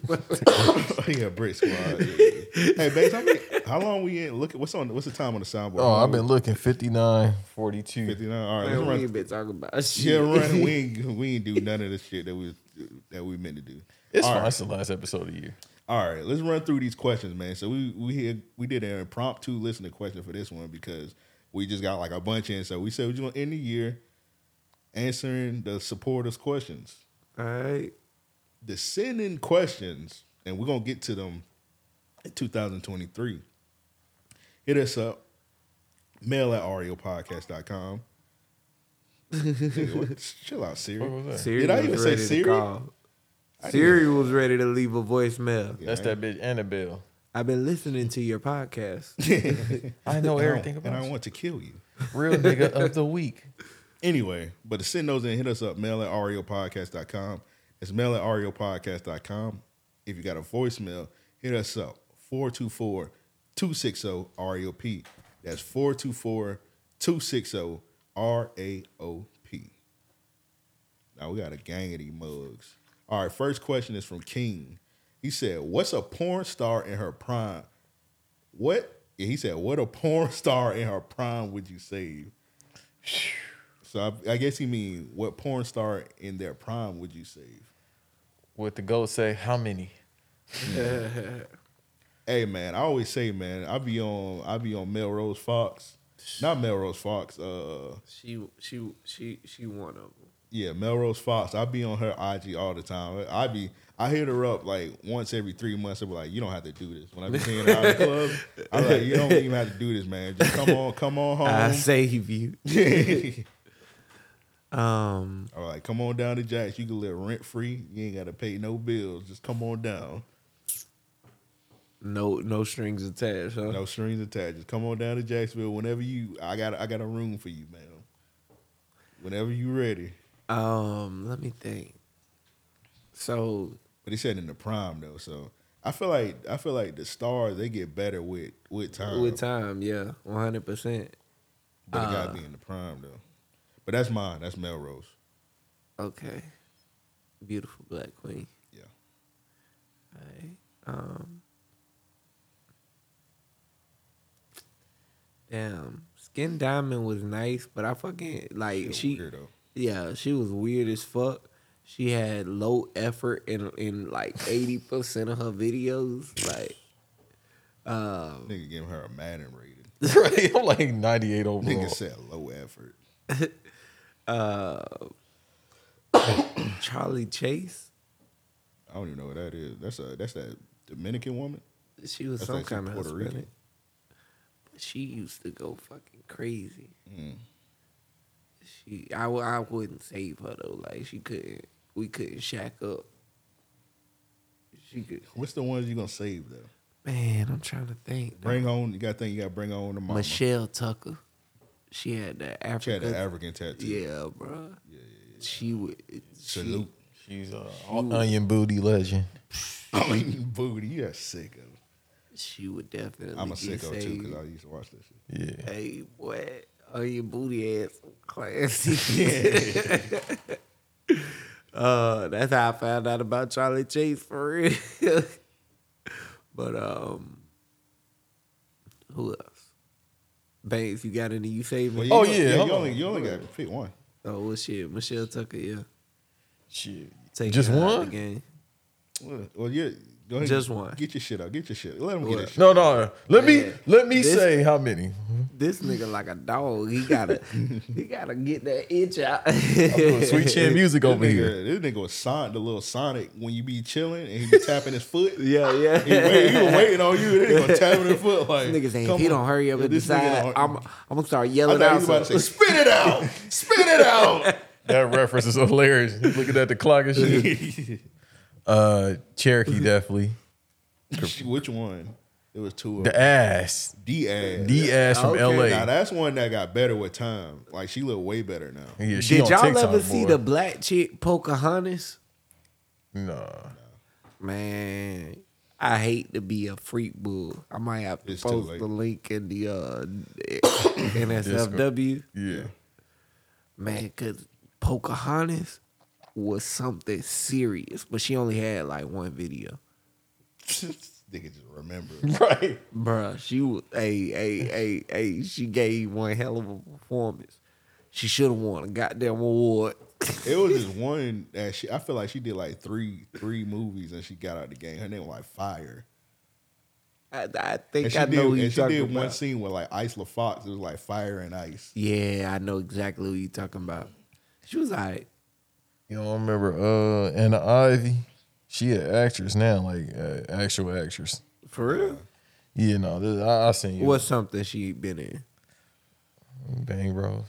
[SPEAKER 4] Brit Squad. yeah, yeah. Hey, Bates, how, many, how long we in? Look, at what's on? What's the time on the soundboard?
[SPEAKER 5] Oh, I've been looking 59, 42.
[SPEAKER 4] fifty nine. All right,
[SPEAKER 3] Man,
[SPEAKER 4] let's
[SPEAKER 3] we ain't
[SPEAKER 4] run.
[SPEAKER 3] been talking about shit.
[SPEAKER 4] Yeah, run. We ain't, we ain't do none of the shit that we that we meant to do.
[SPEAKER 5] It's
[SPEAKER 4] All
[SPEAKER 5] fine.
[SPEAKER 4] right.
[SPEAKER 5] It's the last episode of the year.
[SPEAKER 4] All right, let's run through these questions, man. So we we had, we did an impromptu listener question for this one because we just got like a bunch in. So we said we're gonna end the year answering the supporters' questions.
[SPEAKER 3] All right.
[SPEAKER 4] the send in questions, and we're gonna get to them in 2023. Hit us up, mail at ariopodcast.com. Nigga, what? Chill out,
[SPEAKER 5] What
[SPEAKER 4] Siri.
[SPEAKER 5] was that?
[SPEAKER 3] Siri
[SPEAKER 4] Did I
[SPEAKER 3] was
[SPEAKER 4] even say
[SPEAKER 3] ready to
[SPEAKER 4] Siri?
[SPEAKER 3] call.
[SPEAKER 4] I
[SPEAKER 3] Siri was ready to leave a voicemail.
[SPEAKER 5] That's that bitch Annabelle.
[SPEAKER 3] I've been listening to your podcast.
[SPEAKER 5] I know everything
[SPEAKER 4] And I
[SPEAKER 5] about
[SPEAKER 4] want to kill you.
[SPEAKER 5] real nigga of the week.
[SPEAKER 4] Anyway, but to send those in, hit us up, mail at ariopodcast.com. It's mail at ariopodcast.com. If you got a voicemail, hit us up, 424-260-RAOP. That's 424-260-RAOP. Now, we got a gang of these mugs. All right, first question is from King. He said, what's a porn star in her prime? What? yeah, He said, what a porn star in her prime would you save? So I, I guess he mean what porn star in their prime would you save?
[SPEAKER 5] With the goat say, how many?
[SPEAKER 4] Hey man, I always say man, I be on I be on Melrose Fox, not Melrose Fox. Uh,
[SPEAKER 3] she she she she one of them.
[SPEAKER 4] yeah, Melrose Fox. I be on her IG all the time. I be I hit her up like once every three months. I be like, you don't have to do this. When I be seeing her out of the club, I'm like, you don't even have to do this, man. Just come on, come on home.
[SPEAKER 3] I save you. Um,
[SPEAKER 4] all right, come on down to Jack's. You can live rent free. You ain't got to pay no bills. Just come on down.
[SPEAKER 3] no no strings attached. Huh?
[SPEAKER 4] No strings attached. Just come on down to Jacksonville whenever you. I got. I got a room for you, man. Whenever you ready.
[SPEAKER 3] Um, let me think. So
[SPEAKER 4] But he said in the prime though, so I feel like I feel like the stars they get better with with time.
[SPEAKER 3] with time, Ah. yeah, one hundred percent.
[SPEAKER 4] but it got to be in the prime though. But that's mine. That's Melrose.
[SPEAKER 3] Okay, beautiful black queen.
[SPEAKER 4] Yeah.
[SPEAKER 3] All right. Um. Damn, Skin Diamond was nice, but I fucking like she.
[SPEAKER 4] weirdo.
[SPEAKER 3] Yeah, she was weird as fuck. She had low effort in in like eighty percent of her videos. Like, Oh.
[SPEAKER 4] Nigga giving her a Madden rating.
[SPEAKER 5] right? I'm like
[SPEAKER 4] Nigga
[SPEAKER 5] 98 overall.
[SPEAKER 4] said low effort.
[SPEAKER 3] Charlie Chase,
[SPEAKER 4] I don't even know what that is. That's a that's that Dominican woman.
[SPEAKER 3] she was
[SPEAKER 4] That's
[SPEAKER 3] some
[SPEAKER 4] like she
[SPEAKER 3] kind of
[SPEAKER 4] Puerto
[SPEAKER 3] Hispanic.
[SPEAKER 4] Rican.
[SPEAKER 3] But she used to go fucking crazy.
[SPEAKER 4] Mm.
[SPEAKER 3] She, I, w- I wouldn't save her though. Like she couldn't, we couldn't shack up. She could.
[SPEAKER 4] What's the ones you gonna save though?
[SPEAKER 3] Man, I'm trying to think.
[SPEAKER 4] Bring on. You got to think. You got to bring on the mama.
[SPEAKER 3] Michelle Tucker. She had that
[SPEAKER 4] She had
[SPEAKER 3] African.
[SPEAKER 4] an African tattoo.
[SPEAKER 3] Yeah, bro. She would. She,
[SPEAKER 4] Salute.
[SPEAKER 5] She's a onion booty legend.
[SPEAKER 4] I mean, booty, you are sick of.
[SPEAKER 3] she would definitely.
[SPEAKER 4] I'm a
[SPEAKER 3] get
[SPEAKER 4] sicko too
[SPEAKER 3] saved. Oh,
[SPEAKER 4] because I used to watch that shit.
[SPEAKER 5] Yeah.
[SPEAKER 3] Hey, boy, on your booty ass classy. uh, that's how I found out about Charlie Chase for real. but um, who else? Banks, you got any you
[SPEAKER 4] Well,
[SPEAKER 3] favorite?
[SPEAKER 4] you
[SPEAKER 5] Oh,
[SPEAKER 4] only-
[SPEAKER 5] yeah, hold
[SPEAKER 4] you
[SPEAKER 5] on.
[SPEAKER 4] only, you only got to pick one.
[SPEAKER 3] Oh well, shit, Michelle Tucker, yeah.
[SPEAKER 5] Shit.
[SPEAKER 3] Take
[SPEAKER 5] Just
[SPEAKER 3] it out of
[SPEAKER 5] one?
[SPEAKER 3] the game.
[SPEAKER 4] Well, you go ahead.
[SPEAKER 3] Just one.
[SPEAKER 4] Get your shit out. Get your shit. Let him get
[SPEAKER 3] What?
[SPEAKER 4] his shit.
[SPEAKER 5] No, no. Let me
[SPEAKER 3] Yeah.
[SPEAKER 5] let me
[SPEAKER 3] This-
[SPEAKER 5] say how many.
[SPEAKER 3] This nigga like a dog. He gotta, he gotta get that itch out.
[SPEAKER 5] Sweet Chin music
[SPEAKER 4] This
[SPEAKER 5] over
[SPEAKER 4] nigga,
[SPEAKER 5] here.
[SPEAKER 4] this nigga was Sonic, the little Sonic when you be chilling and he be tapping his foot.
[SPEAKER 3] yeah, yeah.
[SPEAKER 4] He, wait, he was waiting on you. They gonna tap him in the foot like
[SPEAKER 3] Niggas ain't.
[SPEAKER 4] come
[SPEAKER 3] If he
[SPEAKER 4] on.
[SPEAKER 3] don't hurry up
[SPEAKER 4] Yeah,
[SPEAKER 3] and
[SPEAKER 4] this nigga
[SPEAKER 3] decide,
[SPEAKER 4] don't-
[SPEAKER 3] I'm, I'm gonna start
[SPEAKER 4] I
[SPEAKER 3] yelling
[SPEAKER 4] thought he
[SPEAKER 3] out.
[SPEAKER 4] was about to
[SPEAKER 3] Some,
[SPEAKER 4] say, spit it out, spit it out.
[SPEAKER 5] That reference is hilarious. He's looking at the clock and shit. Uh, Cherokee definitely.
[SPEAKER 4] Which one? It was two of
[SPEAKER 5] The
[SPEAKER 4] them.
[SPEAKER 5] ass.
[SPEAKER 4] D ass.
[SPEAKER 5] The ass from
[SPEAKER 3] Okay.
[SPEAKER 5] L.A.
[SPEAKER 4] Now that's one that got better with time. Like she look way better now.
[SPEAKER 5] Yeah, she
[SPEAKER 3] did
[SPEAKER 5] on
[SPEAKER 3] y'all
[SPEAKER 5] TikTok
[SPEAKER 3] ever see
[SPEAKER 5] more.
[SPEAKER 3] the black chick Pocahontas?
[SPEAKER 5] Nah.
[SPEAKER 3] Man, I hate to be a freak bull. I might have to
[SPEAKER 4] It's too
[SPEAKER 3] post
[SPEAKER 4] late.
[SPEAKER 3] the link in the uh, NSFW.
[SPEAKER 5] Yeah.
[SPEAKER 3] Man, cause Pocahontas was something serious, but she only had like one video.
[SPEAKER 4] Nigga just remember.
[SPEAKER 5] Right.
[SPEAKER 3] Bruh, she was a a a a. She gave one hell of a performance. She should have won a goddamn award.
[SPEAKER 4] It was just one that she. I feel like she did like three three movies and she got out the game. Her name was like Fire.
[SPEAKER 3] I, I
[SPEAKER 4] And
[SPEAKER 3] think
[SPEAKER 4] she
[SPEAKER 3] I
[SPEAKER 4] did.
[SPEAKER 3] know who you
[SPEAKER 4] and she
[SPEAKER 3] talking
[SPEAKER 4] did
[SPEAKER 3] about.
[SPEAKER 4] one scene with like Isla Fox. It was like Fire and Ice.
[SPEAKER 3] Yeah, I know exactly who you talking about. She was alright.
[SPEAKER 5] You don't remember uh Anna Ivy? She an actress now, like uh, actual actress.
[SPEAKER 3] For real?
[SPEAKER 5] Yeah, no, this, I, I seen you.
[SPEAKER 3] What's something she been in?
[SPEAKER 5] Bang Bros?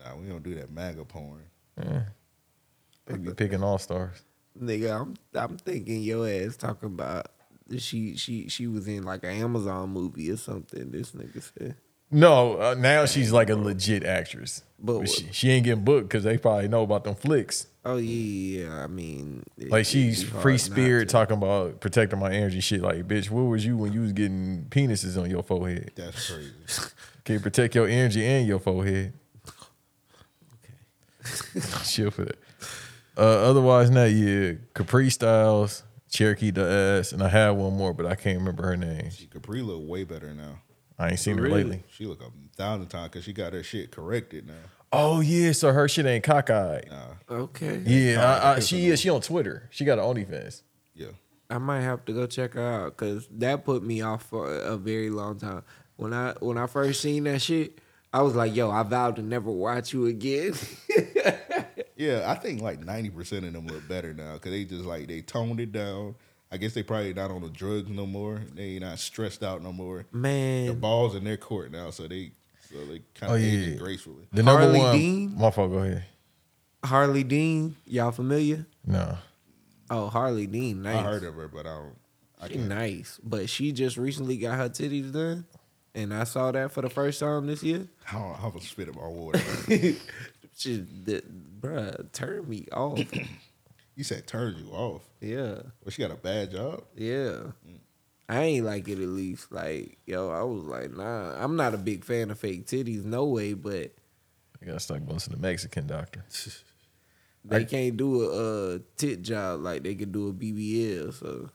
[SPEAKER 4] Nah, we don't do that MAGA porn.
[SPEAKER 5] They be picking all stars.
[SPEAKER 3] Nigga, I'm I'm thinking your ass talking about she she she was in like an Amazon movie or something, this nigga said.
[SPEAKER 5] No, uh, now she's like a legit actress,
[SPEAKER 3] But
[SPEAKER 5] but,
[SPEAKER 3] what-
[SPEAKER 5] she, she ain't getting booked because they probably know about them flicks.
[SPEAKER 3] Oh yeah, yeah, yeah. I mean it-
[SPEAKER 5] Like
[SPEAKER 3] it'd
[SPEAKER 5] she's
[SPEAKER 3] be hard
[SPEAKER 5] free
[SPEAKER 3] not
[SPEAKER 5] spirit
[SPEAKER 3] to.
[SPEAKER 5] talking about protecting my energy shit. Like, bitch, where was you when you was getting penises on your forehead?
[SPEAKER 4] That's crazy.
[SPEAKER 5] Can you protect your energy and your forehead? Okay. Chill for that. Uh, otherwise, not yeah. Capri Styles, Cherokee the ass, and I had one more, but I can't remember her name.
[SPEAKER 4] Capri look way better now.
[SPEAKER 5] I ain't seen her lately.
[SPEAKER 4] She look a thousand times because she got her shit corrected now.
[SPEAKER 5] Oh yeah, so her shit ain't cockeyed.
[SPEAKER 3] Okay.
[SPEAKER 5] Yeah, I, I, she is. She on Twitter. She got an OnlyFans.
[SPEAKER 4] Yeah.
[SPEAKER 3] I might have to go check her out because that put me off for a very long time. When I when I first seen that shit, I was like, "Yo, I vowed to never watch you again."
[SPEAKER 4] Yeah, I think like ninety percent of them look better now because they just like they toned it down. I guess they probably not on the drugs no more. They not stressed out no more. The
[SPEAKER 3] Man,
[SPEAKER 4] ball's in their court now, so they so they kind
[SPEAKER 5] Oh,
[SPEAKER 4] of
[SPEAKER 5] yeah.
[SPEAKER 4] aging gracefully.
[SPEAKER 5] The number
[SPEAKER 3] Harley
[SPEAKER 5] one.
[SPEAKER 3] Dean?
[SPEAKER 5] My fault. Go ahead.
[SPEAKER 3] Harley Dean, y'all familiar?
[SPEAKER 5] No.
[SPEAKER 3] Oh, Harley Dean, nice.
[SPEAKER 4] I heard of her, but I don't. I
[SPEAKER 3] She
[SPEAKER 4] can't.
[SPEAKER 3] nice, but she just recently got her titties done, and I saw that for the first time this year.
[SPEAKER 4] I don't, I'm gonna spit in my water.
[SPEAKER 3] She, the, bruh, turned me off.
[SPEAKER 4] you said turn you off.
[SPEAKER 3] yeah,
[SPEAKER 4] Well, she got a bad job.
[SPEAKER 3] yeah. I ain't like it at least. Like, yo, I was like, nah, I'm not a big fan of fake titties, no way, but
[SPEAKER 5] I gotta start going to the Mexican doctor.
[SPEAKER 3] they can't do a uh, tit job like they can do a BBL. So,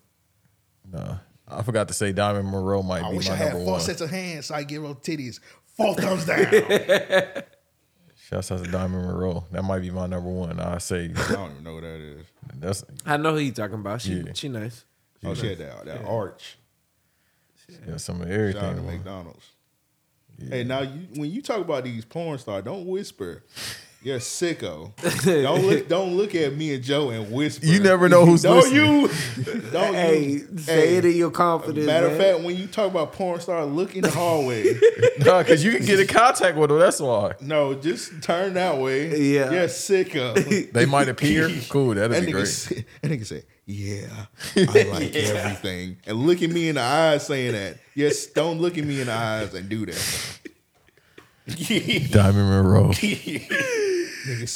[SPEAKER 5] No. I forgot to say Diamond Monroe might be my number one.
[SPEAKER 4] of hands so I give her titties four thumbs down. I
[SPEAKER 5] Shouts out to Diamond Monroe. That might be my number one. I say
[SPEAKER 4] don't even know what that is.
[SPEAKER 5] that's
[SPEAKER 3] I know who you talking about. She,
[SPEAKER 5] Yeah.
[SPEAKER 3] she nice.
[SPEAKER 4] Oh, she had that, that arch.
[SPEAKER 5] yeah, some of
[SPEAKER 4] Shout out to
[SPEAKER 5] everything. man.
[SPEAKER 4] McDonald's. Hey, now you, when you talk about these porn stars, don't whisper. You're a sicko. don't look. Don't look at me and Joe and whisper.
[SPEAKER 5] You never know who's
[SPEAKER 4] don't
[SPEAKER 5] listening.
[SPEAKER 4] Oh, you. Don't
[SPEAKER 3] Hey,
[SPEAKER 4] you.
[SPEAKER 3] say
[SPEAKER 4] hey.
[SPEAKER 3] it in your confidence.
[SPEAKER 4] Matter of
[SPEAKER 3] man.
[SPEAKER 4] fact, when you talk about porn star, look in the hallway.
[SPEAKER 5] no, because you can get in contact with them. That's why
[SPEAKER 4] no, just turn that way.
[SPEAKER 3] Yeah.
[SPEAKER 4] you're a sicko.
[SPEAKER 5] they might appear. Cool,
[SPEAKER 4] That
[SPEAKER 5] that'd be
[SPEAKER 4] nigga,
[SPEAKER 5] great.
[SPEAKER 4] say, that nigga say, "Yeah, I like everything," and look at me in the eyes saying that. Yes, don't look at me in the eyes and do that.
[SPEAKER 5] Diamond Monroe.
[SPEAKER 4] nigga, said,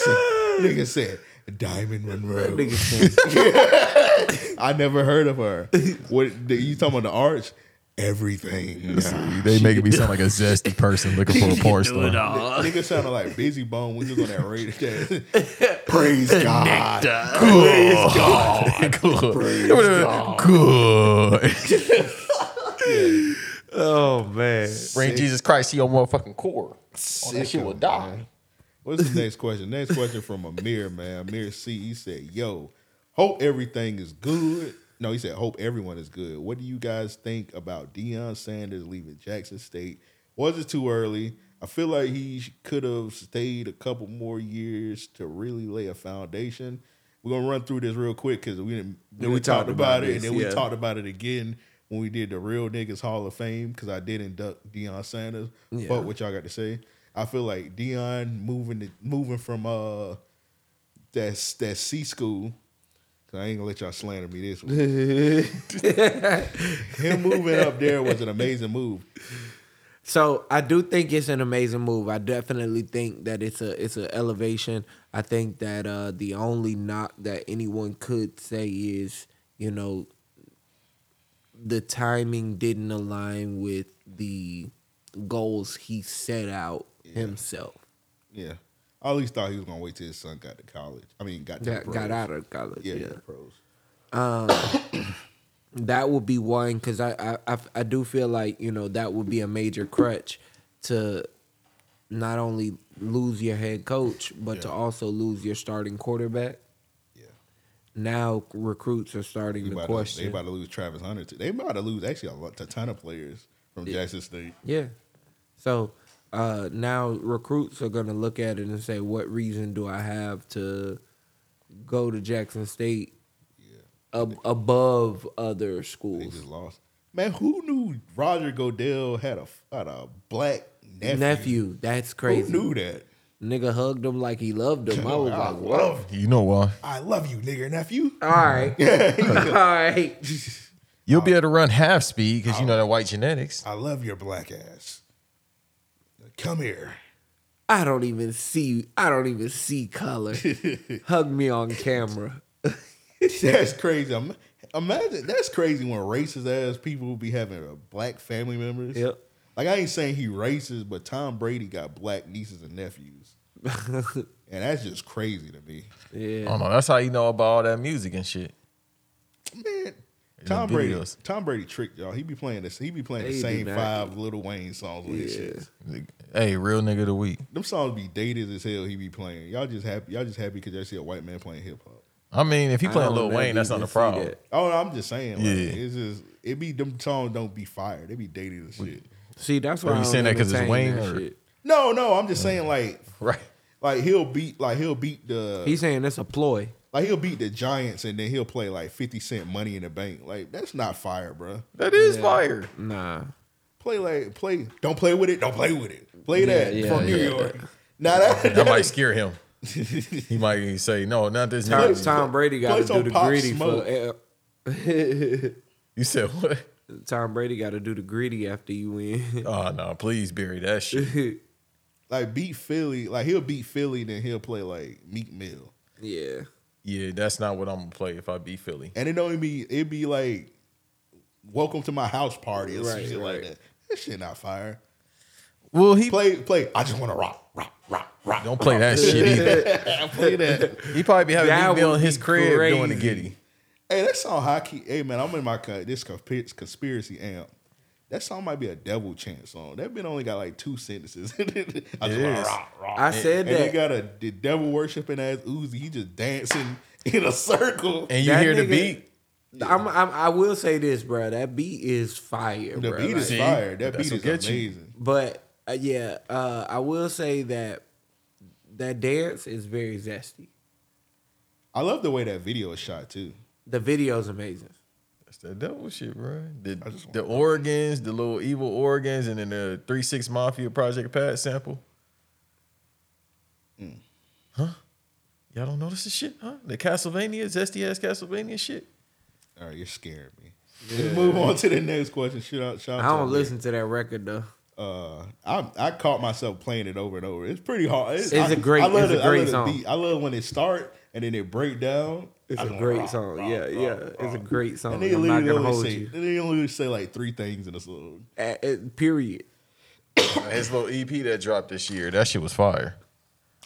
[SPEAKER 4] nigga said Diamond Monroe.
[SPEAKER 3] Nigga said,
[SPEAKER 4] I never heard of her. What the, you talking about? The arch? Everything.
[SPEAKER 5] They make me sound like a zesty person looking for a porn star.
[SPEAKER 4] Nigga sounded like Busy Bone. We just on that radio. Praise God.
[SPEAKER 5] Good.
[SPEAKER 3] oh man.
[SPEAKER 5] Bring Jesus Christ to your motherfucking core. Or that shit will die.
[SPEAKER 4] What's the next question? Next question from Amir, man. Amir C. He said, "Yo, hope everything is good." No, he said, "Hope everyone is good." What do you guys think about Deion Sanders leaving Jackson State? Was it too early? I feel like he could have stayed a couple more years to really lay a foundation. We're gonna run through this real quick because we didn't. Then we talked about, it,
[SPEAKER 1] this,
[SPEAKER 4] and then we
[SPEAKER 1] yeah.
[SPEAKER 4] talked about it again when we did the Real Niggas Hall of Fame because I did induct Deion Sanders.
[SPEAKER 3] Yeah.
[SPEAKER 4] But what y'all got to say? I feel like Deion moving to, moving from uh that's that C school. Cause I ain't gonna let y'all slander me this one. Him moving up there was an amazing move.
[SPEAKER 3] So I do think it's an amazing move. I definitely think that it's a it's an elevation. I think that uh, the only knock that anyone could say is you know the timing didn't align with the goals he set out himself.
[SPEAKER 4] Yeah, I at least thought he was gonna wait till his son got to college. I mean, got to the
[SPEAKER 3] Got,
[SPEAKER 4] pros.
[SPEAKER 3] got out of college.
[SPEAKER 4] Yeah,
[SPEAKER 3] yeah.
[SPEAKER 4] yeah, pros.
[SPEAKER 3] that would be one because I, I I I do feel like you know that would be a major crutch to not only lose your head coach but to
[SPEAKER 4] Yeah.
[SPEAKER 3] also lose your starting quarterback.
[SPEAKER 4] Yeah,
[SPEAKER 3] Now recruits are starting
[SPEAKER 4] they
[SPEAKER 3] to
[SPEAKER 4] about, to, they
[SPEAKER 3] question.
[SPEAKER 4] about to lose Travis Hunter. Too. They about to lose actually a, lot, a ton of players from Jackson State.
[SPEAKER 3] yeah, so uh, now recruits are gonna look at it and say, what reason do I have to go to Jackson State? Ab- above other
[SPEAKER 4] They
[SPEAKER 3] schools,
[SPEAKER 4] just lost. Man, who knew Roger Goodell had a had a black nephew?
[SPEAKER 3] nephew, that's
[SPEAKER 4] Who
[SPEAKER 3] crazy.
[SPEAKER 4] knew that?
[SPEAKER 3] Nigga hugged him like he loved him. I was
[SPEAKER 4] I
[SPEAKER 3] like, what?
[SPEAKER 4] love,
[SPEAKER 5] You know uh, why?
[SPEAKER 4] I love you, nigger nephew.
[SPEAKER 3] All right. All right.
[SPEAKER 5] You'll
[SPEAKER 3] Uh,
[SPEAKER 5] be able to run half speed because you know that white genetics.
[SPEAKER 4] I love your black ass. Come here.
[SPEAKER 3] I don't even see. I don't even see color. Hug me on camera.
[SPEAKER 4] That's crazy. Im- Imagine that's crazy when racist ass people be having a black family members.
[SPEAKER 3] Yep.
[SPEAKER 4] Like I ain't saying he racist, but Tom Brady got black nieces and nephews. and that's just crazy to me.
[SPEAKER 5] I
[SPEAKER 3] Yeah.
[SPEAKER 5] don't know. That's how Oh, you know about all that music and shit.
[SPEAKER 4] Man, Tom
[SPEAKER 5] the
[SPEAKER 4] Brady
[SPEAKER 5] videos.
[SPEAKER 4] Tom Brady tricked y'all. He be playing this he be playing
[SPEAKER 3] He
[SPEAKER 4] the
[SPEAKER 3] do
[SPEAKER 4] same
[SPEAKER 3] not.
[SPEAKER 4] five Little Wayne songs with his shit.
[SPEAKER 5] Hey, real nigga of the week.
[SPEAKER 4] Them songs be dated as hell he be playing. Y'all just happy y'all just happy cause y'all see a white man playing hip hop.
[SPEAKER 5] I mean, if you
[SPEAKER 3] I
[SPEAKER 5] playing
[SPEAKER 3] don't
[SPEAKER 5] Lil
[SPEAKER 3] remember
[SPEAKER 5] Wayne, that's not
[SPEAKER 3] even
[SPEAKER 5] a
[SPEAKER 3] see
[SPEAKER 5] problem.
[SPEAKER 3] that.
[SPEAKER 4] Oh, I'm just saying, like,
[SPEAKER 5] Yeah.
[SPEAKER 4] it's just it be them songs don't be fire. They be dated as shit.
[SPEAKER 3] See, that's
[SPEAKER 5] Are
[SPEAKER 3] why
[SPEAKER 5] you
[SPEAKER 3] I don't
[SPEAKER 5] saying that 'cause it's
[SPEAKER 3] entertain
[SPEAKER 5] Wayne
[SPEAKER 3] that
[SPEAKER 5] or-
[SPEAKER 3] shit.
[SPEAKER 4] No, no, I'm just saying like
[SPEAKER 5] Right.
[SPEAKER 4] like he'll beat like he'll beat the
[SPEAKER 3] He's saying that's a ploy.
[SPEAKER 4] like he'll beat the Giants and then he'll play like 50 cent money in the bank. Like that's not fire, bro.
[SPEAKER 5] That is fire.
[SPEAKER 3] Nah.
[SPEAKER 4] Play like play don't play with it, don't play with it. Play that
[SPEAKER 3] yeah,
[SPEAKER 4] from New
[SPEAKER 5] yeah.
[SPEAKER 4] York. Now that,
[SPEAKER 5] That might scare him. He might say, no, not this
[SPEAKER 3] Tom,
[SPEAKER 5] nigga.
[SPEAKER 3] Tom Brady got
[SPEAKER 4] Play
[SPEAKER 3] to
[SPEAKER 4] some
[SPEAKER 3] do the
[SPEAKER 4] Pop
[SPEAKER 3] greedy
[SPEAKER 4] Smoke.
[SPEAKER 3] for.
[SPEAKER 5] You said what?
[SPEAKER 3] Tom Brady got to do the greedy after you win.
[SPEAKER 5] Oh, no, please bury that shit.
[SPEAKER 4] like beat Philly, like he'll beat Philly then he'll play like Meek Mill.
[SPEAKER 3] yeah.
[SPEAKER 5] Yeah, that's not what I'm going to play if I beat Philly.
[SPEAKER 4] And it don't even be it'd be like welcome to my house party or some
[SPEAKER 3] Right,
[SPEAKER 4] shit
[SPEAKER 3] right.
[SPEAKER 4] like that. That shit not fire.
[SPEAKER 5] Well, he
[SPEAKER 4] Play play I just want to rock, rock, rock, rock.
[SPEAKER 5] don't play that shit either.
[SPEAKER 4] play that.
[SPEAKER 5] He probably be having
[SPEAKER 3] That
[SPEAKER 5] Meek Mill in
[SPEAKER 3] would
[SPEAKER 5] his
[SPEAKER 3] be
[SPEAKER 5] crib doing the
[SPEAKER 3] crazy.
[SPEAKER 5] giddy.
[SPEAKER 4] Hey, that song high key. Hey man, I'm in my co- this consp- conspiracy amp. That song might be a devil chant song. That bit only got like two sentences. I just wanna
[SPEAKER 5] is.
[SPEAKER 4] rah, rah.
[SPEAKER 3] I said
[SPEAKER 4] and they
[SPEAKER 3] that.
[SPEAKER 4] got a the devil worshiping ass Uzi. He just dancing in a circle.
[SPEAKER 5] And you
[SPEAKER 3] That
[SPEAKER 5] hear the
[SPEAKER 3] nigga-
[SPEAKER 5] beat.
[SPEAKER 3] I'm, I'm, I will say this, bro. That beat is fire,
[SPEAKER 4] the
[SPEAKER 3] bro.
[SPEAKER 4] beat is
[SPEAKER 5] See?
[SPEAKER 4] fire. That
[SPEAKER 5] That's
[SPEAKER 4] beat
[SPEAKER 5] what
[SPEAKER 4] is
[SPEAKER 5] gets you.
[SPEAKER 4] amazing.
[SPEAKER 3] But uh, yeah, uh, I will say that that dance is very zesty.
[SPEAKER 4] I love the way that video is shot too.
[SPEAKER 3] The video is amazing.
[SPEAKER 5] That's that devil shit, bro. The,
[SPEAKER 4] I just want-
[SPEAKER 5] the organs, the little evil organs, and then the Three Six Mafia Project Pat sample. Mm. Huh? Y'all don't notice this shit, huh? The Castlevania, zesty ass Castlevania shit.
[SPEAKER 4] All right, you're scaring me. Let's move on to the next question. Shout out, shout out
[SPEAKER 3] I
[SPEAKER 4] to
[SPEAKER 3] don't
[SPEAKER 4] Amir.
[SPEAKER 3] listen to that record though.
[SPEAKER 4] Uh, I I caught myself playing it over and over. It's pretty hard.
[SPEAKER 3] It's
[SPEAKER 4] I-
[SPEAKER 3] a great-
[SPEAKER 4] I love
[SPEAKER 3] it's a
[SPEAKER 4] the- I love
[SPEAKER 3] great
[SPEAKER 4] the
[SPEAKER 3] song.
[SPEAKER 4] beat. I love when it start and then it break down.
[SPEAKER 3] It's
[SPEAKER 4] a
[SPEAKER 3] a great song. yeah, yeah. It's a great song.
[SPEAKER 4] And they
[SPEAKER 3] I'm not
[SPEAKER 4] literally
[SPEAKER 3] gonna
[SPEAKER 4] only
[SPEAKER 3] hold
[SPEAKER 4] say
[SPEAKER 3] you.
[SPEAKER 4] they only say like three things in this little.
[SPEAKER 3] Uh, uh, period.
[SPEAKER 5] His little EP that dropped this year, that shit was fire.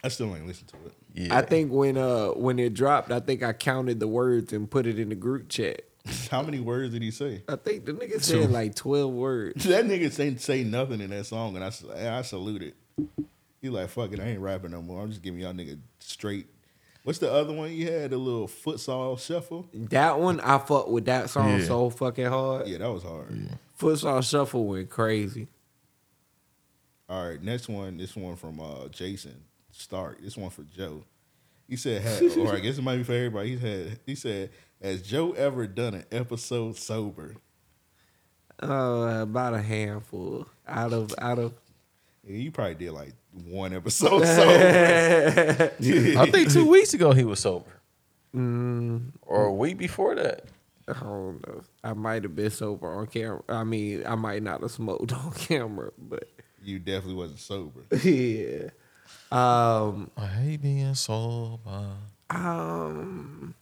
[SPEAKER 4] I still ain't listen to it.
[SPEAKER 5] Yeah.
[SPEAKER 3] I think when uh when it dropped, I think I counted the words and put it in the group chat.
[SPEAKER 4] How many words did he say?
[SPEAKER 3] I think the nigga said like twelve words.
[SPEAKER 4] That nigga didn't say nothing in that song, and I s- and I salute it. He like fuck it, I ain't rapping no more. I'm just giving y'all nigga straight. What's the other one you had? The little futsal shuffle.
[SPEAKER 3] That one I fuck with that song
[SPEAKER 5] Yeah.
[SPEAKER 3] so fucking hard.
[SPEAKER 4] Yeah, that was hard.
[SPEAKER 3] Futsal Shuffle went crazy.
[SPEAKER 4] All right, next one. This one from uh, Jason Stark. This one for Joe. He said, had, or I guess it might be for everybody. He had. He said, has Joe ever done an episode sober?
[SPEAKER 3] Uh, about a handful out of out of.
[SPEAKER 4] Yeah, you probably did like one episode sober.
[SPEAKER 5] I think two weeks ago he was sober. Or a week before that.
[SPEAKER 3] I don't know. I might have been sober on camera. I mean, I might not have smoked on camera, but
[SPEAKER 4] you definitely wasn't sober.
[SPEAKER 3] yeah. Um,
[SPEAKER 5] I hate being sober.
[SPEAKER 3] Um.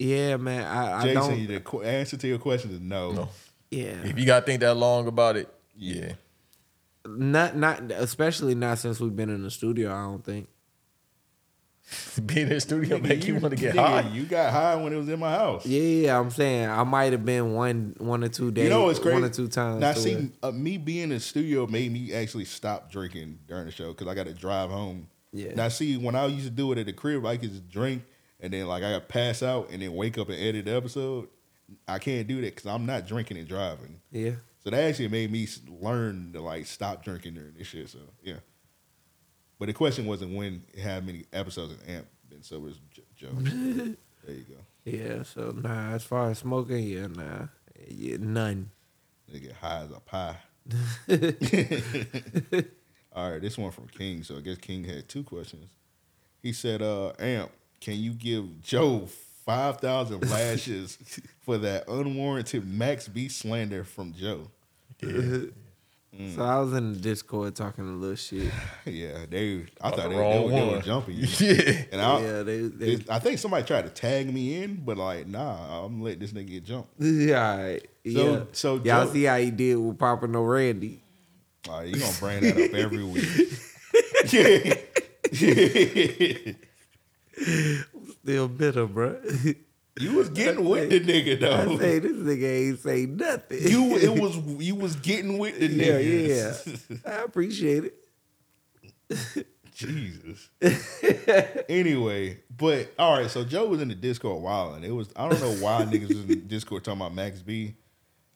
[SPEAKER 3] Yeah, man. I, I
[SPEAKER 4] Jason,
[SPEAKER 3] don't.
[SPEAKER 4] the qu- answer to your question is no.
[SPEAKER 5] No.
[SPEAKER 3] Yeah.
[SPEAKER 5] If you gotta think that long about it, yeah.
[SPEAKER 3] Not not especially not since we've been in the studio. I don't think.
[SPEAKER 5] Being in the studio make you want to get
[SPEAKER 4] nigga,
[SPEAKER 5] high.
[SPEAKER 4] You got high when it was in my house.
[SPEAKER 3] Yeah, yeah. I'm saying I might have been one one or two days.
[SPEAKER 4] You know what's crazy?
[SPEAKER 3] One or two times.
[SPEAKER 4] Now,
[SPEAKER 3] to
[SPEAKER 4] see,
[SPEAKER 3] it.
[SPEAKER 4] uh, me being in the studio made me actually stop drinking during the show because I got to drive home.
[SPEAKER 3] Yeah.
[SPEAKER 4] Now, see, when I used to do it at the crib, I could just drink and then like I got pass out and then wake up and edit the episode. I can't do that because I'm not drinking and driving.
[SPEAKER 3] Yeah.
[SPEAKER 4] So that actually made me s- learn to like stop drinking during this shit. So yeah. But the question wasn't when how many episodes of Amp been sober as J- Joe. there you go.
[SPEAKER 3] Yeah. So nah. As far as smoking, yeah, nah. Yeah, none.
[SPEAKER 4] They get high as a pie. All right, this one from King. So I guess King had two questions. He said, uh, Amp, can you give Joe 5,000 lashes for that unwarranted Max B slander from Joe?
[SPEAKER 3] Mm. So I was in the Discord talking a little shit.
[SPEAKER 4] yeah, they, I thought
[SPEAKER 5] Oh, the
[SPEAKER 4] they,
[SPEAKER 5] wrong
[SPEAKER 4] they, were- they were
[SPEAKER 5] one.
[SPEAKER 4] jumping you.
[SPEAKER 5] yeah.
[SPEAKER 4] And I,
[SPEAKER 3] yeah. They. they
[SPEAKER 4] it- I think somebody tried to tag me in, but like, nah, I'm letting this nigga get jumped.
[SPEAKER 3] yeah. all right.
[SPEAKER 4] So-
[SPEAKER 3] yeah.
[SPEAKER 4] so
[SPEAKER 3] y'all
[SPEAKER 4] Joe-
[SPEAKER 3] see how he did with Papa No Randy.
[SPEAKER 4] All right, you gonna bring that up every week.
[SPEAKER 3] Still bitter, bro.
[SPEAKER 4] You was getting with the nigga
[SPEAKER 3] I say
[SPEAKER 4] though.
[SPEAKER 3] this nigga ain't say nothing.
[SPEAKER 4] Oh. You it was you was getting with the
[SPEAKER 3] Yeah,
[SPEAKER 4] nigga.
[SPEAKER 3] yeah. I appreciate it.
[SPEAKER 4] Jesus. anyway, but all right, so Joe was in the Discord while and it was I don't know why niggas was in the Discord talking about Max B.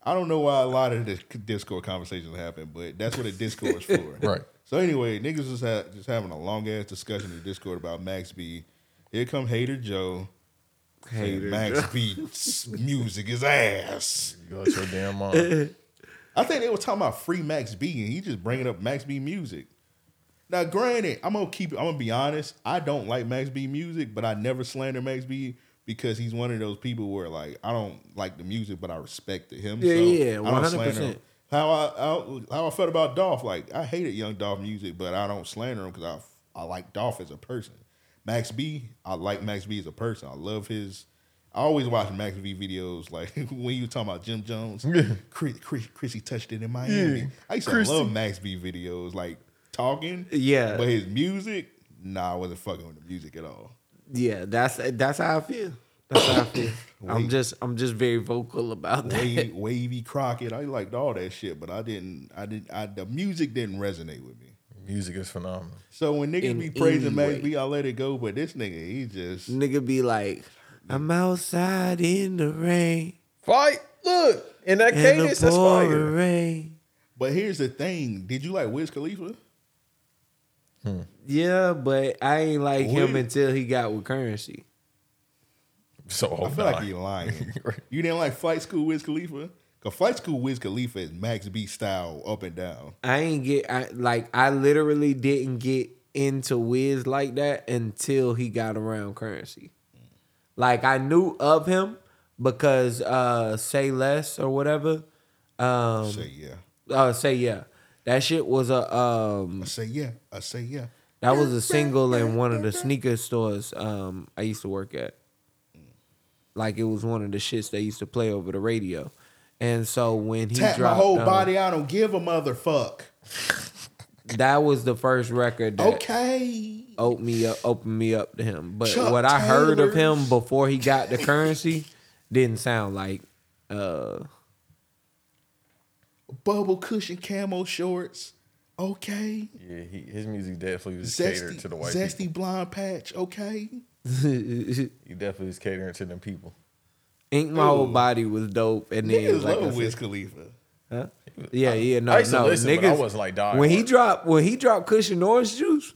[SPEAKER 4] I don't know why a lot of the Discord conversations happen, but that's what a Discord is for.
[SPEAKER 5] Right.
[SPEAKER 4] So anyway, niggas was ha- just having a long ass discussion in the Discord about Max B. Here come hater Joe. saying
[SPEAKER 3] Hater
[SPEAKER 4] Max B's music is ass.
[SPEAKER 5] Go to your damn mom.
[SPEAKER 4] I think they were talking about free Max B, and he just bringing up Max B music. Now, granted, I'm gonna keep. I'm gonna be honest. I don't like Max B music, but I never slander Max B because he's one of those people where like I don't like the music, but I respect him.
[SPEAKER 3] Yeah,
[SPEAKER 4] so
[SPEAKER 3] yeah,
[SPEAKER 4] I don't slander
[SPEAKER 3] 100%.
[SPEAKER 4] him. How I how, how I felt about Dolph, like I hated Young Dolph music, but I don't slander him because I I like Dolph as a person. Max B, I like Max B as a person. I love his. I always watch Max B videos, like when you talking about Jim Jones, Chris, Chris, Chrissy touched it in Miami.
[SPEAKER 5] Yeah.
[SPEAKER 4] I used to
[SPEAKER 5] Chrissy.
[SPEAKER 4] love Max B videos, like talking,
[SPEAKER 3] Yeah.
[SPEAKER 4] but his music, nah, I wasn't fucking with the music at all.
[SPEAKER 3] Yeah, that's that's how I feel. That's how I feel. I'm
[SPEAKER 4] Wait.
[SPEAKER 3] just I'm just very vocal about that.
[SPEAKER 4] Wavy, wavy Crockett, I liked all that shit, but I didn't, I didn't, I, the music didn't resonate with me.
[SPEAKER 5] Music is phenomenal.
[SPEAKER 4] So when niggas
[SPEAKER 3] In
[SPEAKER 4] be praising
[SPEAKER 3] any
[SPEAKER 4] Max
[SPEAKER 3] way. Mm.
[SPEAKER 4] B, I let it go, but this nigga, he just,
[SPEAKER 3] Nigga be like, I'm outside in the rain.
[SPEAKER 5] Fight! Look! And that
[SPEAKER 3] And the
[SPEAKER 5] cadence is
[SPEAKER 3] pouring
[SPEAKER 5] fire.
[SPEAKER 3] rain.
[SPEAKER 4] but here's the thing, did you like Wiz Khalifa?
[SPEAKER 3] Yeah, but I ain't like him
[SPEAKER 4] Wait.
[SPEAKER 3] until he got with currency.
[SPEAKER 5] So
[SPEAKER 3] Oh,
[SPEAKER 5] oh,
[SPEAKER 4] I feel like you're lying. you didn't like Flight School Wiz Khalifa? Cause Flight School Wiz Khalifa is Max B style up and down.
[SPEAKER 3] I ain't get I like I literally didn't get into Wiz like that until he got around currency. Like I knew of him because uh Say Less or whatever. Um
[SPEAKER 4] Say yeah.
[SPEAKER 3] uh, say yeah. That shit was a um
[SPEAKER 4] I say yeah. I say yeah.
[SPEAKER 3] that was a single in one of the sneaker stores um I used to work at. Like it was one of the shits they used to play over the radio. And so when he
[SPEAKER 4] Tap my
[SPEAKER 3] dropped
[SPEAKER 4] whole
[SPEAKER 3] um,
[SPEAKER 4] body. I don't give a motherfuck.
[SPEAKER 3] that was the first record that
[SPEAKER 4] Okay.
[SPEAKER 3] opened me up opened me up to him. But
[SPEAKER 4] Chuck
[SPEAKER 3] what I heard of
[SPEAKER 4] Taylor's.
[SPEAKER 3] him before he got the currency didn't sound like uh
[SPEAKER 4] Bubble cushion camo shorts. Okay.
[SPEAKER 5] Yeah, he, his music definitely was
[SPEAKER 4] Zesty,
[SPEAKER 5] catered to the white
[SPEAKER 4] zesty
[SPEAKER 5] people.
[SPEAKER 4] blonde patch. Okay.
[SPEAKER 5] He definitely was catering to them people.
[SPEAKER 3] Ink My Whole
[SPEAKER 4] Ooh.
[SPEAKER 3] Body was dope and then
[SPEAKER 4] Niggas
[SPEAKER 3] like I
[SPEAKER 4] love
[SPEAKER 3] said-
[SPEAKER 4] Wiz Khalifa.
[SPEAKER 3] Huh? Yeah, yeah, no,
[SPEAKER 5] I used to
[SPEAKER 3] no,
[SPEAKER 5] listen,
[SPEAKER 3] niggas.
[SPEAKER 5] but I wasn't, like, die
[SPEAKER 3] when he
[SPEAKER 5] hard.
[SPEAKER 3] dropped when he dropped Cushion Orange Juice,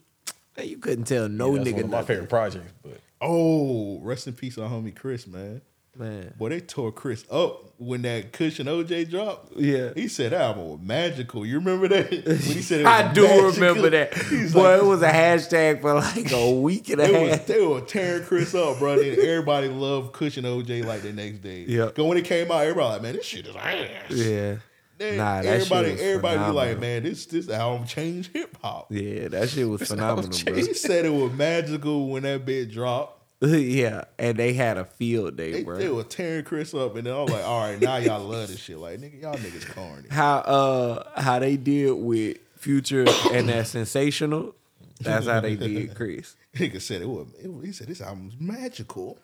[SPEAKER 3] man, you couldn't tell no
[SPEAKER 5] Yeah, that's one
[SPEAKER 3] Oh, nigga
[SPEAKER 5] of my
[SPEAKER 3] nothing.
[SPEAKER 5] favorite projects, but
[SPEAKER 4] Oh, rest in peace, our homie Chris, man.
[SPEAKER 3] Man,
[SPEAKER 4] Boy, they tore Chris up when that cushion OJ dropped.
[SPEAKER 3] Yeah.
[SPEAKER 4] He said that album was magical. You remember that? When he said it was
[SPEAKER 3] I do
[SPEAKER 4] magical.
[SPEAKER 3] remember that.
[SPEAKER 4] He's
[SPEAKER 3] Boy,
[SPEAKER 4] like,
[SPEAKER 3] it was a hashtag for like a week and a
[SPEAKER 4] They was
[SPEAKER 3] half.
[SPEAKER 4] they were tearing Chris up, bro. Then everybody loved Cushion OJ like the next day.
[SPEAKER 3] Yeah.
[SPEAKER 4] Cause when it came out, everybody like, man, this shit is ass.
[SPEAKER 3] yeah,
[SPEAKER 4] Then
[SPEAKER 3] nah, that
[SPEAKER 4] everybody,
[SPEAKER 3] shit was
[SPEAKER 4] everybody be like,
[SPEAKER 3] phenomenal.
[SPEAKER 4] man, this this album changed hip hop.
[SPEAKER 3] yeah, that shit was phenomenal, bro.
[SPEAKER 4] He said it was magical when that bit dropped.
[SPEAKER 3] yeah, and they had a field day,
[SPEAKER 4] They,
[SPEAKER 3] bro.
[SPEAKER 4] they were tearing Chris up, and then I was like, all right, now y'all love this shit. Like, nigga, y'all niggas corny.
[SPEAKER 3] how uh how they did with Future and that sensational. That's how they did Chris.
[SPEAKER 4] Nigga said it was. It, was- he said this album's magical.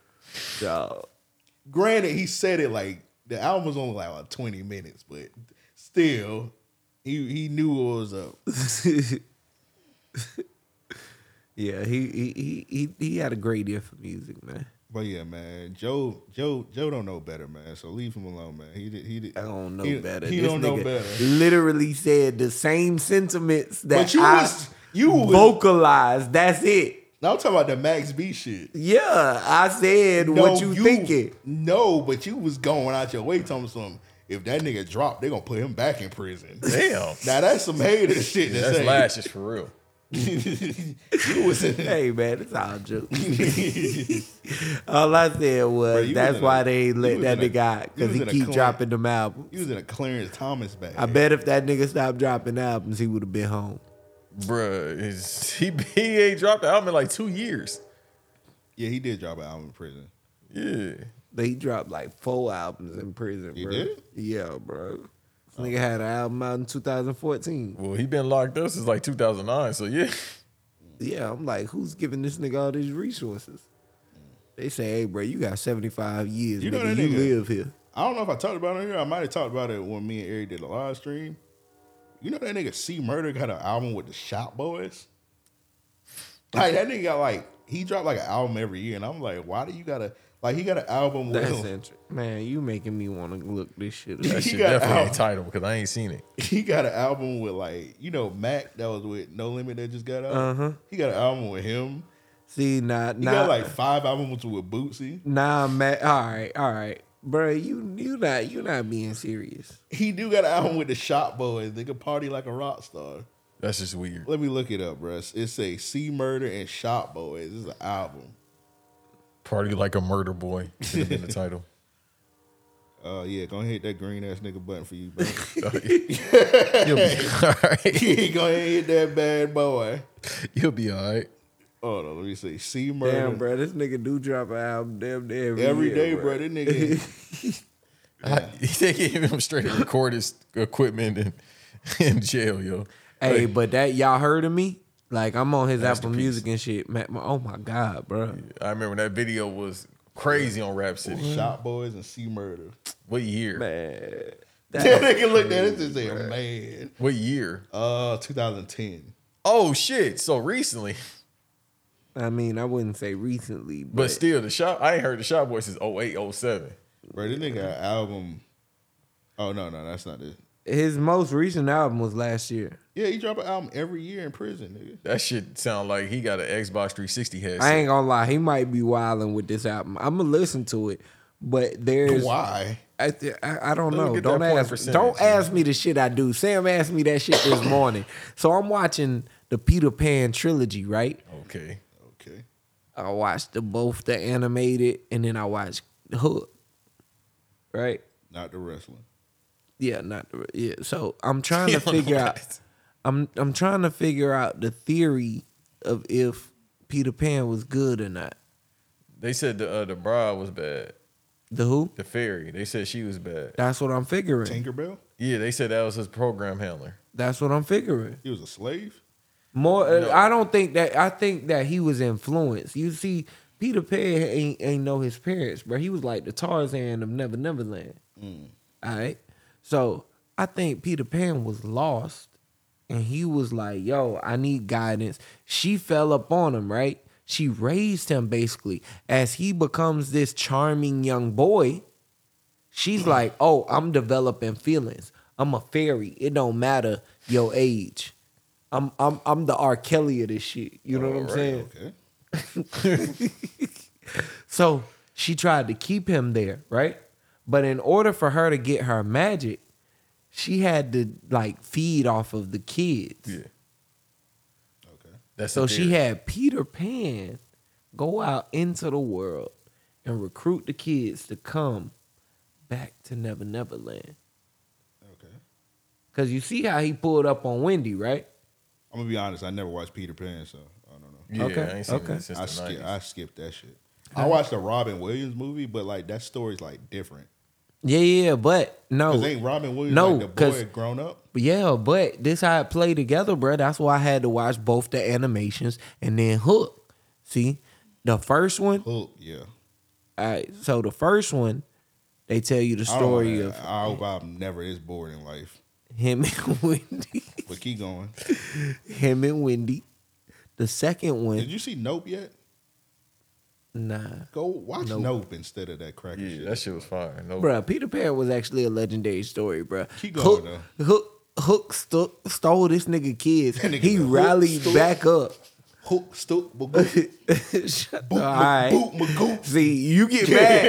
[SPEAKER 3] Dog.
[SPEAKER 4] Granted, he said it like the album was only like, about twenty minutes, but still, he he knew what was up.
[SPEAKER 3] yeah, he he he he he had a great ear for music, man.
[SPEAKER 4] But yeah, man, Joe Joe Joe don't know better, man. So leave him alone, man. He did. He did.
[SPEAKER 3] I don't know
[SPEAKER 4] he,
[SPEAKER 3] better.
[SPEAKER 4] He
[SPEAKER 3] This
[SPEAKER 4] don't know
[SPEAKER 3] nigga
[SPEAKER 4] better.
[SPEAKER 3] Literally said the same sentiments that
[SPEAKER 4] But you
[SPEAKER 3] I
[SPEAKER 4] was you was.
[SPEAKER 3] vocalized. That's it.
[SPEAKER 4] now I'm talking about the Max B shit.
[SPEAKER 3] Yeah, I said what you, thinking.
[SPEAKER 4] No, but you was going out your way telling some. If that nigga drop, they gonna put him back in prison.
[SPEAKER 5] damn,
[SPEAKER 4] now that's some hater shit. to
[SPEAKER 5] that's
[SPEAKER 4] say.
[SPEAKER 5] lashes for real.
[SPEAKER 4] you was in
[SPEAKER 3] Hey man, it's all joke. all I said was
[SPEAKER 4] Bruh, you was
[SPEAKER 3] that's
[SPEAKER 4] in a-
[SPEAKER 3] why they
[SPEAKER 4] you
[SPEAKER 3] let
[SPEAKER 4] was
[SPEAKER 3] that
[SPEAKER 4] in a-
[SPEAKER 3] nigga out
[SPEAKER 4] you
[SPEAKER 3] because
[SPEAKER 4] was
[SPEAKER 3] he
[SPEAKER 4] in a
[SPEAKER 3] keep
[SPEAKER 4] clan-
[SPEAKER 3] dropping them albums.
[SPEAKER 4] You was in a Clarence Thomas bag.
[SPEAKER 3] I bet if that nigga stopped dropping albums, he would have been home.
[SPEAKER 5] Bruh, is, he, he ain't dropped the album in like two years.
[SPEAKER 4] Yeah, he did drop an album in prison.
[SPEAKER 5] Yeah.
[SPEAKER 3] They dropped like four albums in prison,
[SPEAKER 4] He
[SPEAKER 3] bro.
[SPEAKER 4] did? Oh.
[SPEAKER 3] Yeah, bro. This nigga had an album out in 2014.
[SPEAKER 5] Well, he been locked up since like 2009, so yeah.
[SPEAKER 3] Yeah, I'm like, who's giving this nigga all these resources? They say, hey, bro, you got 75 years. You
[SPEAKER 4] You know
[SPEAKER 3] nigga.
[SPEAKER 4] that
[SPEAKER 3] You
[SPEAKER 4] nigga.
[SPEAKER 3] live here.
[SPEAKER 4] I don't know if I talked about it here. I might have talked about it when me and Eric did a live stream. You know that nigga C Murder got an album with the Shop Boys. Like that nigga got like he dropped like an album every year, and I'm like, why do you gotta like he got an album with
[SPEAKER 3] That's
[SPEAKER 4] him.
[SPEAKER 3] interesting. Man, you making me want to look this shit
[SPEAKER 5] That
[SPEAKER 3] up.
[SPEAKER 4] He
[SPEAKER 5] shit
[SPEAKER 4] got
[SPEAKER 5] definitely ain't
[SPEAKER 4] out.
[SPEAKER 5] titled because I ain't seen it.
[SPEAKER 4] he got an album with like you know Mac that was with No Limit that just got out.
[SPEAKER 3] Uh-huh.
[SPEAKER 4] He got an album with him.
[SPEAKER 3] See, nah,
[SPEAKER 4] He
[SPEAKER 3] nah.
[SPEAKER 4] got like five albums with Bootsy.
[SPEAKER 3] nah, man. All right, all right. Bro, you you not you not being serious.
[SPEAKER 4] He do got an album with the Shop Boys. They could party like a rock star.
[SPEAKER 5] That's just weird.
[SPEAKER 4] Let me look it up, bruh. It's a C Murder and Shop Boys. It's an album.
[SPEAKER 5] Party like a murder boy should have been the title.
[SPEAKER 4] Uh, yeah, go ahead hit that green ass nigga button for you, bro.
[SPEAKER 5] You'll be all right.
[SPEAKER 4] yeah, go ahead hit that bad boy.
[SPEAKER 5] You'll be all right.
[SPEAKER 4] Hold on, let me see. C Murder.
[SPEAKER 3] Damn, bro, this nigga do drop an album damn near every,
[SPEAKER 4] Every
[SPEAKER 3] year,
[SPEAKER 4] day,
[SPEAKER 3] bro.
[SPEAKER 4] bro. That nigga.
[SPEAKER 5] they gave him straight to record his equipment in, in jail, yo.
[SPEAKER 3] Hey, but that y'all heard of me? Like I'm on his Apple
[SPEAKER 5] Masterpiece.
[SPEAKER 3] Music and shit. Ma- ma- oh my god, bro.
[SPEAKER 5] I remember that video was crazy on Rap City.
[SPEAKER 4] Shop Boys and C Murder.
[SPEAKER 5] What year?
[SPEAKER 3] Man,
[SPEAKER 4] That nigga looked at it and said, man.
[SPEAKER 5] What year?
[SPEAKER 4] Uh, 2010.
[SPEAKER 5] Oh shit! So recently,
[SPEAKER 3] I mean, I wouldn't say recently,
[SPEAKER 5] but
[SPEAKER 3] but,
[SPEAKER 5] still, the shop. I ain't heard the shop boy since 08, 07.
[SPEAKER 4] Bro, this nigga got an album. Oh, no, no, that's not it.
[SPEAKER 3] his most recent album was last year.
[SPEAKER 4] Yeah, he drop an album every year in prison, nigga.
[SPEAKER 5] That shit sound like he got an Xbox 360 headset.
[SPEAKER 3] I ain't gonna lie, he might be wilding with this album. I'm gonna listen to it, but there's
[SPEAKER 4] Why?
[SPEAKER 3] I, th- I, I don't
[SPEAKER 5] Let me
[SPEAKER 3] know.
[SPEAKER 5] get
[SPEAKER 3] Don't
[SPEAKER 5] that point
[SPEAKER 3] ask.
[SPEAKER 5] percentage,
[SPEAKER 3] Don't
[SPEAKER 5] man.
[SPEAKER 3] ask me the shit I do. Sam asked me that shit this morning, so I'm watching the Peter Pan trilogy, right?
[SPEAKER 5] okay.
[SPEAKER 4] Okay.
[SPEAKER 3] I watched the both the animated and then I watched the Hook. Right?
[SPEAKER 4] Not the wrestling.
[SPEAKER 3] Yeah, not the yeah. So I'm trying to
[SPEAKER 5] don't
[SPEAKER 3] figure
[SPEAKER 5] know
[SPEAKER 3] out.
[SPEAKER 5] that.
[SPEAKER 3] I'm I'm trying to figure out the theory of if Peter Pan was good or not.
[SPEAKER 5] They said the uh, the bride was bad.
[SPEAKER 3] The who?
[SPEAKER 5] The fairy. They said she was bad.
[SPEAKER 3] That's what I'm figuring.
[SPEAKER 4] Tinkerbell?
[SPEAKER 5] Yeah, they said that was his program handler.
[SPEAKER 3] That's what I'm figuring.
[SPEAKER 4] He was a slave?
[SPEAKER 3] More, uh
[SPEAKER 5] No.
[SPEAKER 3] I don't think that. I think that he was influenced. You see, Peter Pan ain't, ain't know his parents, bro. He was like the Tarzan of Never Never Land. All right, so I think Peter Pan was lost, and he was like, "Yo, I need guidance." She fell up on him, right? She raised him basically as he becomes this charming young boy. She's like, "Oh, I'm developing feelings. I'm a fairy. It don't matter your age. I'm I'm I'm the R. Kelly of this shit. You know what I'm
[SPEAKER 5] Alright,
[SPEAKER 3] saying?
[SPEAKER 4] Okay.
[SPEAKER 3] So she tried to keep him there, right? But in order for her to get her magic, she had to like feed off of the kids.
[SPEAKER 5] Yeah.
[SPEAKER 4] Okay.
[SPEAKER 5] That's
[SPEAKER 3] So
[SPEAKER 5] the
[SPEAKER 3] she
[SPEAKER 5] theory.
[SPEAKER 3] had Peter Pan go out into the world and recruit the kids to come back to Never Never Land.
[SPEAKER 4] Okay.
[SPEAKER 3] Cause you see how he pulled up on Wendy, right?
[SPEAKER 4] I'm gonna be honest, I never watched Peter Pan, so I don't know.
[SPEAKER 5] Yeah,
[SPEAKER 3] Okay,
[SPEAKER 5] I ain't seen
[SPEAKER 3] okay.
[SPEAKER 5] it since
[SPEAKER 4] I
[SPEAKER 5] the
[SPEAKER 4] skip
[SPEAKER 5] 90s.
[SPEAKER 4] I skipped that shit. I watched a Robin Williams movie, but like that story's like different.
[SPEAKER 3] Yeah, yeah, but no,
[SPEAKER 4] Cause ain't Robin Williams
[SPEAKER 3] No,
[SPEAKER 4] like the
[SPEAKER 3] 'cause-
[SPEAKER 4] boy grown up?
[SPEAKER 3] Yeah, but this how it play together, bro. That's why I had to watch both the animations and then Hook. See, the first one.
[SPEAKER 4] Hook, yeah.
[SPEAKER 3] All right, so the first one, they tell you the
[SPEAKER 4] I don't
[SPEAKER 3] story
[SPEAKER 4] know,
[SPEAKER 3] of
[SPEAKER 4] I hope I'm never this bored in life.
[SPEAKER 3] him and Wendy.
[SPEAKER 4] But keep going.
[SPEAKER 3] Him and Wendy. The second
[SPEAKER 4] Did
[SPEAKER 3] one,
[SPEAKER 4] you see Nope yet?
[SPEAKER 3] nah,
[SPEAKER 4] Go watch
[SPEAKER 3] Nope.
[SPEAKER 4] Nope, instead of that cracker
[SPEAKER 5] Yeah,
[SPEAKER 4] shit.
[SPEAKER 5] that shit was fire. No,
[SPEAKER 3] bro. Peter Pan was actually a legendary story, bro.
[SPEAKER 4] Keep
[SPEAKER 3] Hook,
[SPEAKER 4] going,
[SPEAKER 3] Hook, Hook stu- stole this nigga kids.
[SPEAKER 4] That nigga
[SPEAKER 3] he
[SPEAKER 4] the Hook
[SPEAKER 3] rallied
[SPEAKER 4] stole-
[SPEAKER 3] back up.
[SPEAKER 4] Hook, stoop, bagoop,
[SPEAKER 3] Shut the, all
[SPEAKER 4] boop,
[SPEAKER 3] right.
[SPEAKER 4] boop, magoop.
[SPEAKER 3] See, you get mad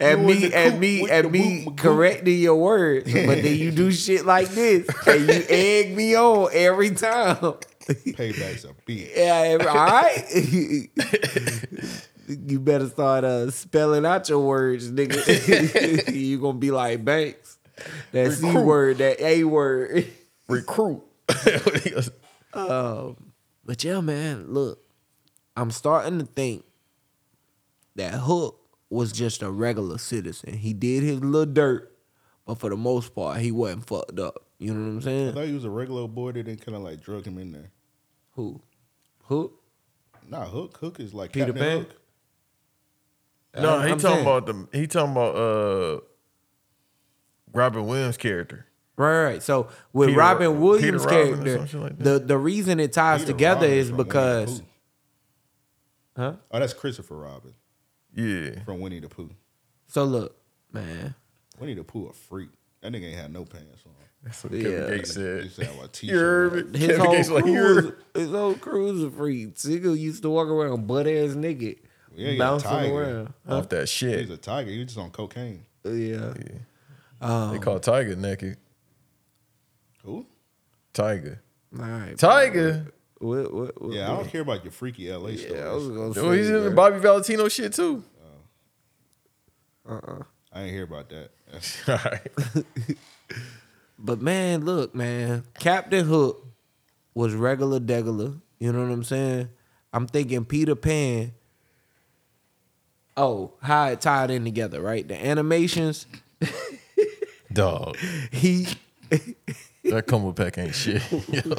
[SPEAKER 3] at
[SPEAKER 4] You in
[SPEAKER 3] me
[SPEAKER 4] the
[SPEAKER 3] at
[SPEAKER 4] coop
[SPEAKER 3] me
[SPEAKER 4] with
[SPEAKER 3] at
[SPEAKER 4] the
[SPEAKER 3] me
[SPEAKER 4] boop, boop.
[SPEAKER 3] correcting your words, but then you do shit like this and you egg me on every time.
[SPEAKER 4] Payback's a bitch.
[SPEAKER 3] yeah, every- all right. you better start uh, spelling out your words, nigga. you gonna be like Banks. That C word, that A word.
[SPEAKER 5] recruit.
[SPEAKER 3] But yeah, man, look, I'm starting to think that Hook was just a regular citizen. He did his little dirt, but for the most part, he wasn't fucked up. You know what I'm
[SPEAKER 4] I
[SPEAKER 3] saying?
[SPEAKER 4] thought he was a regular boy that kind of like drug him in there.
[SPEAKER 3] Who? Hook?
[SPEAKER 4] Nah, Hook. Hook is like
[SPEAKER 3] Peter
[SPEAKER 4] Captain
[SPEAKER 3] Pan?
[SPEAKER 4] Hook.
[SPEAKER 5] no,
[SPEAKER 3] I'm-
[SPEAKER 5] he
[SPEAKER 3] I'm
[SPEAKER 5] talking
[SPEAKER 3] saying.
[SPEAKER 5] about the he talking about uh Robin Williams character.
[SPEAKER 3] Right, right. So with
[SPEAKER 5] Peter-
[SPEAKER 3] Robin Williams'
[SPEAKER 5] Peter Robin or some
[SPEAKER 3] character,
[SPEAKER 5] shit like that?
[SPEAKER 3] the the reason it ties
[SPEAKER 4] Peter
[SPEAKER 3] together
[SPEAKER 4] Robin
[SPEAKER 3] is
[SPEAKER 4] from Winnie the
[SPEAKER 3] because
[SPEAKER 4] Pooh.
[SPEAKER 3] Huh?
[SPEAKER 4] Oh, that's Christopher Robin
[SPEAKER 5] Yeah.
[SPEAKER 4] from Winnie the Pooh.
[SPEAKER 3] so look, man,
[SPEAKER 4] Winnie the Pooh a freak. That nigga ain't had no pants on.
[SPEAKER 5] That's what
[SPEAKER 3] Yeah.
[SPEAKER 5] Kevin Gates
[SPEAKER 4] He
[SPEAKER 5] said.
[SPEAKER 4] said "I'm a
[SPEAKER 5] You
[SPEAKER 4] t-shirt.
[SPEAKER 5] heard me?
[SPEAKER 3] his
[SPEAKER 5] Kevin
[SPEAKER 3] whole
[SPEAKER 5] Gates like, you
[SPEAKER 3] crew,
[SPEAKER 5] heard-
[SPEAKER 3] was- his whole crew was a freak. Nigga used to walk around butt ass nigga,
[SPEAKER 4] Yeah, he a
[SPEAKER 3] bouncing
[SPEAKER 4] tiger.
[SPEAKER 3] around.
[SPEAKER 5] off that shit.
[SPEAKER 4] He's a tiger. He was just on cocaine.
[SPEAKER 3] Yeah.
[SPEAKER 5] they call Tiger naked.
[SPEAKER 4] Who?
[SPEAKER 5] Tiger.
[SPEAKER 3] All right.
[SPEAKER 5] Tiger.
[SPEAKER 3] What, what, what,
[SPEAKER 4] Yeah, I don't care about your freaky LA
[SPEAKER 3] yeah, I was
[SPEAKER 4] stories.
[SPEAKER 3] gonna say.
[SPEAKER 5] Oh, he's in the
[SPEAKER 3] bro.
[SPEAKER 5] Bobby Valentino shit too.
[SPEAKER 4] I ain't hear about that. That's-
[SPEAKER 5] All right.
[SPEAKER 3] But man, look, man, Captain Hook was regular degular. You know what I'm saying? I'm thinking Peter Pan. Oh, how it tied in together, right? The animations.
[SPEAKER 5] Dog.
[SPEAKER 3] He
[SPEAKER 5] That combo pack ain't shit. Yo.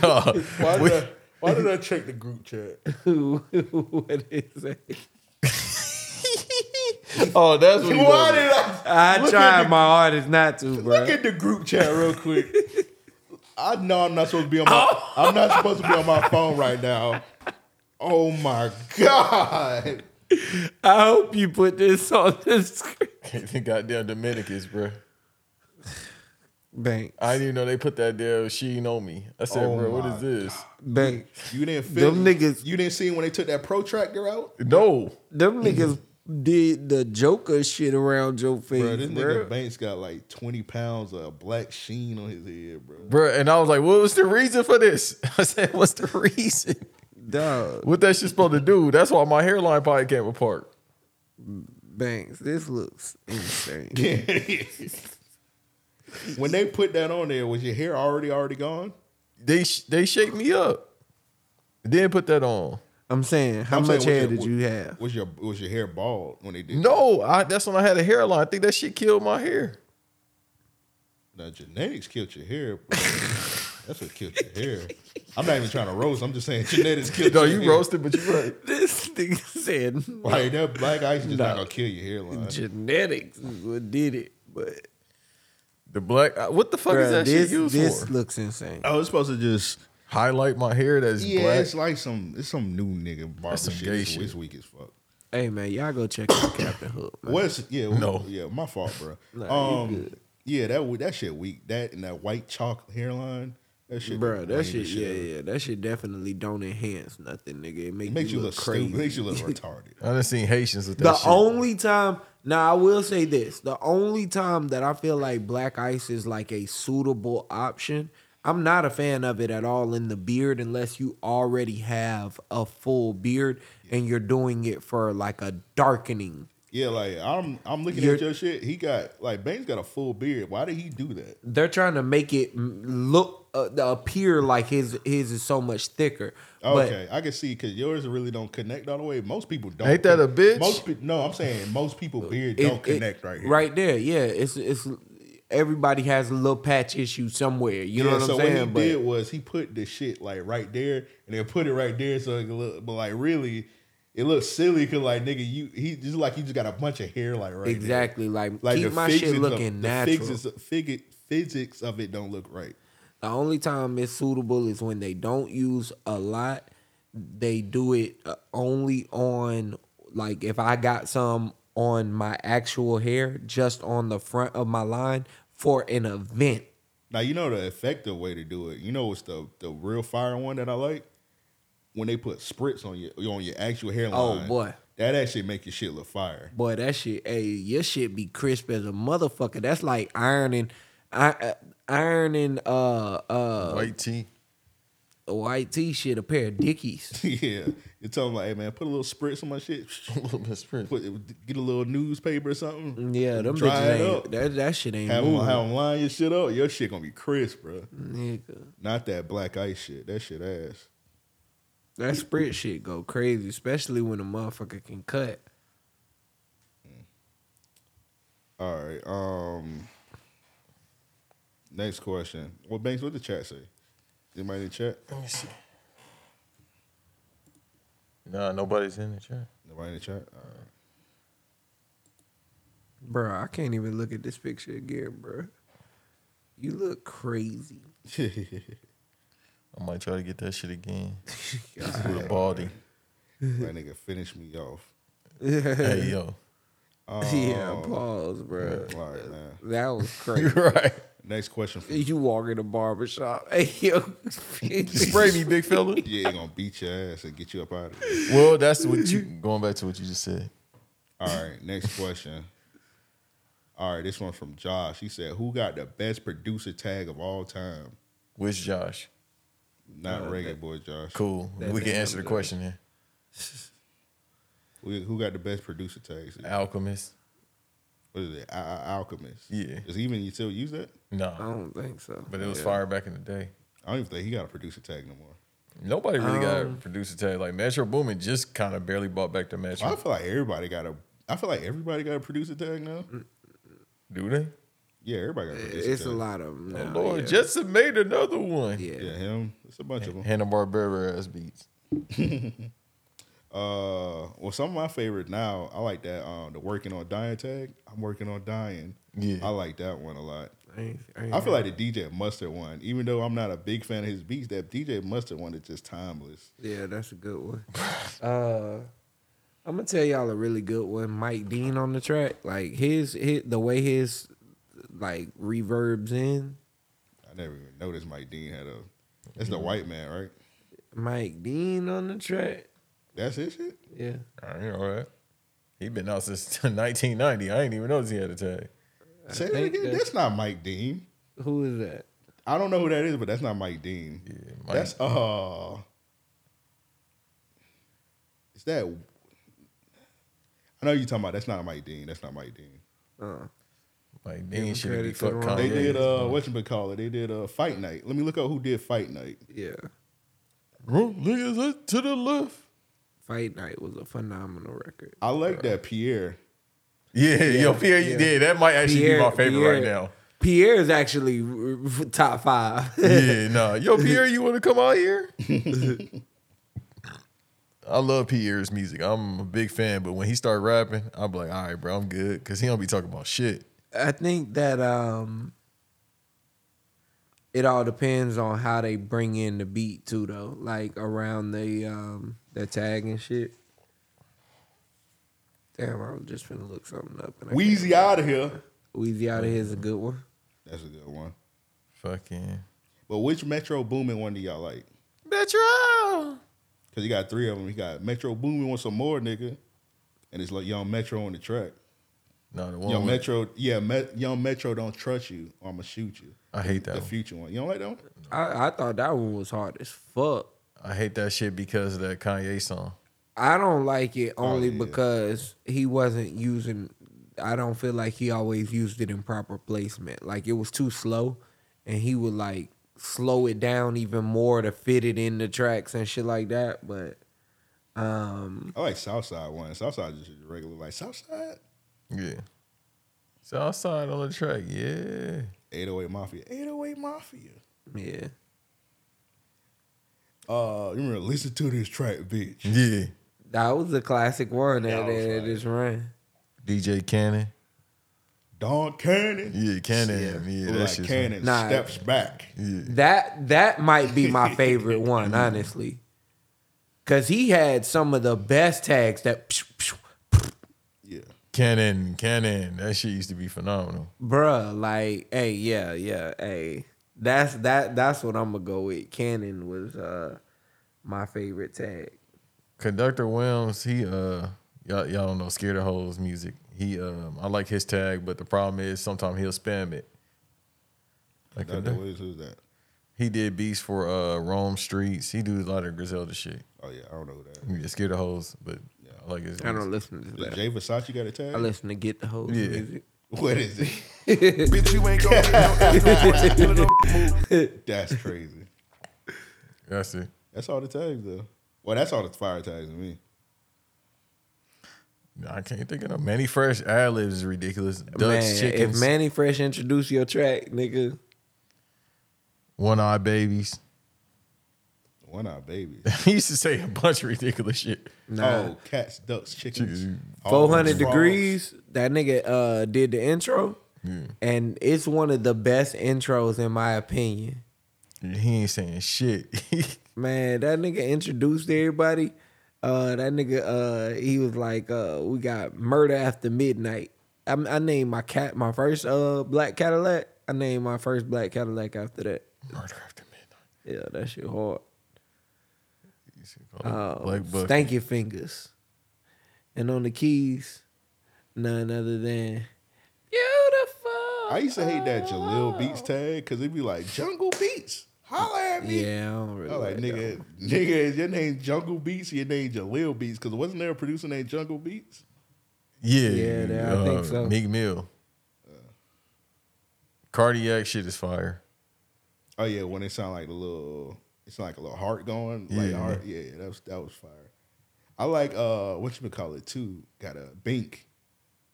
[SPEAKER 5] Dog.
[SPEAKER 7] Why did, I, why did I check the group chat?
[SPEAKER 3] what is it?
[SPEAKER 5] Oh, that's what you
[SPEAKER 7] Why
[SPEAKER 5] want.
[SPEAKER 7] did I
[SPEAKER 3] I tried my hardest not to,
[SPEAKER 7] look
[SPEAKER 3] bro.
[SPEAKER 7] at the group
[SPEAKER 4] Chat real quick. I know I'm not supposed to be on my. I'm not supposed to be on my phone right now. Oh my god!
[SPEAKER 3] I hope you put this on the screen.
[SPEAKER 5] The goddamn Dominicans, bro.
[SPEAKER 3] Bank,
[SPEAKER 5] I didn't even know they put that there. She ain't on me. I said,
[SPEAKER 4] Oh
[SPEAKER 5] bro, what
[SPEAKER 4] my
[SPEAKER 5] is this?
[SPEAKER 3] bank.
[SPEAKER 4] You didn't feel
[SPEAKER 3] Them niggas-
[SPEAKER 4] You didn't see when they took that protractor out.
[SPEAKER 5] No.
[SPEAKER 3] Them niggas did the Joker shit around your face,
[SPEAKER 4] Bro, this
[SPEAKER 3] bro.
[SPEAKER 4] nigga Banks got like 20 pounds of black sheen on his head, bro.
[SPEAKER 5] Bro, and I was like, what was the reason for this? I said, what's the reason?
[SPEAKER 3] Dog.
[SPEAKER 5] What that shit supposed to do? That's why my hairline probably came apart.
[SPEAKER 3] Banks, this looks insane.
[SPEAKER 4] When they put that on there, was your hair already already gone?
[SPEAKER 5] They sh- they shaped me up. Then put that on.
[SPEAKER 3] I'm saying, how
[SPEAKER 4] I'm saying,
[SPEAKER 3] much
[SPEAKER 4] was
[SPEAKER 3] hair
[SPEAKER 4] your-
[SPEAKER 3] did you have?
[SPEAKER 4] Was your was your hair bald when they did?
[SPEAKER 5] No, I, that's when I had a hairline. I think that shit killed my hair.
[SPEAKER 4] Now genetics killed your hair. Bro. That's what killed your hair. I'm not even trying to roast. I'm just saying genetics killed.
[SPEAKER 5] No,
[SPEAKER 4] your
[SPEAKER 5] you
[SPEAKER 4] hair.
[SPEAKER 5] roasted, but you right.
[SPEAKER 3] This nigga said
[SPEAKER 4] Like that black ice is just not gonna kill your hairline.
[SPEAKER 3] genetics is what did it, but
[SPEAKER 5] The black. uh, What the fuck is
[SPEAKER 3] Bruh,
[SPEAKER 5] that
[SPEAKER 3] this
[SPEAKER 5] shit used
[SPEAKER 3] this
[SPEAKER 5] for?
[SPEAKER 3] looks insane.
[SPEAKER 5] Oh,
[SPEAKER 4] I was supposed to just
[SPEAKER 5] Highlight my hair that's
[SPEAKER 4] yeah.
[SPEAKER 5] black.
[SPEAKER 4] It's like some it's some new nigga barber
[SPEAKER 5] some
[SPEAKER 4] shit.
[SPEAKER 5] gay
[SPEAKER 4] it's,
[SPEAKER 5] shit.
[SPEAKER 4] it's weak as fuck.
[SPEAKER 3] Hey man, y'all go check out Captain Hook. Man.
[SPEAKER 4] What's yeah
[SPEAKER 5] No.
[SPEAKER 4] yeah my fault, bro.
[SPEAKER 3] Nah, you
[SPEAKER 4] um
[SPEAKER 3] good.
[SPEAKER 4] yeah that wa- that shit weak. That and that white chalk hairline. That shit,
[SPEAKER 3] Bro,
[SPEAKER 4] lame
[SPEAKER 3] that
[SPEAKER 4] as
[SPEAKER 3] shit, yeah,
[SPEAKER 4] ever.
[SPEAKER 3] yeah, that shit definitely don't enhance nothing, nigga. It make
[SPEAKER 4] It makes you look
[SPEAKER 3] crazy.
[SPEAKER 4] stupid. Makes you look retarded.
[SPEAKER 5] I done seen Haitians with that
[SPEAKER 3] the
[SPEAKER 5] shit.
[SPEAKER 3] only time now i will say this the only time that i feel like black ice is like a suitable option i'm not a fan of it at all in the beard unless you already have a full beard and you're doing it for like a darkening
[SPEAKER 4] Yeah, like I'm I'm looking
[SPEAKER 3] You're-
[SPEAKER 4] at your shit. He got like Bane's got a full beard. Why did he do that?
[SPEAKER 3] they're trying to make it m- look uh, appear like his his is so much thicker But-
[SPEAKER 4] Okay, I can see because yours really don't connect all the way. Most people don't.
[SPEAKER 5] Ain't that a bitch?
[SPEAKER 4] Most pe- no, I'm saying most people beard
[SPEAKER 3] it-
[SPEAKER 4] don't
[SPEAKER 3] it-
[SPEAKER 4] connect right here.
[SPEAKER 3] Right there, yeah. It's it's everybody has a little patch issue somewhere. You know
[SPEAKER 4] Yeah,
[SPEAKER 3] what I'm
[SPEAKER 4] so
[SPEAKER 3] saying?
[SPEAKER 4] what
[SPEAKER 3] But-
[SPEAKER 4] he did was he put the shit like right there, and then put it right there, so it could look. But like really, it looks silly because like nigga, you he just like he just got a bunch of hair like right there.
[SPEAKER 3] Exactly. Like,
[SPEAKER 4] Like
[SPEAKER 3] keep
[SPEAKER 4] the
[SPEAKER 3] my
[SPEAKER 4] physics
[SPEAKER 3] shit
[SPEAKER 4] of-
[SPEAKER 3] looking
[SPEAKER 4] the
[SPEAKER 3] natural.
[SPEAKER 4] physics- fig- physics of it don't look right.
[SPEAKER 3] the only time it's suitable is when they don't use a lot. They do it uh, only on like if I got some on my actual hair, just on the front of my line for an event.
[SPEAKER 4] Now you know the effective way to do it. You know what's the the real fire one that I like? When they put spritz on your on your actual hairline.
[SPEAKER 3] Oh, boy.
[SPEAKER 4] That actually make your shit look fire.
[SPEAKER 3] Boy, that shit, hey, your shit be crisp as a motherfucker. That's like ironing, I, uh, ironing uh uh
[SPEAKER 5] white tee.
[SPEAKER 3] a white t shirt, a pair of dickies.
[SPEAKER 4] yeah. You tell them like, hey man, put a little spritz on my shit.
[SPEAKER 5] A little bit spread.
[SPEAKER 4] Put it- get a little newspaper or something.
[SPEAKER 3] Yeah, them
[SPEAKER 4] Dry
[SPEAKER 3] bitches
[SPEAKER 4] it
[SPEAKER 3] ain't
[SPEAKER 4] up.
[SPEAKER 3] that that shit ain't
[SPEAKER 4] Have them,
[SPEAKER 3] moving.
[SPEAKER 4] have 'em line your shit up. Your shit gonna be crisp, bro.
[SPEAKER 3] Nigga.
[SPEAKER 4] Not that black ice shit. That shit ass.
[SPEAKER 3] That sprit shit go crazy, especially when a motherfucker can cut.
[SPEAKER 4] All right. Um. Next question. Well, Banks, what the chat say? Anybody in the chat?
[SPEAKER 5] Let me see. Nah, nobody's in the chat.
[SPEAKER 4] Nobody in the chat. All right.
[SPEAKER 3] Bro, I can't even look at this picture again, bro. You look crazy.
[SPEAKER 5] I might try to get that shit again. Just with a baldy.
[SPEAKER 4] That nigga finished me off.
[SPEAKER 5] hey yo, Oh.
[SPEAKER 3] yeah, pause, bro.
[SPEAKER 4] All right, man.
[SPEAKER 3] That was crazy.
[SPEAKER 5] you right.
[SPEAKER 4] Next question. For
[SPEAKER 3] you walk in a barbershop. Hey, yo.
[SPEAKER 5] Spray me, big fella.
[SPEAKER 4] Yeah, he gonna beat your ass and get you up out of here.
[SPEAKER 5] Well, that's what you. Going back to what you just said.
[SPEAKER 4] All right, next question. All right, this one from Josh. He said, "Who got the best producer tag of all time?"
[SPEAKER 5] Which Josh?
[SPEAKER 4] Not
[SPEAKER 3] Uh,
[SPEAKER 4] Reggae Boy Josh.
[SPEAKER 5] Cool.
[SPEAKER 3] That
[SPEAKER 5] we can
[SPEAKER 3] man
[SPEAKER 5] answer the
[SPEAKER 3] over
[SPEAKER 5] question here.
[SPEAKER 4] Who, who got the best producer tags?
[SPEAKER 5] Alchemist.
[SPEAKER 4] What is it? Al- Al- Alchemist.
[SPEAKER 5] Yeah.
[SPEAKER 4] Does he even you still use that?
[SPEAKER 3] I
[SPEAKER 5] No,
[SPEAKER 3] don't think so.
[SPEAKER 5] but it was
[SPEAKER 3] Yeah.
[SPEAKER 5] fire back in the day.
[SPEAKER 4] I don't even think he got a producer tag no more.
[SPEAKER 5] Nobody really got a
[SPEAKER 3] Um,
[SPEAKER 5] producer tag. Like Metro Boomin just kind of barely bought back the
[SPEAKER 4] I
[SPEAKER 5] Metro.
[SPEAKER 4] feel like everybody got a. I feel like everybody got a producer tag now.
[SPEAKER 5] Do they?
[SPEAKER 4] Yeah, everybody got a producer
[SPEAKER 3] Mm. It's a
[SPEAKER 4] tag.
[SPEAKER 3] lot of them. now,
[SPEAKER 5] oh Lord,
[SPEAKER 3] yeah.
[SPEAKER 5] Jetson made another one.
[SPEAKER 3] yeah.
[SPEAKER 4] Yeah, him. It's a bunch of them.
[SPEAKER 5] Hanna Barbera ass beats.
[SPEAKER 4] Uh, well, some of my favorite now. I like that. Um, the working on dying tag. I'm working on dying.
[SPEAKER 5] Yeah.
[SPEAKER 4] I like that one a lot.
[SPEAKER 3] I, ain't- I ain't
[SPEAKER 4] I feel like the DJ Mustard one. Even though I'm not a big fan of his beats, that DJ Mustard one is just timeless.
[SPEAKER 3] Yeah, that's a good one. Uh, I'm gonna tell y'all a really good one. Mike Dean on the track, like his hit the way his like reverbs in.
[SPEAKER 4] I never even noticed Mike Dean had a. That's the white man, right?
[SPEAKER 3] Mike Dean on the track.
[SPEAKER 4] That's his shit.
[SPEAKER 3] Yeah,
[SPEAKER 5] I ain't all right. He been out since 1990. I ain't even noticed he had a tag.
[SPEAKER 4] Say that
[SPEAKER 3] think
[SPEAKER 4] again.
[SPEAKER 3] that-
[SPEAKER 4] That's not Mike Dean.
[SPEAKER 3] who is that?
[SPEAKER 4] I don't know who that is, but that's not Mike Dean.
[SPEAKER 5] Yeah, Mike-
[SPEAKER 4] That's uh Is that I know you're talking about that's not Mike Dean. That's not Mike Dean.
[SPEAKER 3] Uh,
[SPEAKER 5] Like
[SPEAKER 3] Give
[SPEAKER 5] they ain't
[SPEAKER 3] 'em
[SPEAKER 5] shit be
[SPEAKER 3] credit for
[SPEAKER 5] fuck
[SPEAKER 3] the wrong
[SPEAKER 5] Kanye.
[SPEAKER 4] They
[SPEAKER 3] Yeah,
[SPEAKER 4] did uh what you call it? They did uh fight night. Let me look up who did fight night.
[SPEAKER 3] Yeah.
[SPEAKER 5] Room niggas up to the left.
[SPEAKER 3] Fight Night was a phenomenal record.
[SPEAKER 4] I like that Pierre.
[SPEAKER 5] Yeah, yo, Pierre, you did. That might actually be my favorite right
[SPEAKER 3] Pierre-
[SPEAKER 5] now.
[SPEAKER 3] Pierre is actually r- r- top five.
[SPEAKER 5] Yeah, no, yo, Pierre, you want to come out here? I love Pierre's music. I'm a big fan, but when he started rapping, I'm like, all right, bro, I'm good, because he don't be talking about shit.
[SPEAKER 3] I think that um it all depends on how they bring in the beat too though, like around the um the tag and shit. Damn, I was just finna look something up. And I
[SPEAKER 4] Wheezy out of here.
[SPEAKER 3] can't- Weezy out of here is a good one.
[SPEAKER 4] That's a good one.
[SPEAKER 5] Fucking
[SPEAKER 4] But which Metro Boomin one do y'all like?
[SPEAKER 5] Metro.
[SPEAKER 4] Cause he got three of them. He got Metro Boomin want some more nigga, and it's like Young Metro on the track.
[SPEAKER 5] No, the
[SPEAKER 4] Young
[SPEAKER 5] one. With,
[SPEAKER 4] Metro, yeah, Met, Young Metro don't trust you. Or I'ma shoot you.
[SPEAKER 5] I hate that
[SPEAKER 4] the
[SPEAKER 5] one.
[SPEAKER 4] future one. You don't like that one?
[SPEAKER 3] I, I thought that one was hard as fuck.
[SPEAKER 5] I hate that shit because of that Kanye song.
[SPEAKER 3] I don't like it only
[SPEAKER 4] Oh, yeah.
[SPEAKER 3] because he wasn't using. I don't feel like he always used it in proper placement. Like it was too slow, and he would like slow it down even more to fit it in the tracks and shit like that. But um,
[SPEAKER 4] I like Southside one. Southside is just regular. Like Southside,
[SPEAKER 5] Yeah. So outside on the track, yeah.
[SPEAKER 4] 808 Mafia, 808 Mafia.
[SPEAKER 3] yeah,
[SPEAKER 4] Uh, you remember? Listen to this track, bitch.
[SPEAKER 5] Yeah.
[SPEAKER 3] that was a classic one that
[SPEAKER 4] That was
[SPEAKER 3] that
[SPEAKER 4] like-
[SPEAKER 3] this run.
[SPEAKER 5] DJ Cannon.
[SPEAKER 4] Don Cannon.
[SPEAKER 5] Yeah, Cannon. Yeah,
[SPEAKER 4] Look
[SPEAKER 5] that
[SPEAKER 4] like
[SPEAKER 5] shit's-
[SPEAKER 4] Cannon
[SPEAKER 3] Nah.
[SPEAKER 4] steps back.
[SPEAKER 3] That that might be my favorite one, honestly, because he had some of the best tags that.
[SPEAKER 4] Yeah.
[SPEAKER 5] Cannon, Cannon. That shit used to be phenomenal.
[SPEAKER 3] bruh like hey yeah yeah hey that's that that's what i'm gonna go with cannon was uh my favorite tag
[SPEAKER 5] Conductor Wilms, he uh y'all y'all don't know Scared of Hoes music. He um I like his tag, but the problem is sometimes he'll spam it. Like
[SPEAKER 4] That, that, who's,
[SPEAKER 5] Conduct-
[SPEAKER 4] who's that?
[SPEAKER 5] he did beats for uh Rome Streets. He do a lot of Griselda shit.
[SPEAKER 4] Oh yeah, I don't know who that.
[SPEAKER 5] Yeah, Scared of Hoes, but I like his
[SPEAKER 3] i don't
[SPEAKER 5] beats.
[SPEAKER 3] listen to
[SPEAKER 4] Is
[SPEAKER 3] that
[SPEAKER 4] Jay Versace got a tag?
[SPEAKER 3] i listen to get the whole
[SPEAKER 5] Yeah.
[SPEAKER 3] music
[SPEAKER 4] What is it?
[SPEAKER 6] Bitch, you ain't gonna get no extra points.
[SPEAKER 4] That's crazy.
[SPEAKER 5] That's it.
[SPEAKER 4] That's all the tags though. Well, that's all the fire tags to me.
[SPEAKER 5] I can't think of no Manny Fresh ad libs is ridiculous. Ducks,
[SPEAKER 3] Man, if
[SPEAKER 5] chickens,
[SPEAKER 3] Manny Fresh introduce your track, nigga,
[SPEAKER 5] one eyed babies.
[SPEAKER 4] One Eye Baby.
[SPEAKER 5] he used to say a bunch of ridiculous shit.
[SPEAKER 3] nah,
[SPEAKER 4] Oh, cats, ducks, chickens.
[SPEAKER 5] Chicken.
[SPEAKER 4] all
[SPEAKER 3] four hundred
[SPEAKER 4] the frogs.
[SPEAKER 3] degrees. That nigga uh did the intro, and it's one of the best intros in my opinion.
[SPEAKER 5] He ain't saying shit.
[SPEAKER 3] Man, that nigga introduced everybody. Uh, that nigga, uh, he was like, uh, we got murder after midnight. I, I named my cat, my first uh black Cadillac. I named my first black Cadillac after that.
[SPEAKER 5] Murder after midnight.
[SPEAKER 3] Yeah, that shit hard. Um,
[SPEAKER 5] You should
[SPEAKER 3] Oh,
[SPEAKER 5] call it Black Buck.
[SPEAKER 3] Stanky fingers, and on the keys, none other than beautiful.
[SPEAKER 4] I used to hate that Jalil Beats tag because it'd be like Jungle Beats. Holla at me.
[SPEAKER 3] Yeah, I don't
[SPEAKER 4] I
[SPEAKER 3] really
[SPEAKER 4] was like,
[SPEAKER 3] that
[SPEAKER 4] nigga, nigga, is your name Jungle Beats? Your name Jalil Beats? Because wasn't there a producer named Jungle Beats?
[SPEAKER 5] Yeah, uh,
[SPEAKER 3] Yeah, that- I think so.
[SPEAKER 5] Meek Mill. Cardiac shit is fire.
[SPEAKER 4] Oh yeah, when it sound like a little, it's like a little heart going, like
[SPEAKER 5] Yeah.
[SPEAKER 4] heart. Yeah, that was that was fire. I like uh, what you call it too. Got a Bink.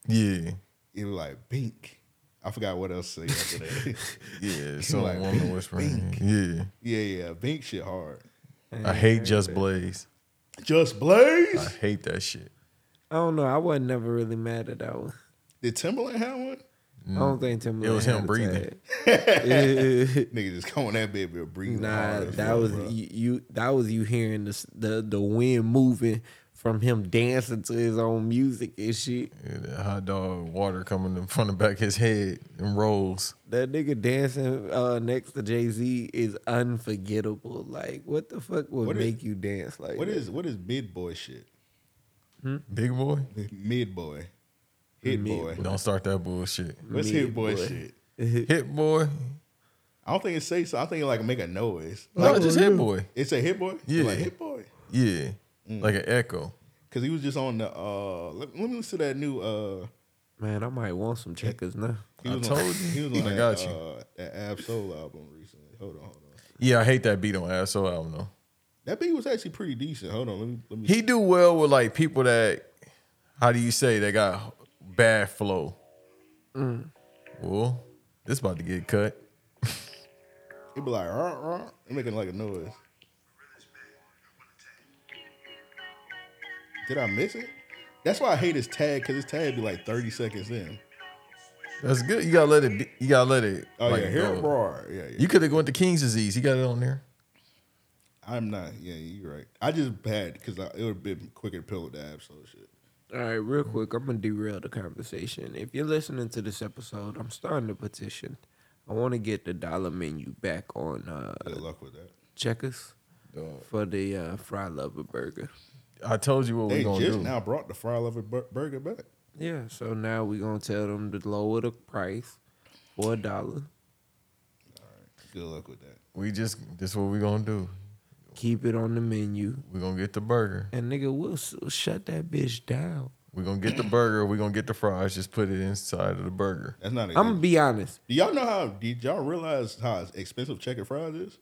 [SPEAKER 5] Yeah,
[SPEAKER 4] It was like Bink. I forgot what else to say after that.
[SPEAKER 5] yeah. So
[SPEAKER 4] like,
[SPEAKER 5] woman whispering. Yeah,
[SPEAKER 4] yeah, yeah, Bink shit hard.
[SPEAKER 5] I hate Just Blaze.
[SPEAKER 4] Just
[SPEAKER 5] I
[SPEAKER 4] Blaze.
[SPEAKER 5] hate that shit.
[SPEAKER 3] I don't know. I wasn't never really mad at that one.
[SPEAKER 4] Did Timberland have one?
[SPEAKER 3] I
[SPEAKER 4] Mm.
[SPEAKER 3] don't think Timberland.
[SPEAKER 5] was
[SPEAKER 3] had
[SPEAKER 5] him
[SPEAKER 3] a
[SPEAKER 5] breathing.
[SPEAKER 3] tag. Yeah.
[SPEAKER 4] Nigga just come on that baby and breathing.
[SPEAKER 3] Nah,
[SPEAKER 4] hard as
[SPEAKER 3] that
[SPEAKER 4] fuck,
[SPEAKER 3] was
[SPEAKER 4] bro.
[SPEAKER 3] you, you. That was you hearing the s- the the wind moving from him dancing to his own music and shit.
[SPEAKER 5] Yeah, that hot dog water coming in front of back his head and rolls.
[SPEAKER 3] That nigga dancing uh, next to Jay Z is unforgettable. Like, what the fuck would
[SPEAKER 4] What is-
[SPEAKER 3] make you dance like?
[SPEAKER 4] What
[SPEAKER 3] that?
[SPEAKER 4] is what is mid boy shit?
[SPEAKER 5] Big boy,
[SPEAKER 4] Mid boy, hit boy.
[SPEAKER 5] don't start that bullshit.
[SPEAKER 4] What's hit boy,
[SPEAKER 3] Mid-boy.
[SPEAKER 4] shit?
[SPEAKER 5] Hit boy,
[SPEAKER 4] I don't think it say so. I think it like make a noise.
[SPEAKER 5] no, just hit boy.
[SPEAKER 4] It's a hit boy.
[SPEAKER 5] Yeah.
[SPEAKER 4] like hit boy.
[SPEAKER 5] Yeah,
[SPEAKER 4] Mm.
[SPEAKER 5] like an echo.
[SPEAKER 4] Cause he was just on the. uh Let, let me listen to that new. uh
[SPEAKER 3] Man, I might want some checkers now.
[SPEAKER 4] He
[SPEAKER 5] I
[SPEAKER 4] was
[SPEAKER 5] told
[SPEAKER 4] on,
[SPEAKER 5] you.
[SPEAKER 4] He was
[SPEAKER 5] I
[SPEAKER 4] on that,
[SPEAKER 5] got you.
[SPEAKER 4] Uh, that Ab Soul album recently. Hold on, hold on.
[SPEAKER 5] Yeah, I hate that beat on asshole album though.
[SPEAKER 4] That beat was actually pretty decent. Hold on, let me let me.
[SPEAKER 5] He do well with like people that how do you say they got bad flow. Well, this about to get cut.
[SPEAKER 4] he be like, "Rah, rah," he making like a noise. Did I miss it? That's why I hate his tag because his tag be like thirty seconds in.
[SPEAKER 5] That's good. You gotta let it. Be, you gotta let it.
[SPEAKER 4] Oh
[SPEAKER 5] like,
[SPEAKER 4] yeah, here,
[SPEAKER 5] go.
[SPEAKER 4] bro. Yeah, yeah.
[SPEAKER 5] You could have gone to King's disease. He got it on there.
[SPEAKER 4] I'm not. Yeah, you're right. I just had because it would have been quicker to pill with the absolute shit.
[SPEAKER 3] All right, real
[SPEAKER 4] Mm.
[SPEAKER 3] quick, I'm gonna derail the conversation. If you're listening to this episode, I'm starting a petition. I want to get the dollar menu back on uh,
[SPEAKER 4] Good luck with that.
[SPEAKER 3] checkers for the uh, fry lover burger.
[SPEAKER 5] I told you what
[SPEAKER 4] They
[SPEAKER 5] we gonna
[SPEAKER 4] just
[SPEAKER 5] do.
[SPEAKER 4] now brought the fry lover bur- burger back.
[SPEAKER 3] Yeah, so now we're gonna tell them to lower the price for a dollar.
[SPEAKER 4] Good luck with that.
[SPEAKER 5] We just this what we gonna do.
[SPEAKER 3] Keep it on the menu,
[SPEAKER 5] We gonna get the burger.
[SPEAKER 3] and nigga, we'll s- shut that bitch down.
[SPEAKER 5] We gonna get the burger. We gonna get the fries. Just put it inside of the burger.
[SPEAKER 4] That's not. A
[SPEAKER 3] I'm gonna be honest.
[SPEAKER 4] Do y'all know how? Did y'all realize how expensive checker fries is?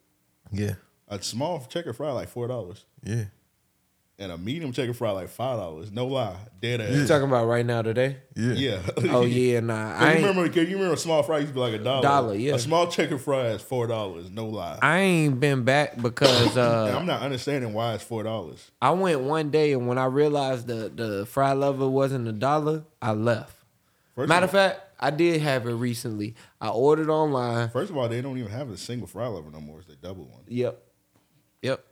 [SPEAKER 5] Yeah,
[SPEAKER 4] A small checker fry like four dollars,
[SPEAKER 5] yeah.
[SPEAKER 4] and a medium checker fry like five dollars. No lie, dead ass.
[SPEAKER 3] You talking about right now today?
[SPEAKER 5] Yeah.
[SPEAKER 4] Yeah.
[SPEAKER 3] Oh yeah, nah.
[SPEAKER 4] I
[SPEAKER 3] I ain't,
[SPEAKER 4] remember, can you remember a small fry used to be like a dollar?
[SPEAKER 3] Dollar, yeah.
[SPEAKER 4] A small checker fry is four dollars. No lie.
[SPEAKER 3] I ain't been back because
[SPEAKER 4] and
[SPEAKER 3] uh,
[SPEAKER 4] I'm not understanding why it's four dollars.
[SPEAKER 3] I went one day, and when I realized the the fry lover wasn't a dollar, I left.
[SPEAKER 4] First
[SPEAKER 3] Matter of
[SPEAKER 4] of
[SPEAKER 3] fact, I did have it recently. I ordered online.
[SPEAKER 4] First of all, they don't even have a single fry lover no more. It's a double one.
[SPEAKER 3] Yep, yep.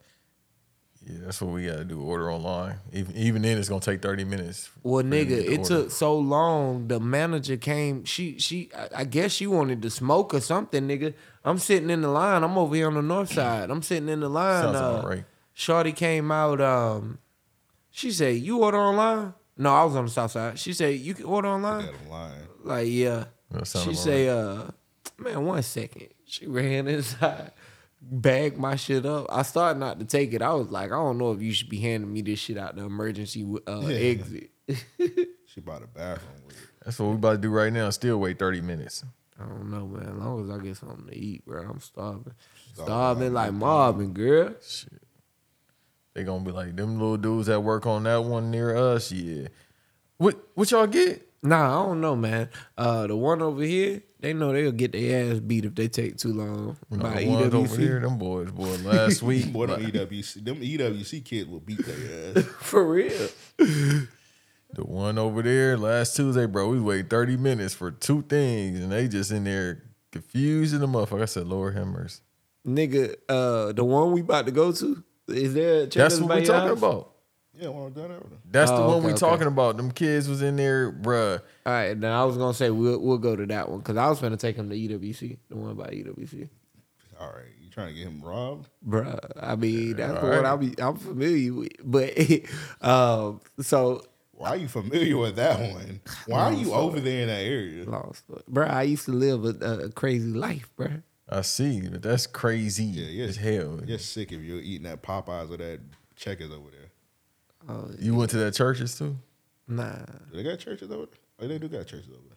[SPEAKER 5] Yeah, that's what we gotta do. Order online. Even even then, it's gonna take thirty minutes.
[SPEAKER 3] Well,
[SPEAKER 5] for you to
[SPEAKER 3] nigga,
[SPEAKER 5] get the
[SPEAKER 3] it
[SPEAKER 5] order.
[SPEAKER 3] took so long. The manager came. She she. I- I guess she wanted to smoke or something, nigga. I'm sitting in the line. I'm over here on the north side. I'm sitting in the line.
[SPEAKER 5] Sounds
[SPEAKER 3] uh,
[SPEAKER 5] about right.
[SPEAKER 3] Shorty came out. Um, she said, "You order online." No, I was on the south side. She said, "You can order online."
[SPEAKER 4] Got a line.
[SPEAKER 3] Like, yeah.
[SPEAKER 5] That sound
[SPEAKER 3] She
[SPEAKER 5] about
[SPEAKER 3] say, uh, man, one second. She ran inside, bagged my shit up. I started not to take it. I was like, I don't know if you should be handing me this shit out the emergency uh, exit.
[SPEAKER 4] She bought a bathroom with it.
[SPEAKER 5] That's what we about to do right now. Still wait thirty minutes.
[SPEAKER 3] I don't know, man. As long as I get something to eat, bro, I'm starving.
[SPEAKER 4] Starving
[SPEAKER 3] Starving like Marvin, girl.
[SPEAKER 5] They gonna be like them little dudes that work on that one near us. Yeah. What what y'all get?
[SPEAKER 3] Nah, I don't know, man. Uh, the one over here, they know they'll get their ass beat if they take too long by E
[SPEAKER 5] the ones over here,
[SPEAKER 3] EWC.
[SPEAKER 5] them boys, boy, last week.
[SPEAKER 4] Boy, them
[SPEAKER 3] E
[SPEAKER 5] like,
[SPEAKER 4] EWC, them EWC kids will beat their ass.
[SPEAKER 3] For real.
[SPEAKER 5] the one over there last Tuesday, bro, we waited 30 minutes for two things and they just in there confusing the motherfucker. I said, Lord have mercy.
[SPEAKER 3] Nigga, uh, the one we about to go to, is there a
[SPEAKER 5] That's
[SPEAKER 3] Checkers
[SPEAKER 5] what
[SPEAKER 3] by
[SPEAKER 5] we
[SPEAKER 3] your
[SPEAKER 5] talking
[SPEAKER 3] house?
[SPEAKER 5] about.
[SPEAKER 4] yeah, well done everything.
[SPEAKER 5] That's the
[SPEAKER 3] Oh,
[SPEAKER 5] one
[SPEAKER 3] okay,
[SPEAKER 5] we
[SPEAKER 3] okay.
[SPEAKER 5] talking about. Them kids was in there, bruh.
[SPEAKER 3] All right, now I was gonna say we'll we'll go to that one because I was gonna take him to EWC, the one by E EWC.
[SPEAKER 4] All right, you trying to get him robbed?
[SPEAKER 3] Bruh, I mean that's the
[SPEAKER 5] all
[SPEAKER 3] one
[SPEAKER 5] right.
[SPEAKER 3] I be I'm familiar with, but um, so
[SPEAKER 4] Why are you familiar with that one? Why are you over there in that area?
[SPEAKER 3] lost, bruh. I used to live a, a crazy life, bruh.
[SPEAKER 5] I see, but that's crazy
[SPEAKER 4] Yeah, yeah.
[SPEAKER 5] as hell.
[SPEAKER 4] You're sick if you're eating that Popeyes or that Checkers over there.
[SPEAKER 5] You went to that churches too?
[SPEAKER 3] Nah,
[SPEAKER 4] Do they got churches over there? Oh, they do got churches over there.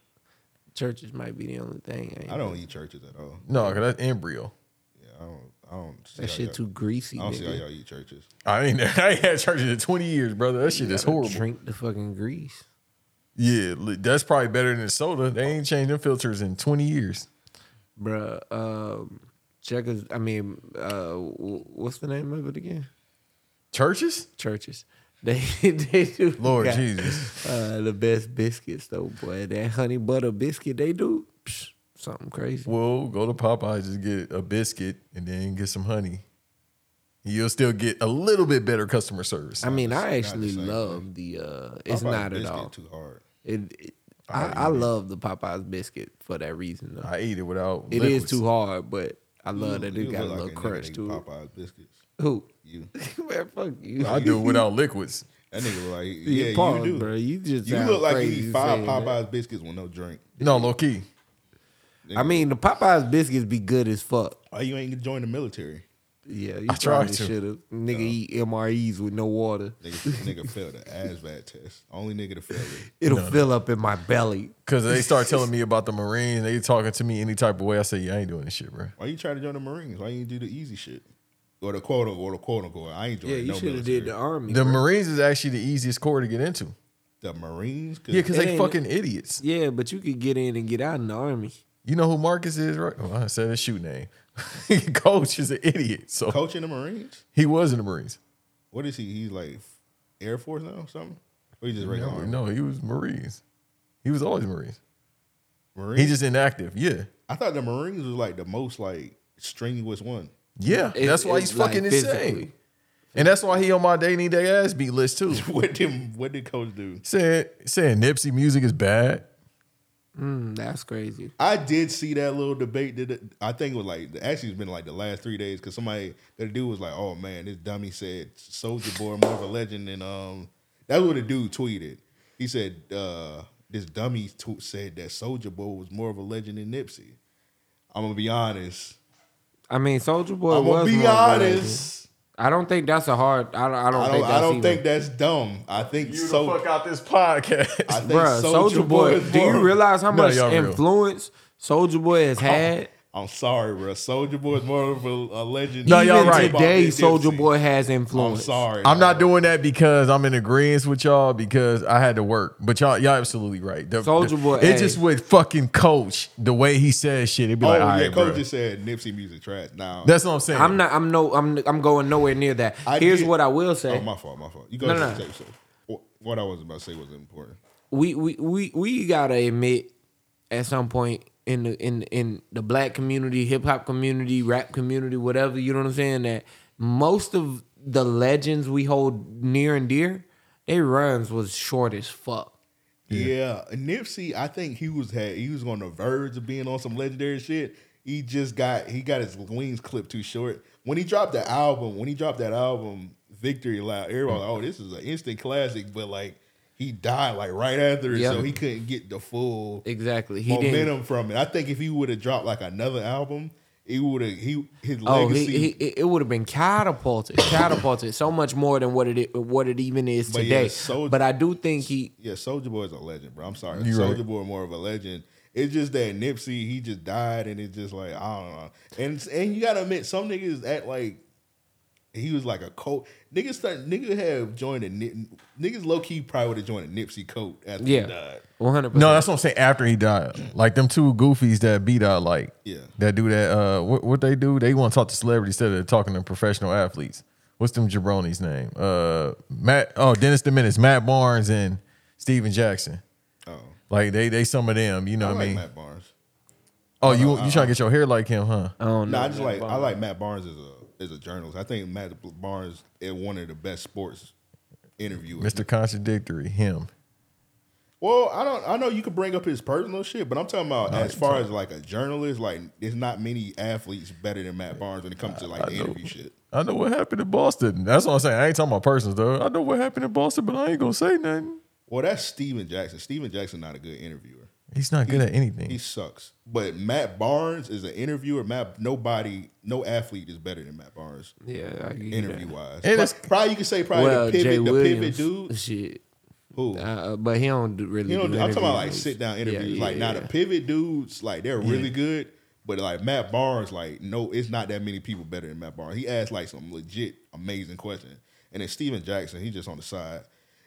[SPEAKER 3] churches might be the only thing. ain't
[SPEAKER 4] I
[SPEAKER 3] it?
[SPEAKER 4] don't eat churches at all.
[SPEAKER 5] No, 'cause that's embryo.
[SPEAKER 4] Yeah, I don't. I don't. See
[SPEAKER 3] That
[SPEAKER 4] how
[SPEAKER 3] shit
[SPEAKER 4] y'all-
[SPEAKER 3] too greasy.
[SPEAKER 4] I don't see how
[SPEAKER 3] nigga.
[SPEAKER 4] y'all eat churches.
[SPEAKER 5] I ain't, I ain't had churches in 20 years, brother. That shit is
[SPEAKER 3] Gotta
[SPEAKER 5] horrible.
[SPEAKER 3] Drink the fucking grease.
[SPEAKER 5] Yeah, li- that's probably better than soda. They ain't changed them filters in 20 years.
[SPEAKER 3] Bruh, um, checkers. I mean, uh, wh- what's the name of it again?
[SPEAKER 5] Churches?
[SPEAKER 3] Churches. They they do.
[SPEAKER 5] Lord
[SPEAKER 3] got,
[SPEAKER 5] Jesus.
[SPEAKER 3] uh, the best biscuits though, boy. That honey butter biscuit they do, psh, something crazy.
[SPEAKER 5] Well, go to Popeyes, just get a biscuit and then get some honey. You'll still get a little bit better customer service.
[SPEAKER 3] I mean, I
[SPEAKER 4] It's not the
[SPEAKER 3] actually
[SPEAKER 4] same
[SPEAKER 3] love the. uh It's
[SPEAKER 4] Popeyes
[SPEAKER 3] not at
[SPEAKER 4] biscuit
[SPEAKER 3] all.
[SPEAKER 4] Too hard.
[SPEAKER 3] It, it- I, I love the Popeyes biscuit for that reason. Though.
[SPEAKER 5] I eat it without.
[SPEAKER 3] It is
[SPEAKER 5] liquids.
[SPEAKER 3] too hard, but I love that
[SPEAKER 4] You
[SPEAKER 3] it got a
[SPEAKER 4] look
[SPEAKER 3] little
[SPEAKER 4] nigga that
[SPEAKER 3] crunch
[SPEAKER 4] eat
[SPEAKER 3] to it.
[SPEAKER 4] Popeyes biscuits.
[SPEAKER 3] Who?
[SPEAKER 4] You.
[SPEAKER 3] Man, fuck you.
[SPEAKER 5] I do it without liquids.
[SPEAKER 4] That nigga look like
[SPEAKER 3] You
[SPEAKER 4] yeah,
[SPEAKER 3] pause,
[SPEAKER 4] you do.
[SPEAKER 3] bro. You just
[SPEAKER 4] You
[SPEAKER 3] sound
[SPEAKER 4] look like
[SPEAKER 3] crazy
[SPEAKER 4] you eat five
[SPEAKER 3] saying
[SPEAKER 4] Popeyes
[SPEAKER 3] that.
[SPEAKER 4] biscuits with no drink.
[SPEAKER 5] No, low key.
[SPEAKER 3] I mean, the Popeyes biscuits be good as fuck.
[SPEAKER 4] Why you ain't join the military?
[SPEAKER 3] Yeah, you
[SPEAKER 5] I tried
[SPEAKER 3] probably
[SPEAKER 5] to.
[SPEAKER 3] should have. Nigga eat MREs with no water.
[SPEAKER 4] Nigga, nigga failed the ASVAB test. Only nigga to fail it.
[SPEAKER 3] It'll fill up in my belly.
[SPEAKER 5] Because they start telling me about the Marines, they talking to me any type of way. I say, yeah, I ain't doing this shit, bro.
[SPEAKER 4] Why you trying to join the Marines? Why you do the easy shit? Or the quote unquote, or the quote unquote. I ain't
[SPEAKER 3] Yeah,
[SPEAKER 4] joining
[SPEAKER 3] you
[SPEAKER 4] no
[SPEAKER 3] should have
[SPEAKER 4] military.
[SPEAKER 3] did the army.
[SPEAKER 5] The
[SPEAKER 3] bro.
[SPEAKER 5] Marines is actually the easiest corps to get into.
[SPEAKER 4] The Marines?
[SPEAKER 5] Yeah, because
[SPEAKER 3] It
[SPEAKER 5] they
[SPEAKER 3] ain't-
[SPEAKER 5] fucking idiots.
[SPEAKER 3] yeah, but you could get in and get out in the army.
[SPEAKER 5] You know who Marcus is, right? Well, I said his shoot name. Coach is an idiot. So
[SPEAKER 4] coaching the Marines?
[SPEAKER 5] he was in the Marines.
[SPEAKER 4] What is he? He's like Air Force now or something? Or he just regular
[SPEAKER 5] No,
[SPEAKER 4] Army?
[SPEAKER 5] no, he was Marines. He was always Marines.
[SPEAKER 4] Marines?
[SPEAKER 5] He just inactive. Yeah.
[SPEAKER 4] I thought the Marines was like the most like strenuous one.
[SPEAKER 5] Yeah.
[SPEAKER 3] It-
[SPEAKER 5] that's why
[SPEAKER 3] it's
[SPEAKER 5] he's fucking
[SPEAKER 3] like
[SPEAKER 5] insane.
[SPEAKER 3] physically.
[SPEAKER 5] And that's why he on my day need day ass beat list too.
[SPEAKER 4] what did what did coach do?
[SPEAKER 5] Said saying Nipsey music is bad.
[SPEAKER 3] Mm, that's crazy.
[SPEAKER 4] I did see that little debate. That it- I think it was like actually it's been like the last three days because somebody the dude was like, "Oh man, this dummy said Soldier Boy more of a legend," and um, that's what the dude tweeted. He said, uh, "This dummy tw- said that Soldier Boy was more of a legend than Nipsey." I'm gonna be honest.
[SPEAKER 3] I mean, Soldier Boy
[SPEAKER 4] I'm gonna
[SPEAKER 3] was
[SPEAKER 4] be
[SPEAKER 3] more legend.
[SPEAKER 4] honest.
[SPEAKER 3] I don't think that's a hard. I don't. I don't
[SPEAKER 4] I
[SPEAKER 3] think
[SPEAKER 4] don't.
[SPEAKER 3] that's.
[SPEAKER 4] I don't
[SPEAKER 3] even-
[SPEAKER 4] think that's dumb. I think so.
[SPEAKER 5] out this podcast.
[SPEAKER 4] I think
[SPEAKER 3] Bruh, Soldier Boy.
[SPEAKER 4] is
[SPEAKER 3] Do
[SPEAKER 4] more
[SPEAKER 3] you
[SPEAKER 4] of-
[SPEAKER 3] realize how
[SPEAKER 5] No,
[SPEAKER 3] much
[SPEAKER 5] y'all real. Oh.
[SPEAKER 3] influence Soldier Boy has had?
[SPEAKER 4] I'm sorry, bro. Soldier Boy is more of a, a legend.
[SPEAKER 5] No, y'all
[SPEAKER 4] than
[SPEAKER 3] Even
[SPEAKER 5] right.
[SPEAKER 4] Nipsey.
[SPEAKER 3] Today, Soldier
[SPEAKER 4] Nipsey.
[SPEAKER 3] Boy has
[SPEAKER 4] I'm
[SPEAKER 3] influence.
[SPEAKER 4] sorry.
[SPEAKER 5] I'm not
[SPEAKER 4] dog.
[SPEAKER 5] doing that because I'm in agreement with y'all because I had to work. But y'all, y'all absolutely right. The-
[SPEAKER 3] Soulja
[SPEAKER 5] the-
[SPEAKER 3] Boy,
[SPEAKER 5] It
[SPEAKER 3] hey.
[SPEAKER 5] just would fucking coach the way he says shit. It'd be
[SPEAKER 4] Oh
[SPEAKER 5] like,
[SPEAKER 4] yeah,
[SPEAKER 5] all right,
[SPEAKER 4] coach
[SPEAKER 5] bro.
[SPEAKER 4] just said Nipsey music trash. Now
[SPEAKER 5] That's what I'm saying.
[SPEAKER 3] I'm not. I'm no. I'm. I'm going nowhere near that.
[SPEAKER 4] I
[SPEAKER 3] Here's
[SPEAKER 4] did-
[SPEAKER 3] what I will say.
[SPEAKER 4] Oh my fault, my fault. You go
[SPEAKER 3] No,
[SPEAKER 4] ahead
[SPEAKER 3] no,
[SPEAKER 4] and
[SPEAKER 3] no.
[SPEAKER 4] say so. Wh- What I was about to say was important.
[SPEAKER 3] we we we we gotta admit at some point in the in in the black community, hip hop community, rap community, whatever you know what I'm saying that most of the legends we hold near and dear, their runs was short as fuck.
[SPEAKER 4] Yeah. Nipsey, I think he was had he was on the verge of being on some legendary shit. He just got he got his wings clipped too short. When he dropped the album, when he dropped that album, Victory Loud, everyone was like, oh, this is an instant classic, but like he died like right after it,
[SPEAKER 3] Yeah.
[SPEAKER 4] so he couldn't get the full
[SPEAKER 3] Exactly. He didn't.
[SPEAKER 4] momentum from it. I think if he would have dropped like another album, it would have he his
[SPEAKER 3] Oh,
[SPEAKER 4] legacy.
[SPEAKER 3] he, he, it- it would have been catapulted, catapulted so much more than what it what it even is
[SPEAKER 4] But yeah,
[SPEAKER 3] today.
[SPEAKER 4] Soulja-
[SPEAKER 3] but I do think he
[SPEAKER 4] Yeah, Soldier Boy is a legend, bro. I'm sorry,
[SPEAKER 5] You
[SPEAKER 4] Soldier
[SPEAKER 5] right.
[SPEAKER 4] Boy more of a legend. It's just that Nipsey, he just died, and it's just like I don't know. And and you gotta admit, some niggas act like he was like a coach. Niggas start niggas have joined a Nip- niggas low key probably would have joined a Nipsey coat after he
[SPEAKER 3] yeah,
[SPEAKER 4] died.
[SPEAKER 3] one hundred
[SPEAKER 5] no,
[SPEAKER 3] percent.
[SPEAKER 5] that's what I'm saying. After he died, like them two goofies that beat out, like
[SPEAKER 4] Yeah.
[SPEAKER 5] that do that. Uh, what what they do? They want to talk to celebrities instead of talking to professional athletes. What's them jabroni's name? Uh, Matt. Oh, Dennis the Menace, Matt Barnes, and Steven Jackson.
[SPEAKER 4] Oh,
[SPEAKER 5] Like they they some of them. You know
[SPEAKER 4] I,
[SPEAKER 5] what I
[SPEAKER 4] like
[SPEAKER 5] mean?
[SPEAKER 4] Matt Barnes.
[SPEAKER 5] Oh, you you trying to get your hair like him, huh?
[SPEAKER 3] I don't
[SPEAKER 4] No,
[SPEAKER 3] know.
[SPEAKER 4] I just like I like Matt Barnes as a as a journalist. I think Matt Barnes is one of the best sports interviewers.
[SPEAKER 5] Mr. Contradictory, him.
[SPEAKER 4] Well, I don't. I know you could bring up his personal shit, but I'm talking about as far as like a journalist. Like, there's not many athletes better than Matt Barnes when it comes to like the interview shit.
[SPEAKER 5] I know what happened in Boston. That's what I'm saying. I ain't talking about persons though. I know what happened in Boston, but I ain't gonna say nothing.
[SPEAKER 4] Well, that's Steven Jackson. Steven Jackson not a good interviewer.
[SPEAKER 5] He's not good at
[SPEAKER 4] He
[SPEAKER 5] anything.
[SPEAKER 4] sucks. But Matt Barnes is an interviewer. Matt, nobody, no athlete is better than Matt Barnes
[SPEAKER 3] yeah, I get
[SPEAKER 4] interview
[SPEAKER 3] that.
[SPEAKER 4] wise.
[SPEAKER 5] And it's-
[SPEAKER 4] Pro- probably you could say probably
[SPEAKER 3] Well,
[SPEAKER 4] the pivot,
[SPEAKER 3] Jay
[SPEAKER 4] the
[SPEAKER 3] Williams,
[SPEAKER 4] pivot dude.
[SPEAKER 3] shit.
[SPEAKER 4] Who?
[SPEAKER 3] Uh, but he don't do- really.
[SPEAKER 4] You know,
[SPEAKER 3] do
[SPEAKER 4] I'm talking about like
[SPEAKER 3] interviews.
[SPEAKER 4] sit down
[SPEAKER 3] Yeah,
[SPEAKER 4] interviews.
[SPEAKER 3] yeah,
[SPEAKER 4] like now the
[SPEAKER 3] yeah.
[SPEAKER 4] pivot dudes, like they're really good, but like Matt Barnes, like no, it's not that many people better than Matt Barnes. He asked like some legit amazing questions, and then Steven Jackson, he's just on the side.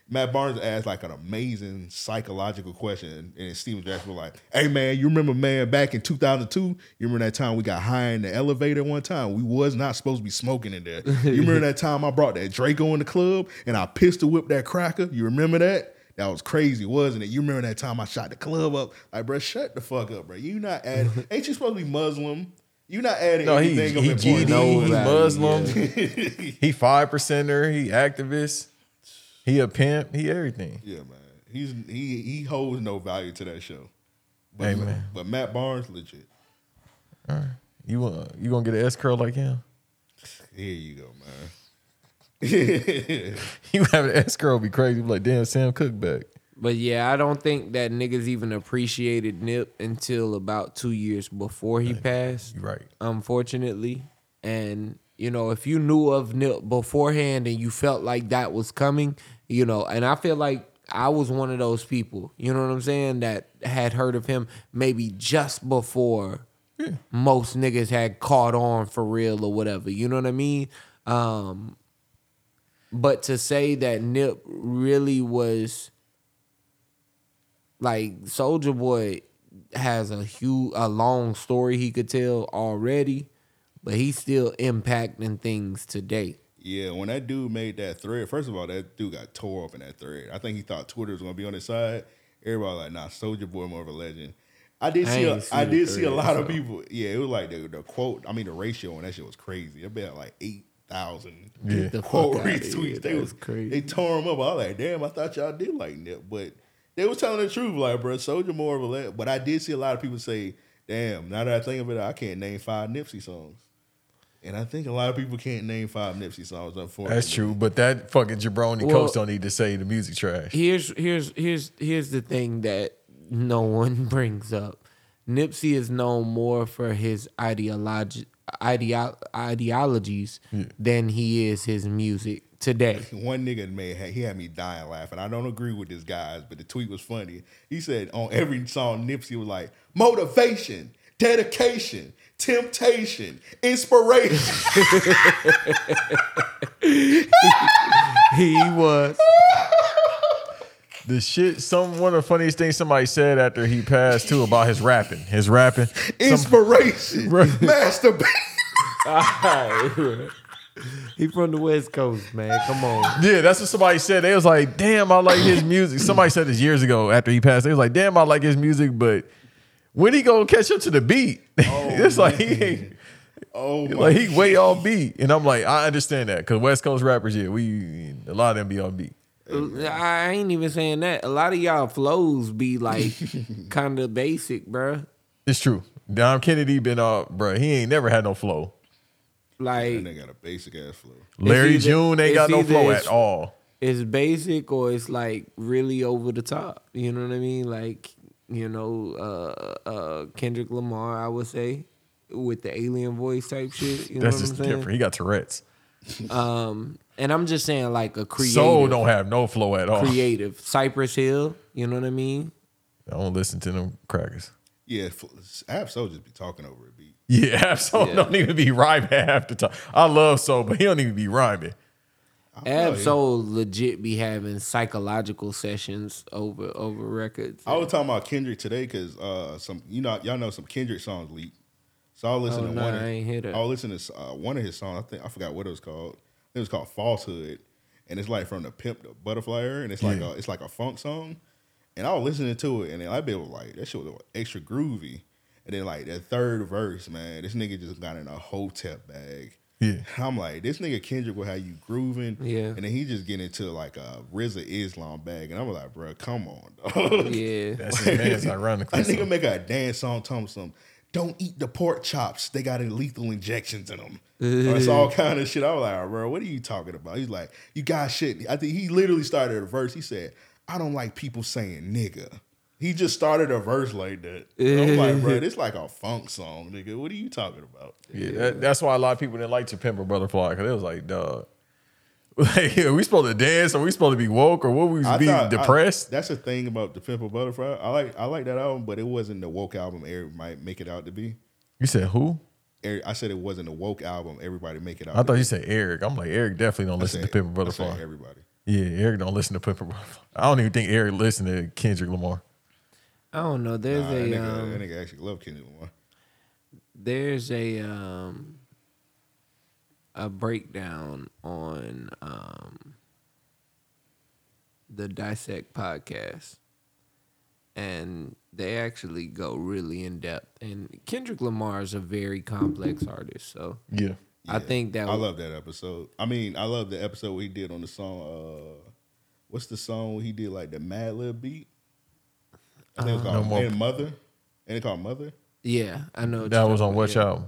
[SPEAKER 4] Matt Barnes asked like an amazing psychological question, and Steven Jackson was like, "Hey man, you remember man back in 2002? You remember that time we got high in the elevator one time? We was not supposed to be smoking in there. You remember that time I brought that Draco in the club and I pistol whipped that cracker? You remember that?" That was crazy, wasn't it? You remember that time I shot the club up? Like, bro, shut the fuck up, bro. You not adding? ain't you supposed to be Muslim? You not adding
[SPEAKER 5] No, he
[SPEAKER 4] anything
[SPEAKER 5] he
[SPEAKER 4] of importance?
[SPEAKER 5] GD,
[SPEAKER 3] No
[SPEAKER 5] he
[SPEAKER 3] value,
[SPEAKER 5] Muslim, he five percenter, he activist, he a pimp, he everything.
[SPEAKER 4] Yeah, man. He's he he holds no value to that show. But,
[SPEAKER 5] Hey, man.
[SPEAKER 4] but Matt Barnes, legit.
[SPEAKER 5] You want you gonna get an S curl like him?
[SPEAKER 4] Here you go, man.
[SPEAKER 5] You have an S curl be crazy. Be like damn Sam Cook back.
[SPEAKER 3] But yeah, I don't think that niggas even appreciated Nip until about two years before he passed,
[SPEAKER 5] You right.
[SPEAKER 3] unfortunately. And You know, if you knew of Nip beforehand and you felt like that was coming, you know, and I feel like I was one of those people, you know what I'm saying, that had heard of him maybe just before most niggas had caught on for real or whatever. You know what I mean? Um but to say that Nip really was like Soldier Boy has a huge a long story he could tell already, but he's still impacting things today.
[SPEAKER 4] Yeah, when that dude made that thread, first of all, that dude got tore up in that thread. I think he thought Twitter was gonna be on his side. Everybody was like, nah, Soldier Boy more of a legend. I did
[SPEAKER 3] I
[SPEAKER 4] see, a,
[SPEAKER 3] ain't seen
[SPEAKER 4] I
[SPEAKER 3] the
[SPEAKER 4] did see a
[SPEAKER 3] thread,
[SPEAKER 4] lot of
[SPEAKER 3] so.
[SPEAKER 4] people. Yeah, it was like the, the quote. I mean, the ratio on that shit was crazy. I bet like eight thousand
[SPEAKER 5] Yeah.
[SPEAKER 3] The
[SPEAKER 4] quote
[SPEAKER 3] fuck outta here,
[SPEAKER 4] retweets. They
[SPEAKER 3] that
[SPEAKER 4] was
[SPEAKER 3] was crazy.
[SPEAKER 4] They tore him up. I was like, damn, I thought y'all did like Nip, but they was telling the truth. Like, bro, Soldier more of a legend. But I did see a lot of people say, damn, now that I think of it, I can't name five Nipsey songs. And I think a lot of people can't name five Nipsey songs, unfortunately.
[SPEAKER 5] That's true, but that fucking jabroni
[SPEAKER 3] Well-
[SPEAKER 5] coach don't need to say the music trash.
[SPEAKER 3] Here's here's here's here's the thing that no one brings up. Nipsey is known more for his ideology, ideo- ideologies than he is his music today.
[SPEAKER 4] One nigga made he had me dying laughing. I don't agree with this guys, but the tweet was funny. He said on every song Nipsey was like motivation, dedication, temptation, inspiration.
[SPEAKER 3] he was.
[SPEAKER 5] The shit, some one of the funniest things somebody said after he passed too about his rapping, his rapping. Some,
[SPEAKER 4] inspiration, masturbation.
[SPEAKER 3] He from the West Coast, man. Come on.
[SPEAKER 5] yeah, that's what somebody said. They was like, "Damn, I like his music." Somebody said this years ago after he passed. They was like, "Damn, I like his music," but when he gonna catch up to the beat? it's like he ain't.
[SPEAKER 4] Oh my!
[SPEAKER 5] Like he way off beat, and I'm like, I understand that because West Coast rappers, yeah, we a lot of them be on beat.
[SPEAKER 3] I ain't even saying that. A lot of y'all flows be like kind of basic, bruh.
[SPEAKER 5] It's true. Dom Kennedy been off, bruh. He ain't never had no flow.
[SPEAKER 4] and they
[SPEAKER 3] Like
[SPEAKER 4] got a basic ass flow.
[SPEAKER 5] Larry
[SPEAKER 3] either-
[SPEAKER 5] June ain't got
[SPEAKER 3] it's
[SPEAKER 5] no
[SPEAKER 3] either
[SPEAKER 5] flow
[SPEAKER 3] it's-
[SPEAKER 5] at all.
[SPEAKER 3] it's basic or it's like really over the top. You know what I mean? Like you know, uh, uh, Kendrick Lamar, I would say, with the alien voice type shit. You know
[SPEAKER 5] That's
[SPEAKER 3] what
[SPEAKER 5] just
[SPEAKER 3] I'm saying?
[SPEAKER 5] different. He got Tourette's.
[SPEAKER 3] And I'm just saying, like a creative,
[SPEAKER 5] Soul don't have no flow at all.
[SPEAKER 3] creative Cypress Hill. You know what I mean?
[SPEAKER 5] I don't listen to them crackers.
[SPEAKER 4] Yeah, Ab Soul just be talking over a beat.
[SPEAKER 5] Yeah, Soul
[SPEAKER 3] Yeah.
[SPEAKER 5] don't even be rhyming half the time. I love Soul, but he don't even be rhyming.
[SPEAKER 3] Ab
[SPEAKER 4] yeah.
[SPEAKER 3] Soul legit be having psychological sessions over over records.
[SPEAKER 4] I was talking about Kendrick today because uh, some you know y'all know some Kendrick songs leaked. So I listened
[SPEAKER 3] Oh,
[SPEAKER 4] to
[SPEAKER 3] nah,
[SPEAKER 4] one. Of,
[SPEAKER 3] I ain't hear that.
[SPEAKER 4] I listened to uh, one of his songs. I think I forgot what it was called. It was called Falsehood, and it's like from the Pimp the Butterfly era, and it's like a, it's like a funk song. And I was listening to it, and then I be like, that shit was extra groovy. And then like that third verse, man, this nigga just got in a hotep bag.
[SPEAKER 5] Yeah.
[SPEAKER 4] I'm like, this nigga Kendrick will have you grooving.
[SPEAKER 3] Yeah.
[SPEAKER 4] And then he just get into like a RZA Islam bag, and I'm like, bro, come on. dog."
[SPEAKER 3] Yeah.
[SPEAKER 5] That's his man's ironically.
[SPEAKER 4] That nigga
[SPEAKER 5] so.
[SPEAKER 4] make a dance song telling some, don't eat the pork chops. They got lethal injections in them. Or it's all kind of shit. I was like, "Oh, bro, what are you talking about? He's like, you guys shit. I think he literally started a verse. He said, I don't like people saying nigga. He just started a verse like that. I'm like, bro, this like a funk song, nigga. What are you talking about?
[SPEAKER 5] Yeah, that, that's why a lot of people didn't like to pimp a butterfly because it was like, dog, like, are we supposed to dance? Are we supposed to be woke? Or what we
[SPEAKER 4] I
[SPEAKER 5] be
[SPEAKER 4] thought- I-
[SPEAKER 5] depressed?
[SPEAKER 4] that's the thing about the Pimple Butterfly. I like I like that album, but it wasn't the woke album everybody might make it out to be.
[SPEAKER 5] you said who?
[SPEAKER 4] Every- I said it wasn't the woke album everybody make it out.
[SPEAKER 5] I
[SPEAKER 4] to
[SPEAKER 5] thought
[SPEAKER 4] be.
[SPEAKER 5] you said Eric. I'm like Eric definitely don't listen
[SPEAKER 4] Said-
[SPEAKER 5] to Pimp a
[SPEAKER 4] I said
[SPEAKER 5] Butterfly.
[SPEAKER 4] Everybody.
[SPEAKER 5] Yeah, Eric don't listen to Pimp a Butterfly. I don't even think Eric listened to Kendrick Lamar.
[SPEAKER 3] I don't know. There's
[SPEAKER 4] Nah, that,
[SPEAKER 3] a
[SPEAKER 4] nigga,
[SPEAKER 3] um,
[SPEAKER 4] that nigga actually love Kendrick Lamar.
[SPEAKER 3] there's a um a breakdown on um the dissect podcast and they actually go really in depth and kendrick lamar is a very complex artist so
[SPEAKER 5] Yeah,
[SPEAKER 3] i think that
[SPEAKER 4] I love that episode. I mean, I love the episode where he did on the song. Uh, what's the song where he did like the Mad Lib beat? I think it was
[SPEAKER 5] Uh, No
[SPEAKER 4] called
[SPEAKER 5] More-
[SPEAKER 4] and Mother. And it called Mother.
[SPEAKER 3] yeah i know what
[SPEAKER 5] that
[SPEAKER 3] you're
[SPEAKER 5] was
[SPEAKER 3] talking
[SPEAKER 5] on
[SPEAKER 3] about,
[SPEAKER 5] which
[SPEAKER 3] yeah.
[SPEAKER 5] album?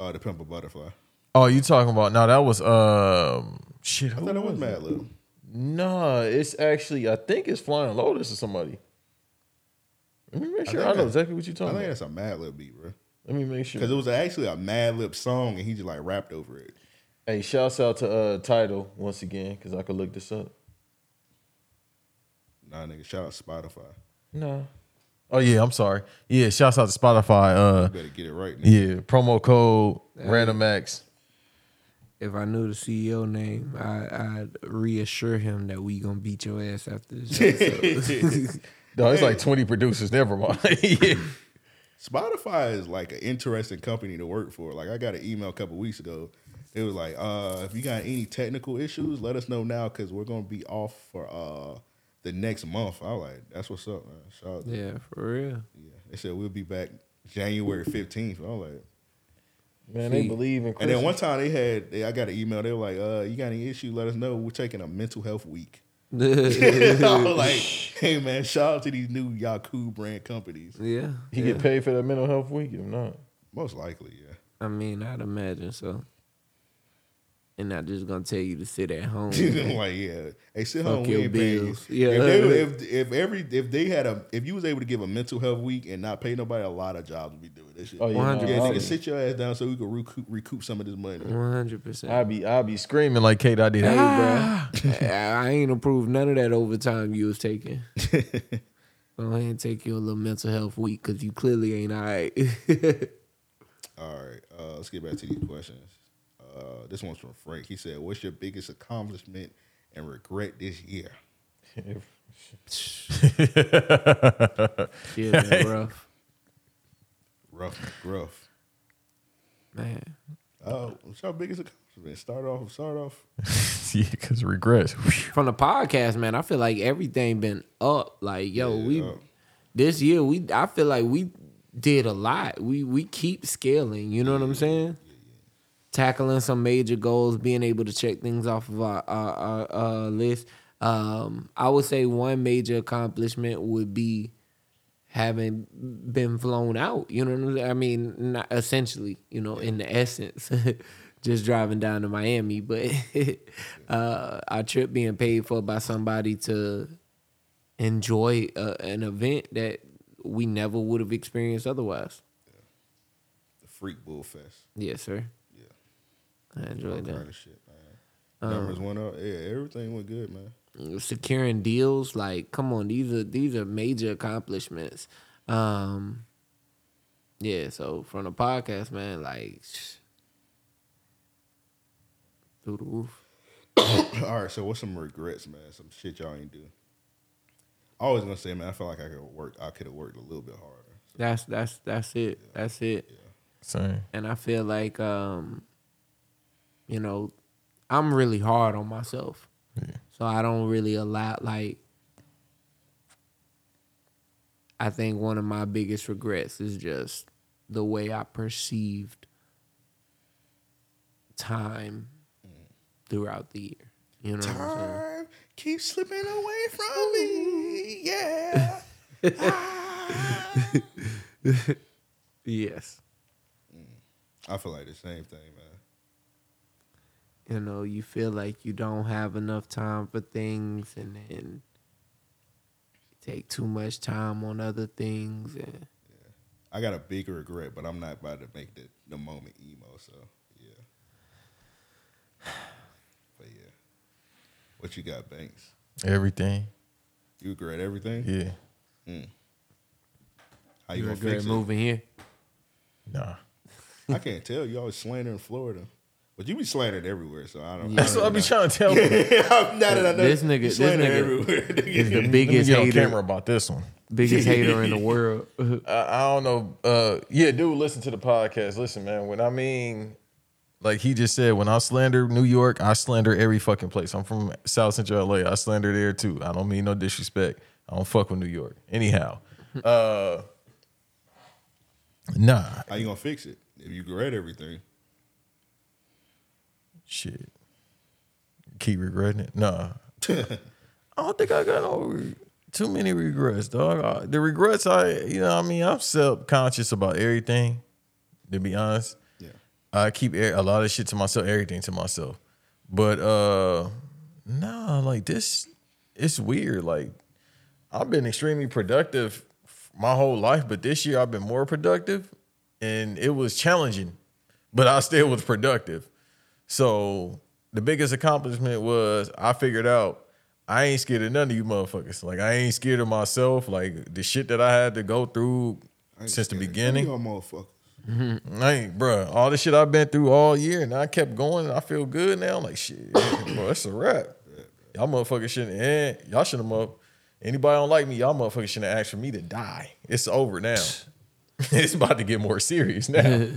[SPEAKER 4] Uh, the Pimple Butterfly.
[SPEAKER 5] Oh, you talking about? No, that was um shit.
[SPEAKER 4] I
[SPEAKER 5] Who
[SPEAKER 4] thought it was
[SPEAKER 5] was it?
[SPEAKER 4] Mad Lib.
[SPEAKER 5] Nah, it's actually I think it's Flying Lotus or somebody. Let me make sure I,
[SPEAKER 4] think
[SPEAKER 5] know
[SPEAKER 4] that-
[SPEAKER 5] exactly what you're
[SPEAKER 4] I
[SPEAKER 5] talking
[SPEAKER 4] think
[SPEAKER 5] about.
[SPEAKER 4] that's a Mad Lib beat, bro.
[SPEAKER 5] Let me make sure.
[SPEAKER 4] Because it was actually a Mad Lib song, and he just like rapped over it.
[SPEAKER 5] Hey, shouts out to uh title once again, because I could look this up.
[SPEAKER 4] Nah, nigga, shout out Spotify.
[SPEAKER 5] No. Oh yeah, I'm sorry. Yeah, shouts out to Spotify. Uh
[SPEAKER 4] You better get it right now.
[SPEAKER 5] yeah, promo code Random X.
[SPEAKER 3] If I knew the CEO name, I, I'd reassure him that we gonna beat your ass after this. episode.
[SPEAKER 5] No, it's like 20 producers. Never mind. yeah.
[SPEAKER 4] Spotify is like an interesting company to work for. Like I got an email a couple weeks ago. It was like, uh, if you got any technical issues, let us know now because we're gonna be off for uh the next month. I was like, that's what's up, man. Shout out. Yeah.
[SPEAKER 3] yeah, for real.
[SPEAKER 4] They said we'll be back January fifteenth. I was like,
[SPEAKER 5] Man, they believe in
[SPEAKER 4] and then one time they had, they, I got an email. They were like, uh, you got any issue? Let us know. We're taking a mental health week. I was like, hey man, shout out to these new Yaku brand companies.
[SPEAKER 3] yeah,
[SPEAKER 5] He
[SPEAKER 3] yeah.
[SPEAKER 5] get paid for that mental health week if not.
[SPEAKER 4] Most likely, yeah.
[SPEAKER 3] I mean, I'd imagine so. And not just gonna tell you to sit at home.
[SPEAKER 4] I'm like, yeah, hey, sit home.
[SPEAKER 3] Fuck
[SPEAKER 4] We
[SPEAKER 3] your
[SPEAKER 4] ain't paying you.
[SPEAKER 3] bills. Yeah.
[SPEAKER 4] If, they, were- if if every if they had a if you was able to give a mental health week and not pay nobody, a lot of jobs would be doing this shit.
[SPEAKER 5] Oh yeah,
[SPEAKER 3] One hundred
[SPEAKER 4] Yeah,
[SPEAKER 3] percent.
[SPEAKER 4] nigga,
[SPEAKER 5] yeah
[SPEAKER 4] sit your ass down so we can recoup, recoup some of this money.
[SPEAKER 3] One hundred percent. Ah.
[SPEAKER 5] I'd be I'd be screaming like Kate I did. Hey, bro.
[SPEAKER 3] I ain't approved none of that overtime you was taking. Go ahead and take your little mental health week because you clearly ain't all right.
[SPEAKER 4] All right, uh, let's get back to these questions. Uh, this one's from Frank. He said, "What's your biggest accomplishment and regret this year?"
[SPEAKER 3] Shit, that rough.
[SPEAKER 4] Rough, and gruff.
[SPEAKER 3] Man.
[SPEAKER 4] Oh, what's your biggest accomplishment? Start off. Start off.
[SPEAKER 5] yeah, because regrets. Whew.
[SPEAKER 3] From the podcast, man, I feel like everything been up. Like, yo, we
[SPEAKER 4] up.
[SPEAKER 3] this year we I feel like we did a lot. We we keep scaling, you know what I'm saying? Tackling some major goals, being able to check things off of our our, our, uh, list. Um, I would say one major accomplishment would be having been flown out. You know what I'm saying? I mean, not essentially, you know, in the essence, just driving down to Miami, but uh, our trip being paid for by somebody to enjoy uh, an event that we never would have experienced otherwise.
[SPEAKER 4] The Freak Bull Fest.
[SPEAKER 3] Yes, sir.
[SPEAKER 4] Yeah.
[SPEAKER 3] I
[SPEAKER 4] All
[SPEAKER 3] enjoyed
[SPEAKER 4] kind of shit, man. Numbers
[SPEAKER 3] Um,
[SPEAKER 4] went up. Yeah, everything went good, man.
[SPEAKER 3] that. Securing deals, like, come on, these are these are major accomplishments. Um, yeah. So from the podcast, man, like through the roof.
[SPEAKER 4] All right, so what's some regrets, man? Some shit y'all ain't do. I was gonna say, man, I felt like I could work. I could have worked a little bit harder.
[SPEAKER 3] That's that's that's it. That's it.
[SPEAKER 5] Same.
[SPEAKER 3] and I feel like um, you know, I'm really hard on myself.
[SPEAKER 5] Yeah.
[SPEAKER 3] So I don't really allow like I think one of my biggest regrets is just the way I perceived time throughout the year. You know what I'm saying?
[SPEAKER 4] Time Um, keep slipping away from me. Yeah.
[SPEAKER 3] Yes.
[SPEAKER 4] I feel like the same thing, man.
[SPEAKER 3] you know you feel like you don't have enough time for things and then you take too much time on other things and
[SPEAKER 4] I got a big regret, but I'm not about to make the, the moment emo. So yeah. But yeah, what you got, Banks?
[SPEAKER 5] Everything.
[SPEAKER 4] You regret everything?
[SPEAKER 5] Yeah.
[SPEAKER 4] How you,
[SPEAKER 3] you
[SPEAKER 4] gonna fix
[SPEAKER 3] regret
[SPEAKER 4] it?
[SPEAKER 3] moving here
[SPEAKER 5] Nah.
[SPEAKER 4] I can't tell. You always slandering Florida, but you be slandered everywhere. So I don't. I
[SPEAKER 5] That's
[SPEAKER 4] don't
[SPEAKER 5] what I be
[SPEAKER 4] know.
[SPEAKER 5] trying to tell you.
[SPEAKER 4] now that I know
[SPEAKER 3] This nigga- this
[SPEAKER 4] slander
[SPEAKER 3] nigga-
[SPEAKER 4] everywhere.
[SPEAKER 3] is the
[SPEAKER 5] Let me
[SPEAKER 3] biggest
[SPEAKER 5] get on camera
[SPEAKER 3] hater
[SPEAKER 5] about this one.
[SPEAKER 3] biggest hater in the world
[SPEAKER 5] I, I don't know. Uh, yeah, dude, listen to the podcast. Listen, man. When I mean, like he just said, when I slander New York, I slander every fucking place. I'm from South Central LA. I slander there too. I don't mean no disrespect. I don't fuck with New York. Anyhow, uh, nah,
[SPEAKER 4] How you gonna fix it if you regret everything?
[SPEAKER 5] shit. Keep regretting it. Nah, I don't think I got no re- too many regrets, dog. I, the regrets, I you know, what I mean, I'm self conscious about everything. To be honest,
[SPEAKER 4] Yeah.
[SPEAKER 5] I keep air- a lot of shit to myself, everything to myself. But uh nah, like this it's weird. Like I've been extremely productive f- my whole life, but this year I've been more productive and it was challenging, but I still was productive. So the biggest accomplishment was I figured out I ain't scared of none of you motherfuckers. Like I ain't scared of myself. Like the shit that I had to go through since the beginning.
[SPEAKER 4] you motherfucker.
[SPEAKER 5] I ain't, bruh, all the shit I've been through all year, and I kept going, and I feel good now. I'm like, shit, bro, that's a wrap. Y'all motherfuckers shouldn't, eh, y'all shouldn't, mother- anybody don't like me, y'all motherfuckers shouldn't ask for me to die. It's over now. it's about to get more serious now.
[SPEAKER 4] Yeah, man.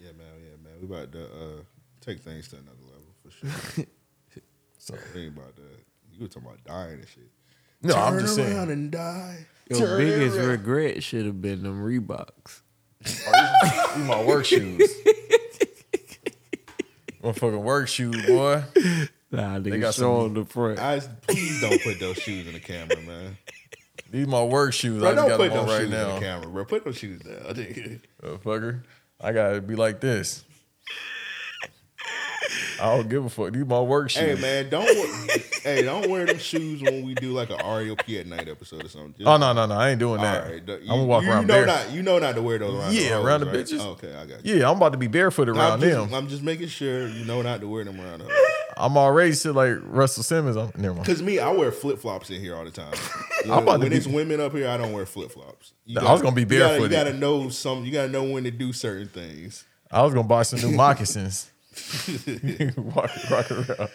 [SPEAKER 4] Yeah, man. We about to uh, take things to another level for sure. so think about that. You were talking about dying and shit.
[SPEAKER 5] No,
[SPEAKER 4] Turn
[SPEAKER 5] I'm just
[SPEAKER 4] around
[SPEAKER 5] saying.
[SPEAKER 4] and die.
[SPEAKER 3] Your biggest regret should have been them Reeboks.
[SPEAKER 5] These my work shoes. Motherfucking work shoes, boy.
[SPEAKER 3] Nah, they
[SPEAKER 5] got
[SPEAKER 3] got show on the front.
[SPEAKER 4] I please don't put those shoes in the camera, man.
[SPEAKER 5] These my work shoes.
[SPEAKER 4] Bro,
[SPEAKER 5] I just
[SPEAKER 4] don't
[SPEAKER 5] got
[SPEAKER 4] put
[SPEAKER 5] them
[SPEAKER 4] those
[SPEAKER 5] on right
[SPEAKER 4] shoes in the
[SPEAKER 5] now.
[SPEAKER 4] camera, bro. Put those shoes down. nigga.
[SPEAKER 5] Motherfucker. I gotta be like this. I don't give a fuck. These my work shoes.
[SPEAKER 4] hey, man. Don't. wear- hey, don't wear them shoes when we do like a REOP at night episode or something. Just-
[SPEAKER 5] Oh no, no, no! I ain't doing
[SPEAKER 4] All
[SPEAKER 5] that.
[SPEAKER 4] right,
[SPEAKER 5] I'm
[SPEAKER 4] you-
[SPEAKER 5] gonna walk
[SPEAKER 4] you
[SPEAKER 5] around
[SPEAKER 4] know
[SPEAKER 5] bare.
[SPEAKER 4] Not, you know not to wear those around.
[SPEAKER 5] Yeah,
[SPEAKER 4] the hoes,
[SPEAKER 5] around the
[SPEAKER 4] right? Oh,
[SPEAKER 5] bitches.
[SPEAKER 4] Okay, I got you.
[SPEAKER 5] Yeah, I'm about to be barefoot around
[SPEAKER 4] I'm
[SPEAKER 5] them.
[SPEAKER 4] Just, I'm just making sure you know not to wear them around.
[SPEAKER 5] I'm already sit like Russell Simmons. I'm never mind.
[SPEAKER 4] Because me, I wear flip flops in here all the time. When,
[SPEAKER 5] I'm about to
[SPEAKER 4] when
[SPEAKER 5] be-
[SPEAKER 4] it's women up here, I don't wear flip flops.
[SPEAKER 5] Nah, I was gonna be
[SPEAKER 4] You
[SPEAKER 5] barefooted.
[SPEAKER 4] gotta, know some. You gotta know when to do certain things.
[SPEAKER 5] I was gonna buy some new moccasins. walk, walk around.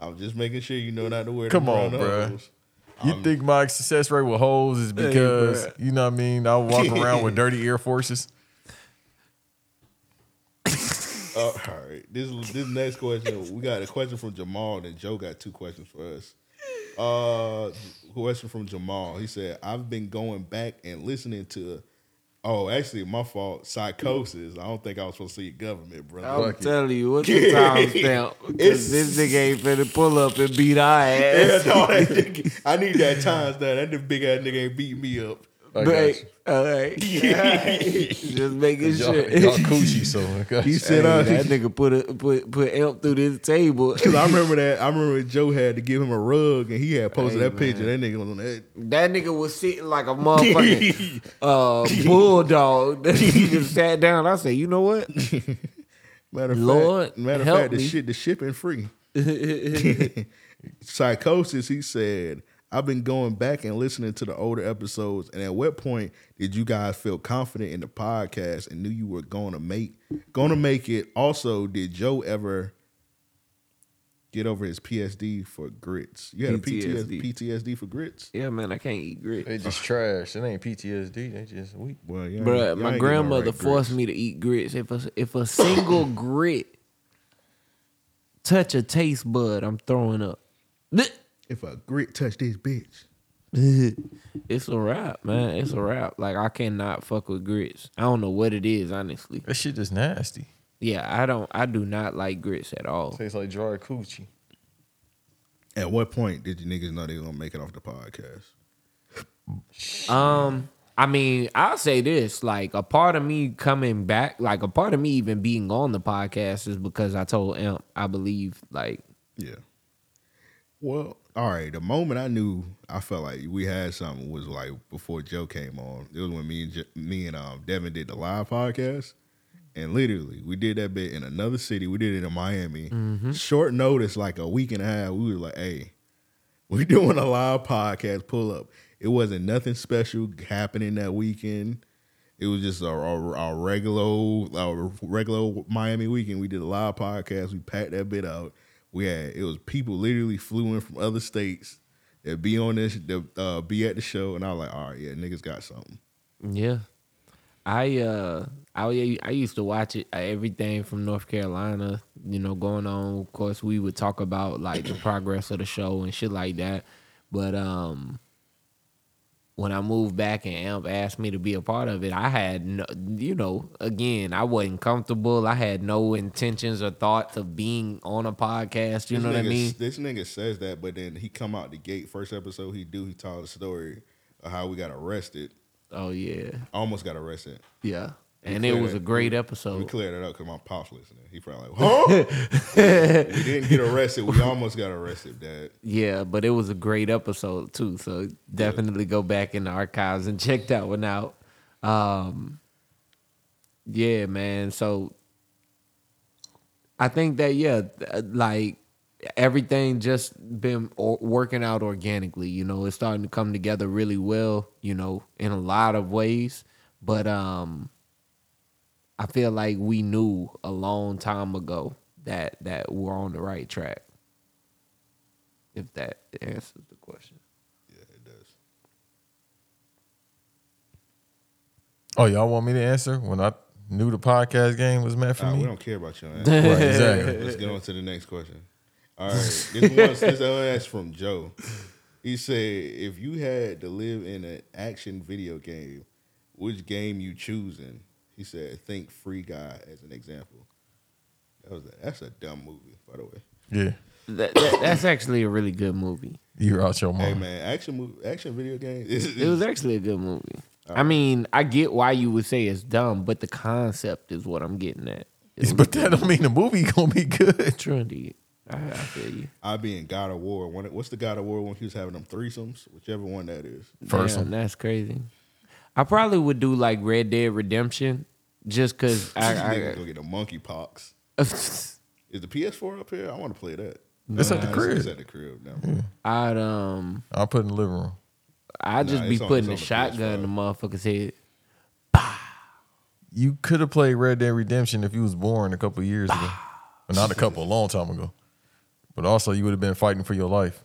[SPEAKER 4] I'm just making sure you know not to wear.
[SPEAKER 5] Come
[SPEAKER 4] them
[SPEAKER 5] on,
[SPEAKER 4] around the
[SPEAKER 5] bruh.
[SPEAKER 4] hoes.
[SPEAKER 5] You think my success rate with hoes is because
[SPEAKER 3] bruh.
[SPEAKER 5] you know what I mean? I walk around with dirty Air Forces.
[SPEAKER 4] Uh, all right. This this next question, we got a question from Jamal, and Joe got two questions for us. Uh, question from Jamal. He said, "I've been going back and listening to." Oh, actually, my fault. Psychosis. I don't think I was supposed to see government, brother.
[SPEAKER 3] I'm telling you, what's the timestamp? 'Cause
[SPEAKER 4] It's-
[SPEAKER 3] This nigga ain't finna pull up and beat our ass.
[SPEAKER 4] Yeah, no, that nigga- I need that times that. That big ass nigga ain't beating me up.
[SPEAKER 3] Right. All right. Just making
[SPEAKER 5] Y'all,
[SPEAKER 3] sure.
[SPEAKER 5] y'all coochie so
[SPEAKER 3] You
[SPEAKER 5] much.
[SPEAKER 3] said that nigga put a, put put amp through this table.
[SPEAKER 4] Cause I remember that. I remember when Joe had to give him a rug, and he had posted
[SPEAKER 3] Hey,
[SPEAKER 4] that picture. That nigga was on that.
[SPEAKER 3] That nigga was sitting like a motherfucking uh, bulldog. That nigga sat down. I said, you know what?
[SPEAKER 4] Matter of
[SPEAKER 3] Lord,
[SPEAKER 4] fact, matter of
[SPEAKER 3] help
[SPEAKER 4] fact, the
[SPEAKER 3] me.
[SPEAKER 4] shit, the shipping free. Psychosis. He said, "I've been going back and listening to the older episodes, and at what point did you guys feel confident in the podcast and knew you were going to make going to make it? Also, did Joe ever get over his PSD for grits? You had a
[SPEAKER 3] PTSD.
[SPEAKER 4] PTSD, PTSD for grits?
[SPEAKER 3] Yeah, man, I can't eat grits.
[SPEAKER 5] They just trash. It ain't PTSD. They just weak.
[SPEAKER 4] Well, yeah,
[SPEAKER 3] Bruh, my grandmother forced me to eat grits. If a, if a single grit touch a taste bud, I'm throwing up.
[SPEAKER 4] If a grit touched this bitch,
[SPEAKER 3] it's a wrap, man. It's a wrap. Like I cannot fuck with grits. I don't know what it is, honestly.
[SPEAKER 5] That shit just nasty.
[SPEAKER 3] Yeah, I don't. I do not like grits at all.
[SPEAKER 5] Tastes like dry coochie.
[SPEAKER 4] at what point did you niggas know they were gonna make it off the podcast?
[SPEAKER 3] Um, I mean, I'll say this: like a part of me coming back, like a part of me even being on the podcast is because I told Amp I believe like
[SPEAKER 4] Yeah. Well, all right. The moment I knew I felt like we had something was like before Joe came on. It was when me and Jo- me and um, Devin did the live podcast, and literally we did that bit in another city. We did it in Miami. Short notice, like a week and a half. We was like, "Hey, we doing a live podcast. Pull up." It wasn't nothing special happening that weekend. It was just our, our, our regular old- our regular Miami weekend. We did a live podcast. We packed that bit out. We had it was people literally flew in from other states that be on this that uh, be at the show, and I was like, all right, yeah, niggas got something.
[SPEAKER 3] Yeah, I uh, I I used to watch it uh, everything from North Carolina. You know, going on. Of course, we would talk about like the progress of the show and shit like that. But um, when I moved back and Amp asked me to be a part of it, I had no, you know, again, I wasn't comfortable. I had no intentions or thoughts of being on a podcast. You
[SPEAKER 4] This
[SPEAKER 3] know what I
[SPEAKER 4] nigga-
[SPEAKER 3] mean?
[SPEAKER 4] This nigga says that, but then he come out the gate first episode he do he told the story of how we got arrested.
[SPEAKER 3] Oh yeah,
[SPEAKER 4] I almost got arrested.
[SPEAKER 3] yeah.
[SPEAKER 4] We
[SPEAKER 3] And it
[SPEAKER 4] clear
[SPEAKER 3] was
[SPEAKER 4] that.
[SPEAKER 3] a great
[SPEAKER 4] We
[SPEAKER 3] episode.
[SPEAKER 4] cleared it up because my pops listening. He probably like, huh? we didn't get arrested. We almost got arrested, Dad.
[SPEAKER 3] Yeah, but it was a great episode too. So definitely go back in the archives and check that one out. Um, yeah, man. So I think that yeah, th- like everything just been or, working out organically. You know, it's starting to come together really well. You know, in a lot of ways, but um, I feel like we knew a long time ago that that we're on the right track. If that answers the question.
[SPEAKER 4] Yeah, it does.
[SPEAKER 5] Oh, y'all want me to answer when I knew the podcast game was meant for
[SPEAKER 4] Nah,
[SPEAKER 5] me?
[SPEAKER 4] we don't care about your ass.
[SPEAKER 5] Right, exactly.
[SPEAKER 4] Let's get on to the next question. All right, this one, this other ass from Joe. He said, "If you had to live in an action video game, which game you choosing?" He said, "Think Free Guy as an example." That was a, that's a dumb movie, by the way.
[SPEAKER 5] Yeah,
[SPEAKER 3] That, that, that's actually a really good movie.
[SPEAKER 5] you're out your
[SPEAKER 4] Hey
[SPEAKER 5] mind.
[SPEAKER 4] man, action movie, action video game. Is,
[SPEAKER 3] Oh. It was actually a good movie. I mean, I get why you would say it's dumb, but the concept is what I'm getting at. It was
[SPEAKER 5] But that don't mean the movie gonna be good.
[SPEAKER 3] trendy. I, I feel you.
[SPEAKER 4] I be in God of War. One, what's the God of War one? He was having them threesomes, whichever one that is.
[SPEAKER 5] First
[SPEAKER 3] Damn,
[SPEAKER 5] one.
[SPEAKER 3] that's crazy. I probably would do like Red Dead Redemption just because
[SPEAKER 4] Nigga
[SPEAKER 3] I.
[SPEAKER 4] gonna get the monkey pox.
[SPEAKER 3] I
[SPEAKER 4] Is the PS4 up here? I want to play that.
[SPEAKER 5] It's at the
[SPEAKER 4] Nah, It's, it's
[SPEAKER 5] crib.
[SPEAKER 4] at the crib now.
[SPEAKER 3] I'd um
[SPEAKER 5] I'll put it in the living room.
[SPEAKER 3] I'd just
[SPEAKER 4] Nah,
[SPEAKER 3] be
[SPEAKER 4] it's on-
[SPEAKER 3] putting a
[SPEAKER 4] it's on the
[SPEAKER 3] shotgun in the motherfucker's head.
[SPEAKER 5] You could have played Red Dead Redemption if you was born a couple years ago. Well, not a couple, a long time ago. But also, you would have been fighting for your life.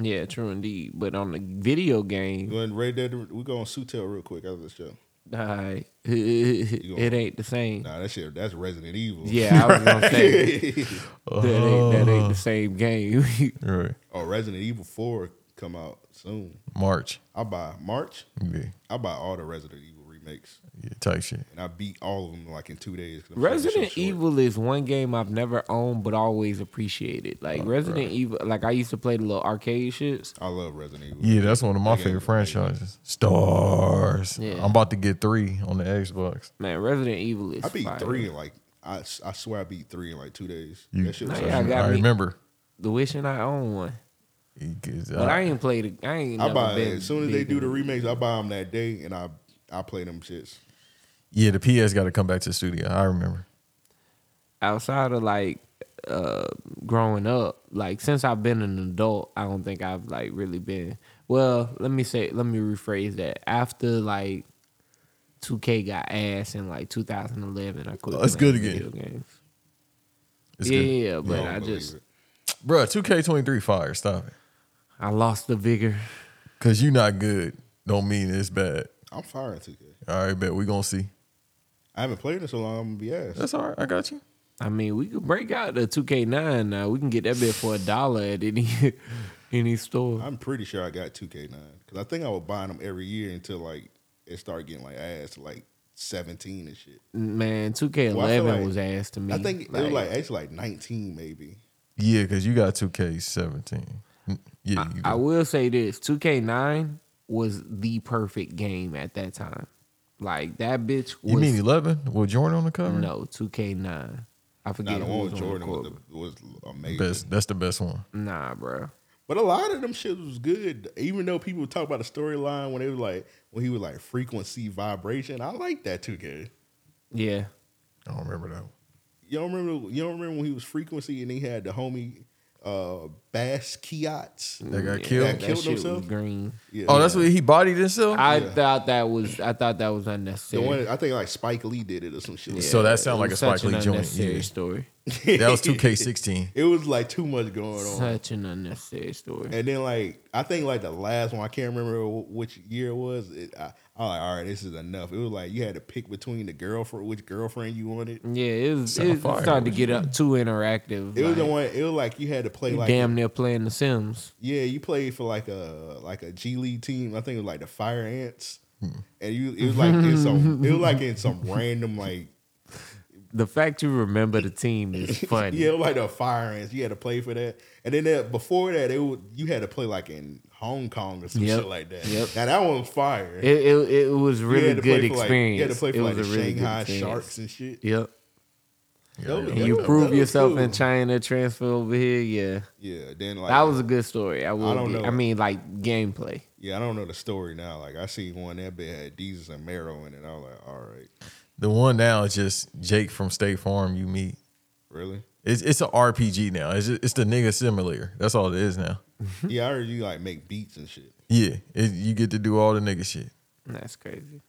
[SPEAKER 3] Yeah, true indeed. But on the video game,
[SPEAKER 4] When Ray Dead, we go on Sutel real quick after the show.
[SPEAKER 3] I, it ain't the same.
[SPEAKER 4] Nah, that shit, that's Resident Evil.
[SPEAKER 3] Yeah, I was gonna say
[SPEAKER 4] oh,
[SPEAKER 3] that ain't, that ain't the same game.
[SPEAKER 5] Right.
[SPEAKER 4] Resident Evil 4 come out soon.
[SPEAKER 5] March.
[SPEAKER 4] I buy March.
[SPEAKER 5] Yeah.
[SPEAKER 4] I buy all the Resident Evil remakes,
[SPEAKER 5] Yeah. Type shit.
[SPEAKER 4] and I beat all of them like in two days. 'cause I'm playing this shit
[SPEAKER 3] Resident
[SPEAKER 4] short.
[SPEAKER 3] Evil is one game I've never owned but always appreciated.
[SPEAKER 4] Oh,
[SPEAKER 3] Like Resident Evil, like I used to play the little arcade shits.
[SPEAKER 4] I love Resident Evil.
[SPEAKER 5] Yeah, that's one of my
[SPEAKER 4] Okay.
[SPEAKER 5] favorite franchises. Stars.
[SPEAKER 3] Yeah.
[SPEAKER 5] I'm about to get three on the Xbox.
[SPEAKER 3] Man, Resident Evil is.
[SPEAKER 4] I beat
[SPEAKER 3] fire.
[SPEAKER 4] three in like I, s- I swear I beat three in like two days.
[SPEAKER 5] You,
[SPEAKER 4] that shit was
[SPEAKER 5] I,
[SPEAKER 3] Nah, yeah, I got me.
[SPEAKER 5] remember.
[SPEAKER 3] The wishing I own one,
[SPEAKER 5] Because
[SPEAKER 3] but I
[SPEAKER 5] I-
[SPEAKER 3] ain't played. it. I ain't.
[SPEAKER 4] Uh, I
[SPEAKER 3] never
[SPEAKER 4] buy
[SPEAKER 3] been
[SPEAKER 4] as soon as they
[SPEAKER 3] big
[SPEAKER 4] do the
[SPEAKER 3] in-
[SPEAKER 4] remakes, I buy them that day, and I I play them shits.
[SPEAKER 5] yeah, the PS got to come back to the studio. I remember.
[SPEAKER 3] outside of like uh growing up like since i've been an adult i don't think i've like really been well let me say let me rephrase that after like 2k got ass in like 2011 i quit
[SPEAKER 5] Oh, it's
[SPEAKER 3] playing
[SPEAKER 5] good again.
[SPEAKER 3] video games.
[SPEAKER 5] It's
[SPEAKER 3] yeah
[SPEAKER 5] good.
[SPEAKER 3] yeah, yeah, but
[SPEAKER 4] don't
[SPEAKER 3] i
[SPEAKER 4] believe
[SPEAKER 3] just
[SPEAKER 4] it.
[SPEAKER 5] Bruh, 2K23 fire. Stop it.
[SPEAKER 3] i lost the vigor
[SPEAKER 5] Because you not good don't mean it's bad.
[SPEAKER 4] I'm firing 2K.
[SPEAKER 5] All right, bet. we going to see.
[SPEAKER 4] I haven't played in so long. I'm gonna be ass.
[SPEAKER 5] That's all right. I got you.
[SPEAKER 3] i mean we could break out the 2k9 now we can get that bit for a dollar at any any store
[SPEAKER 4] I'm pretty sure I got 2K9 because I think I was buying them every year until like it started getting like ass to like 17 and shit.
[SPEAKER 3] man 2k11
[SPEAKER 4] Well, I feel like-
[SPEAKER 3] was ass to me
[SPEAKER 4] I think it was like actually like 19 maybe.
[SPEAKER 5] Yeah, because you got 2K17. Mm, Yeah, you
[SPEAKER 3] I
[SPEAKER 5] do.
[SPEAKER 3] will say this: 2K9 was the perfect game at that time. Like that bitch was
[SPEAKER 5] You mean 11 with Jordan on the cover?
[SPEAKER 3] no 2K9. I
[SPEAKER 4] Nah,
[SPEAKER 3] forget.
[SPEAKER 4] the
[SPEAKER 3] who
[SPEAKER 4] one
[SPEAKER 3] was
[SPEAKER 4] with
[SPEAKER 3] on
[SPEAKER 4] Jordan
[SPEAKER 3] the
[SPEAKER 4] was,
[SPEAKER 3] cover.
[SPEAKER 4] the, was amazing.
[SPEAKER 5] Best, that's the best one.
[SPEAKER 3] Nah, bro.
[SPEAKER 4] But a lot of them shit was good. Even though people talk about the storyline when they were like when he was like frequency vibration, I like that 2K.
[SPEAKER 3] Yeah,
[SPEAKER 5] I don't remember that one.
[SPEAKER 4] You don't remember? You don't remember when he was frequency and he had the homie uh Bass Kiots?
[SPEAKER 5] That got
[SPEAKER 3] Yeah,
[SPEAKER 5] killed.
[SPEAKER 4] That killed
[SPEAKER 3] shit was
[SPEAKER 4] himself?
[SPEAKER 3] green.
[SPEAKER 4] Yeah.
[SPEAKER 5] Oh, that's what he bodied himself?
[SPEAKER 3] I thought that was. I thought that was
[SPEAKER 4] the
[SPEAKER 3] unnecessary.
[SPEAKER 4] one. I think like Spike Lee did it or some shit. like
[SPEAKER 5] So that sound
[SPEAKER 3] It
[SPEAKER 5] like
[SPEAKER 3] was
[SPEAKER 5] a Spike
[SPEAKER 3] such an
[SPEAKER 5] Lee joint,
[SPEAKER 3] unnecessary
[SPEAKER 5] yeah.
[SPEAKER 3] story.
[SPEAKER 5] that was 2K16.
[SPEAKER 4] It was like too much going on.
[SPEAKER 3] Such an unnecessary story.
[SPEAKER 4] And then like I think like the last one I can't remember wh- which year it was. It, I, I was like, all right, this is enough. It was like you had to pick between the girlfriend, which girlfriend you wanted.
[SPEAKER 3] Yeah, it was.
[SPEAKER 5] Sound
[SPEAKER 3] It
[SPEAKER 5] fire.
[SPEAKER 3] started to get up too interactive.
[SPEAKER 4] It was the
[SPEAKER 3] like,
[SPEAKER 4] one. It was like you had to play
[SPEAKER 3] you
[SPEAKER 4] like
[SPEAKER 3] damn near playing The Sims.
[SPEAKER 4] yeah, you played for like a like a G League team. I think it was like the Fire Ants,
[SPEAKER 3] Hmm.
[SPEAKER 4] and you it was like in some it was like in some random like
[SPEAKER 3] The fact you remember the team is funny.
[SPEAKER 4] yeah, it was like the Fire Ants. You had to play for that, and then that, before that, it was, you had to play like in Hong Kong or some
[SPEAKER 3] Yep.
[SPEAKER 4] shit like that.
[SPEAKER 3] Yep.
[SPEAKER 4] Now that one was fire.
[SPEAKER 3] It, it, it was
[SPEAKER 4] You
[SPEAKER 3] really
[SPEAKER 4] had to
[SPEAKER 3] good
[SPEAKER 4] play for, like-
[SPEAKER 3] experience.
[SPEAKER 4] you had to play for
[SPEAKER 3] it
[SPEAKER 4] like the
[SPEAKER 3] was a really good
[SPEAKER 4] Shanghai
[SPEAKER 3] experience.
[SPEAKER 4] Sharks and shit.
[SPEAKER 3] Yep.
[SPEAKER 4] That was-
[SPEAKER 3] And
[SPEAKER 4] that
[SPEAKER 3] you
[SPEAKER 4] was-
[SPEAKER 3] prove
[SPEAKER 4] that was
[SPEAKER 3] yourself
[SPEAKER 4] cool.
[SPEAKER 3] in China, transfer over here. Yeah.
[SPEAKER 4] Yeah, then like
[SPEAKER 3] That was a good story. I, will
[SPEAKER 4] don't
[SPEAKER 3] get-
[SPEAKER 4] know.
[SPEAKER 3] I mean, like gameplay.
[SPEAKER 4] yeah, I don't know the story now. Like I see one that bit had Jesus and Marrow in it. I was like, all right,
[SPEAKER 5] The one now is just Jake from State Farm you meet.
[SPEAKER 4] really?
[SPEAKER 5] It's it's an RPG now. It's it's the nigga simulator. That's all it is now.
[SPEAKER 3] Hmm.
[SPEAKER 4] Yeah, I heard you like make beats and shit.
[SPEAKER 5] Yeah, it, you get to do all the nigga shit.
[SPEAKER 3] That's crazy.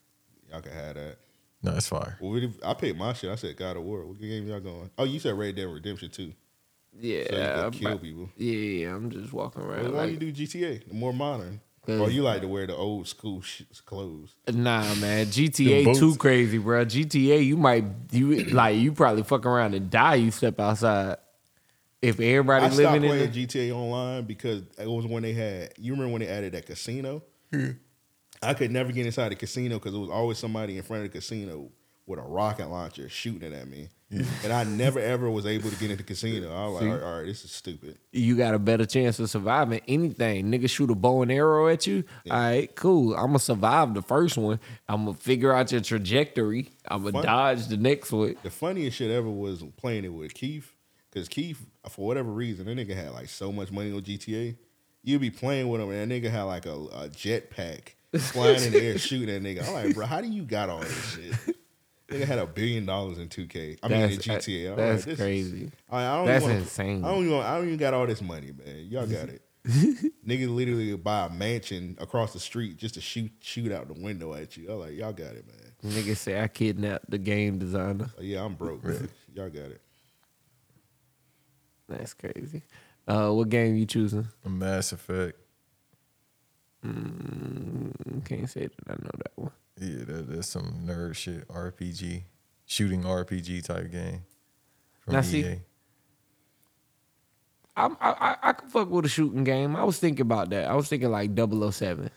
[SPEAKER 4] Y'all can have that.
[SPEAKER 5] No, it's fire.
[SPEAKER 4] Well, we, I picked my shit. I said God of War. What game y'all going? Oh, you said Red Dead Redemption too.
[SPEAKER 3] Yeah.
[SPEAKER 4] So you can
[SPEAKER 3] I'm
[SPEAKER 4] kill
[SPEAKER 3] about-
[SPEAKER 4] people.
[SPEAKER 3] yeah, yeah, I'm just walking
[SPEAKER 4] Why
[SPEAKER 3] around.
[SPEAKER 4] you
[SPEAKER 3] Like, Mm.
[SPEAKER 4] do GTA? The more modern.
[SPEAKER 3] 'Cause-
[SPEAKER 4] Or you like to wear the old school sh- clothes?
[SPEAKER 3] nah, man,
[SPEAKER 5] Them
[SPEAKER 3] GTA
[SPEAKER 5] boots.
[SPEAKER 3] too crazy, bro. GTA, you might you like you probably fuck around and die. You step outside. If everybody
[SPEAKER 4] I stopped
[SPEAKER 3] living in
[SPEAKER 4] playing
[SPEAKER 3] the,
[SPEAKER 4] GTA Online because it was when they had. You remember when they added that casino? I could never get inside the casino because it was always somebody in front of the casino with a rocket launcher shooting it at me, and I never ever was able to get into the casino. I was like, all right, all right, this is stupid.
[SPEAKER 3] you got a better chance of surviving anything. Nigga shoot a bow and arrow at you. All right, cool. I'm gonna survive the first one. I'm gonna figure out your trajectory. I'm gonna
[SPEAKER 4] Fun-
[SPEAKER 3] dodge the next one.
[SPEAKER 4] The funniest shit ever was playing it with Keith, because Keith, for whatever reason, that nigga had like so much money on GTA. You'd be playing with him, and that nigga had like a, a jetpack flying in the air shooting at nigga. I'm like, bro, how do you got all this shit? Nigga had a billion dollars in 2K. I mean, in
[SPEAKER 3] That's- uh,
[SPEAKER 4] GTA. I'm like,
[SPEAKER 3] that's
[SPEAKER 4] this is-
[SPEAKER 3] crazy.
[SPEAKER 4] I, I don't
[SPEAKER 3] That's
[SPEAKER 4] wanna-
[SPEAKER 3] insane.
[SPEAKER 4] I don't, even, I don't even got all this money, man. Y'all got it. Nigga literally would buy a mansion across the street just to shoot shoot out the window at you. I'm like, y'all got it, man.
[SPEAKER 3] Nigga say I kidnapped the game designer.
[SPEAKER 4] Like, yeah, I'm broke, man. Y'all got it.
[SPEAKER 3] That's crazy. Uh, what game you choosing?
[SPEAKER 5] Mass Effect.
[SPEAKER 3] Mm, Can't say that I know that one.
[SPEAKER 5] Yeah, that, that's some nerd shit. RPG, shooting RPG type game. From E
[SPEAKER 3] Now,
[SPEAKER 5] EA.
[SPEAKER 3] see- I'm, I I I could fuck with a shooting game. I was thinking about that. I was thinking like 007.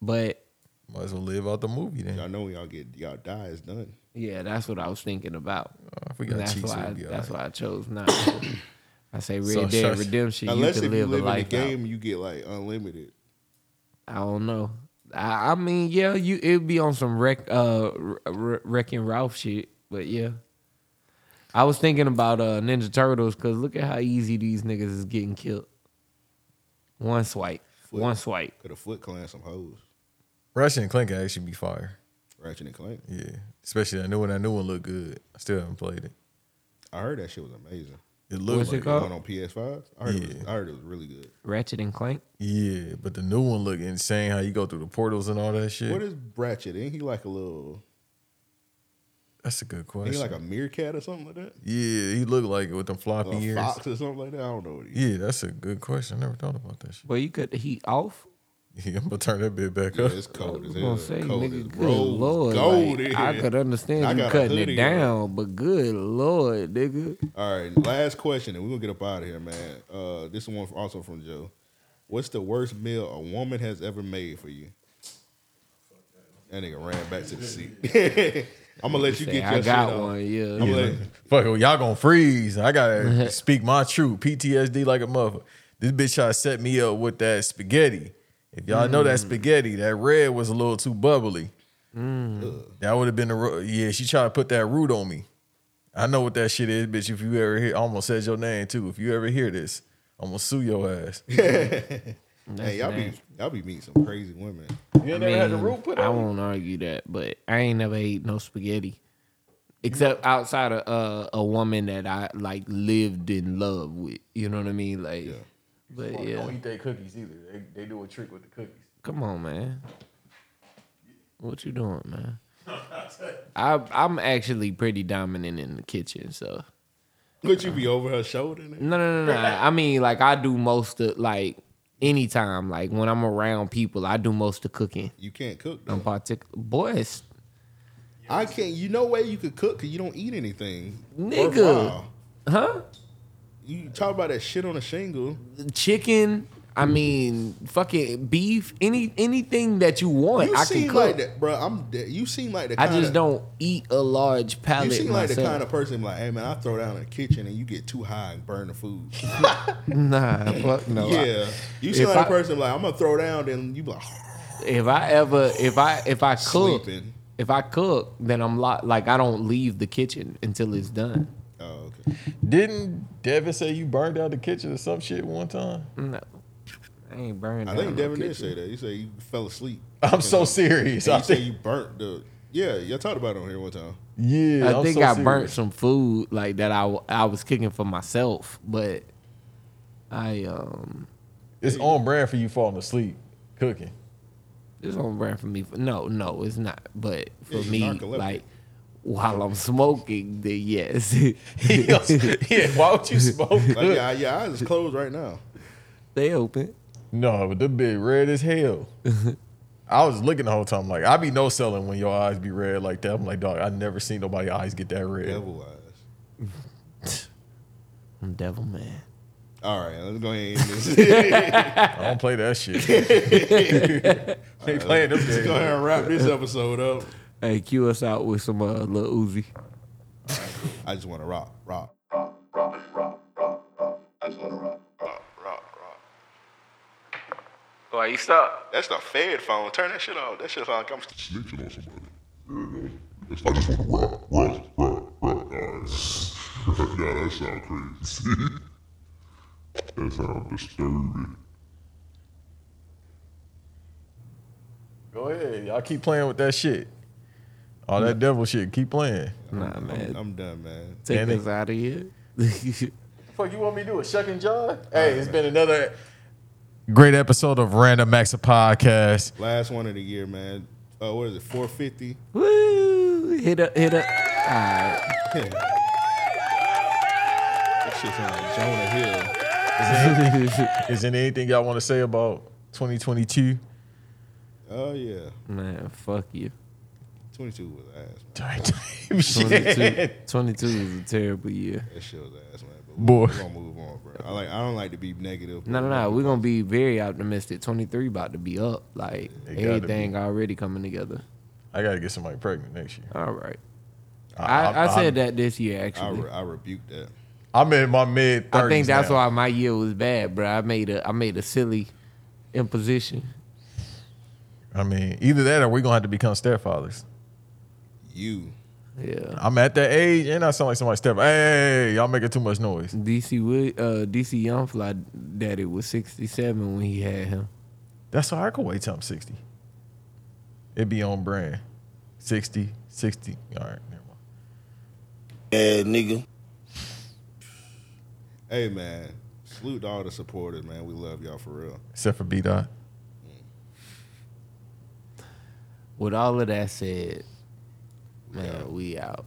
[SPEAKER 3] But
[SPEAKER 5] might as well live out the movie then.
[SPEAKER 4] Y'all know when y'all get y'all die is done.
[SPEAKER 3] yeah, that's what I was thinking about.
[SPEAKER 5] Oh, if we
[SPEAKER 3] And
[SPEAKER 5] got
[SPEAKER 3] that's
[SPEAKER 5] cheats,
[SPEAKER 3] why
[SPEAKER 5] we'll
[SPEAKER 3] I,
[SPEAKER 5] be all
[SPEAKER 3] that's
[SPEAKER 5] right.
[SPEAKER 3] why I chose not. to. I say Red
[SPEAKER 5] So,
[SPEAKER 3] Dead
[SPEAKER 5] shush.
[SPEAKER 3] Redemption.
[SPEAKER 4] Unless
[SPEAKER 3] you
[SPEAKER 4] if
[SPEAKER 3] can live
[SPEAKER 4] you
[SPEAKER 3] a
[SPEAKER 4] live in
[SPEAKER 3] life
[SPEAKER 4] the game, you get like unlimited.
[SPEAKER 3] out. I don't know. I, I mean, yeah, you it'd be on some wreck uh r- r- wrecking Ralph shit, but yeah. I was thinking about uh Ninja Turtles because look at how easy these niggas is getting killed. One swipe,
[SPEAKER 4] Foot.
[SPEAKER 3] one swipe.
[SPEAKER 4] Could have foot clan some hoes.
[SPEAKER 5] Ratchet and Clank could actually be fire.
[SPEAKER 4] Ratchet and Clank.
[SPEAKER 5] Yeah, especially that new one. That new one looked good. I still haven't played it.
[SPEAKER 4] I heard that shit was amazing.
[SPEAKER 5] It looked
[SPEAKER 3] What's it
[SPEAKER 5] like
[SPEAKER 3] called? Oh.
[SPEAKER 4] The one on PS5. I heard, it was,
[SPEAKER 5] Yeah.
[SPEAKER 4] I heard it was really good.
[SPEAKER 3] Ratchet and Clank.
[SPEAKER 5] Yeah, but the new one looked insane. How you go through the portals and all that shit.
[SPEAKER 4] What is Ratchet? Ain't he like a little?
[SPEAKER 5] That's a good
[SPEAKER 4] Ain't
[SPEAKER 5] question.
[SPEAKER 4] he like a meerkat or something like that?
[SPEAKER 5] yeah, he looked like it with them floppy
[SPEAKER 4] Or a
[SPEAKER 5] ears.
[SPEAKER 4] fox or something like that. I don't know what he.
[SPEAKER 5] Yeah, that's a good question. I never thought about that shit.
[SPEAKER 3] Well, you cut the heat off.
[SPEAKER 5] Yeah, I'm gonna turn that bit back
[SPEAKER 4] Yeah,
[SPEAKER 5] up.
[SPEAKER 4] it's cold as
[SPEAKER 3] I'm gonna
[SPEAKER 4] hell.
[SPEAKER 3] say,
[SPEAKER 4] cold
[SPEAKER 3] nigga,
[SPEAKER 4] as
[SPEAKER 3] good
[SPEAKER 4] rose
[SPEAKER 3] lord,
[SPEAKER 4] gold.
[SPEAKER 3] like,
[SPEAKER 4] in
[SPEAKER 3] I
[SPEAKER 4] here.
[SPEAKER 3] could understand
[SPEAKER 4] I
[SPEAKER 3] you
[SPEAKER 4] got a
[SPEAKER 3] cutting it
[SPEAKER 4] hoodie on.
[SPEAKER 3] down, but good lord, nigga.
[SPEAKER 4] All right, last question, and we're gonna get up out of here, man. Uh, this one also from Joe. What's the worst meal a woman has ever made for you? That nigga ran back to the seat. I'm gonna let you
[SPEAKER 3] Say,
[SPEAKER 4] get
[SPEAKER 3] I
[SPEAKER 4] your
[SPEAKER 3] got
[SPEAKER 4] shit on.
[SPEAKER 3] one, yeah.
[SPEAKER 4] I'm gonna let-
[SPEAKER 5] Fuck, well, y'all gonna freeze. I gotta speak my truth. PTSD like a mother. This bitch try to set me up with that spaghetti. If y'all know
[SPEAKER 3] Mm.
[SPEAKER 5] that spaghetti, that red was a little too bubbly.
[SPEAKER 3] Mm.
[SPEAKER 5] That would have been the ro- yeah. She tried to put that root on me. I know what that shit is, bitch. If you ever hear, I almost said your name too. If you ever hear this, I'm gonna sue your ass.
[SPEAKER 4] hey, y'all be
[SPEAKER 3] nasty.
[SPEAKER 4] y'all be meeting some crazy women.
[SPEAKER 5] You
[SPEAKER 3] I, mean, I won't argue that, but I ain't never ate no spaghetti. Except outside of uh, a woman that I like lived in love with. You know what I mean? Like
[SPEAKER 4] Yeah.
[SPEAKER 3] but yeah.
[SPEAKER 5] eat their cookies either. They, they do a trick with the cookies.
[SPEAKER 3] Come on, man. What you doing, man? I I'm actually pretty dominant in the kitchen, so
[SPEAKER 4] Could you be over her shoulder? nigga?
[SPEAKER 3] No, no, no, no. I mean, like I do most of like anytime, like when I'm around people, I do most of cooking.
[SPEAKER 4] You can't cook
[SPEAKER 3] I'm
[SPEAKER 4] though.
[SPEAKER 3] particular, boys,
[SPEAKER 4] I can't. You know way you could cook because you don't eat anything.
[SPEAKER 3] Nigga.
[SPEAKER 4] worthwhile.
[SPEAKER 3] huh?
[SPEAKER 4] you talk about that shit on a shingle.
[SPEAKER 3] Chicken. I mean, fucking beef. Any anything that you want,
[SPEAKER 4] You
[SPEAKER 3] I
[SPEAKER 4] seem
[SPEAKER 3] can cook.
[SPEAKER 4] like that, bro. I'm. de- You seem like the.
[SPEAKER 3] I
[SPEAKER 4] Kinda,
[SPEAKER 3] just don't eat a large palate.
[SPEAKER 4] You seem like the
[SPEAKER 3] myself.
[SPEAKER 4] kind of person like, hey man, I throw down in the kitchen and you get too high and burn the food.
[SPEAKER 3] Nah, fuck no. I-
[SPEAKER 4] yeah, you seem
[SPEAKER 3] if
[SPEAKER 4] like
[SPEAKER 3] I-
[SPEAKER 4] the person like, I'm gonna throw down and you be like
[SPEAKER 3] if I ever, if I, if I cook,
[SPEAKER 4] sleeping.
[SPEAKER 3] if I cook, then I'm lo- like I don't leave the kitchen until it's done.
[SPEAKER 4] Oh, okay.
[SPEAKER 5] Didn't Devin say you burned out the kitchen or some shit one time?
[SPEAKER 3] No, I ain't burning.
[SPEAKER 4] I think Devin did say that. You say you fell asleep.
[SPEAKER 5] I'm so serious.
[SPEAKER 4] And
[SPEAKER 5] I
[SPEAKER 4] you say
[SPEAKER 5] think
[SPEAKER 4] you burnt the. Yeah, y'all talked about it on here one time.
[SPEAKER 5] Yeah,
[SPEAKER 3] I
[SPEAKER 5] I'm
[SPEAKER 3] think
[SPEAKER 5] so
[SPEAKER 3] I
[SPEAKER 5] serious.
[SPEAKER 3] burnt some food like that I, w- I was cooking for myself, but I um
[SPEAKER 5] It's on brand for you falling asleep cooking.
[SPEAKER 3] it's on brand for me. No, no, it's not. But for
[SPEAKER 4] Yeah, you're
[SPEAKER 3] me,
[SPEAKER 4] narcoleptic.
[SPEAKER 3] like while I'm smoking, then yes.
[SPEAKER 5] yeah, why would you smoke?
[SPEAKER 4] Like, yeah, yeah, eyes is closed right now.
[SPEAKER 3] they open.
[SPEAKER 5] No, but the big red as hell. I was looking the whole time like I be no selling when your eyes be red like that. I'm like, dog, I never seen nobody eyes get that red.
[SPEAKER 4] Devil eyes.
[SPEAKER 3] I'm devil man.
[SPEAKER 4] All right, let's go ahead and end this.
[SPEAKER 5] I don't play that shit. they playing them
[SPEAKER 4] let's go
[SPEAKER 5] games.
[SPEAKER 4] ahead and wrap this episode up.
[SPEAKER 3] Hey, cue us out with some uh, little Uzi.
[SPEAKER 4] I just want to rock, rock.
[SPEAKER 3] Why you stop?
[SPEAKER 4] That's the Fed phone. Turn that shit off. That shit sound like I'm.
[SPEAKER 6] Snitching on somebody. I just want to rock, rock, rock, rock. Alright. yeah, that sound crazy. that sound disturbing.
[SPEAKER 5] Go ahead. Y'all keep playing with that shit. All that devil shit. Keep playing.
[SPEAKER 3] Nah, man.
[SPEAKER 4] I'm done, man.
[SPEAKER 3] Take
[SPEAKER 5] Damn it.
[SPEAKER 3] us out of here.
[SPEAKER 5] Fuck you want me to do a shuck and John? Hey, it's been another great episode of Random Maxa Podcast.
[SPEAKER 4] Last one of the year, man. Uh, what is it? 450.
[SPEAKER 3] Woo! Hit up, hit up. All right.
[SPEAKER 4] that shit sound like Jonah Hill.
[SPEAKER 5] Is there anything y'all want to say about 2022?
[SPEAKER 4] Oh yeah,
[SPEAKER 3] Man, fuck you.
[SPEAKER 4] 22 was ass. Man.
[SPEAKER 5] Darn time shit.
[SPEAKER 3] 22, 22 is a terrible year.
[SPEAKER 4] That shit was ass, man. But
[SPEAKER 5] Boy.
[SPEAKER 4] we're gonna move on, bro. I like. I don't like to be negative.
[SPEAKER 3] No, no, no. We're gonna be very optimistic. Twenty three about to be up. Like
[SPEAKER 5] It gotta
[SPEAKER 3] everything already coming together.
[SPEAKER 5] I gotta get somebody pregnant next year.
[SPEAKER 3] All right. I, I, said that this year
[SPEAKER 4] I,
[SPEAKER 3] actually.
[SPEAKER 4] re- I rebuke that.
[SPEAKER 5] I'm in my mid
[SPEAKER 3] I,
[SPEAKER 5] thirties.
[SPEAKER 3] think that's why my year was bad, bro. I made a I made a silly imposition.
[SPEAKER 5] I mean, either that or we're gonna have to become stepfathers.
[SPEAKER 4] You.
[SPEAKER 3] Yeah.
[SPEAKER 5] I'm at that age, and I sound like somebody's step. Hey, hey, hey, y'all making too much noise.
[SPEAKER 3] DC Wil- uh DC Youngfly daddy was sixty seven when he had him.
[SPEAKER 5] That's why I could wait till I'm 60. It'd be on brand. 60, 60. All right, never
[SPEAKER 8] Yeah,
[SPEAKER 5] mind.
[SPEAKER 8] nigga.
[SPEAKER 4] Hey man, salute to all the supporters, man. We love y'all for real.
[SPEAKER 5] Except for B dot.
[SPEAKER 3] With all of that said, man, we out.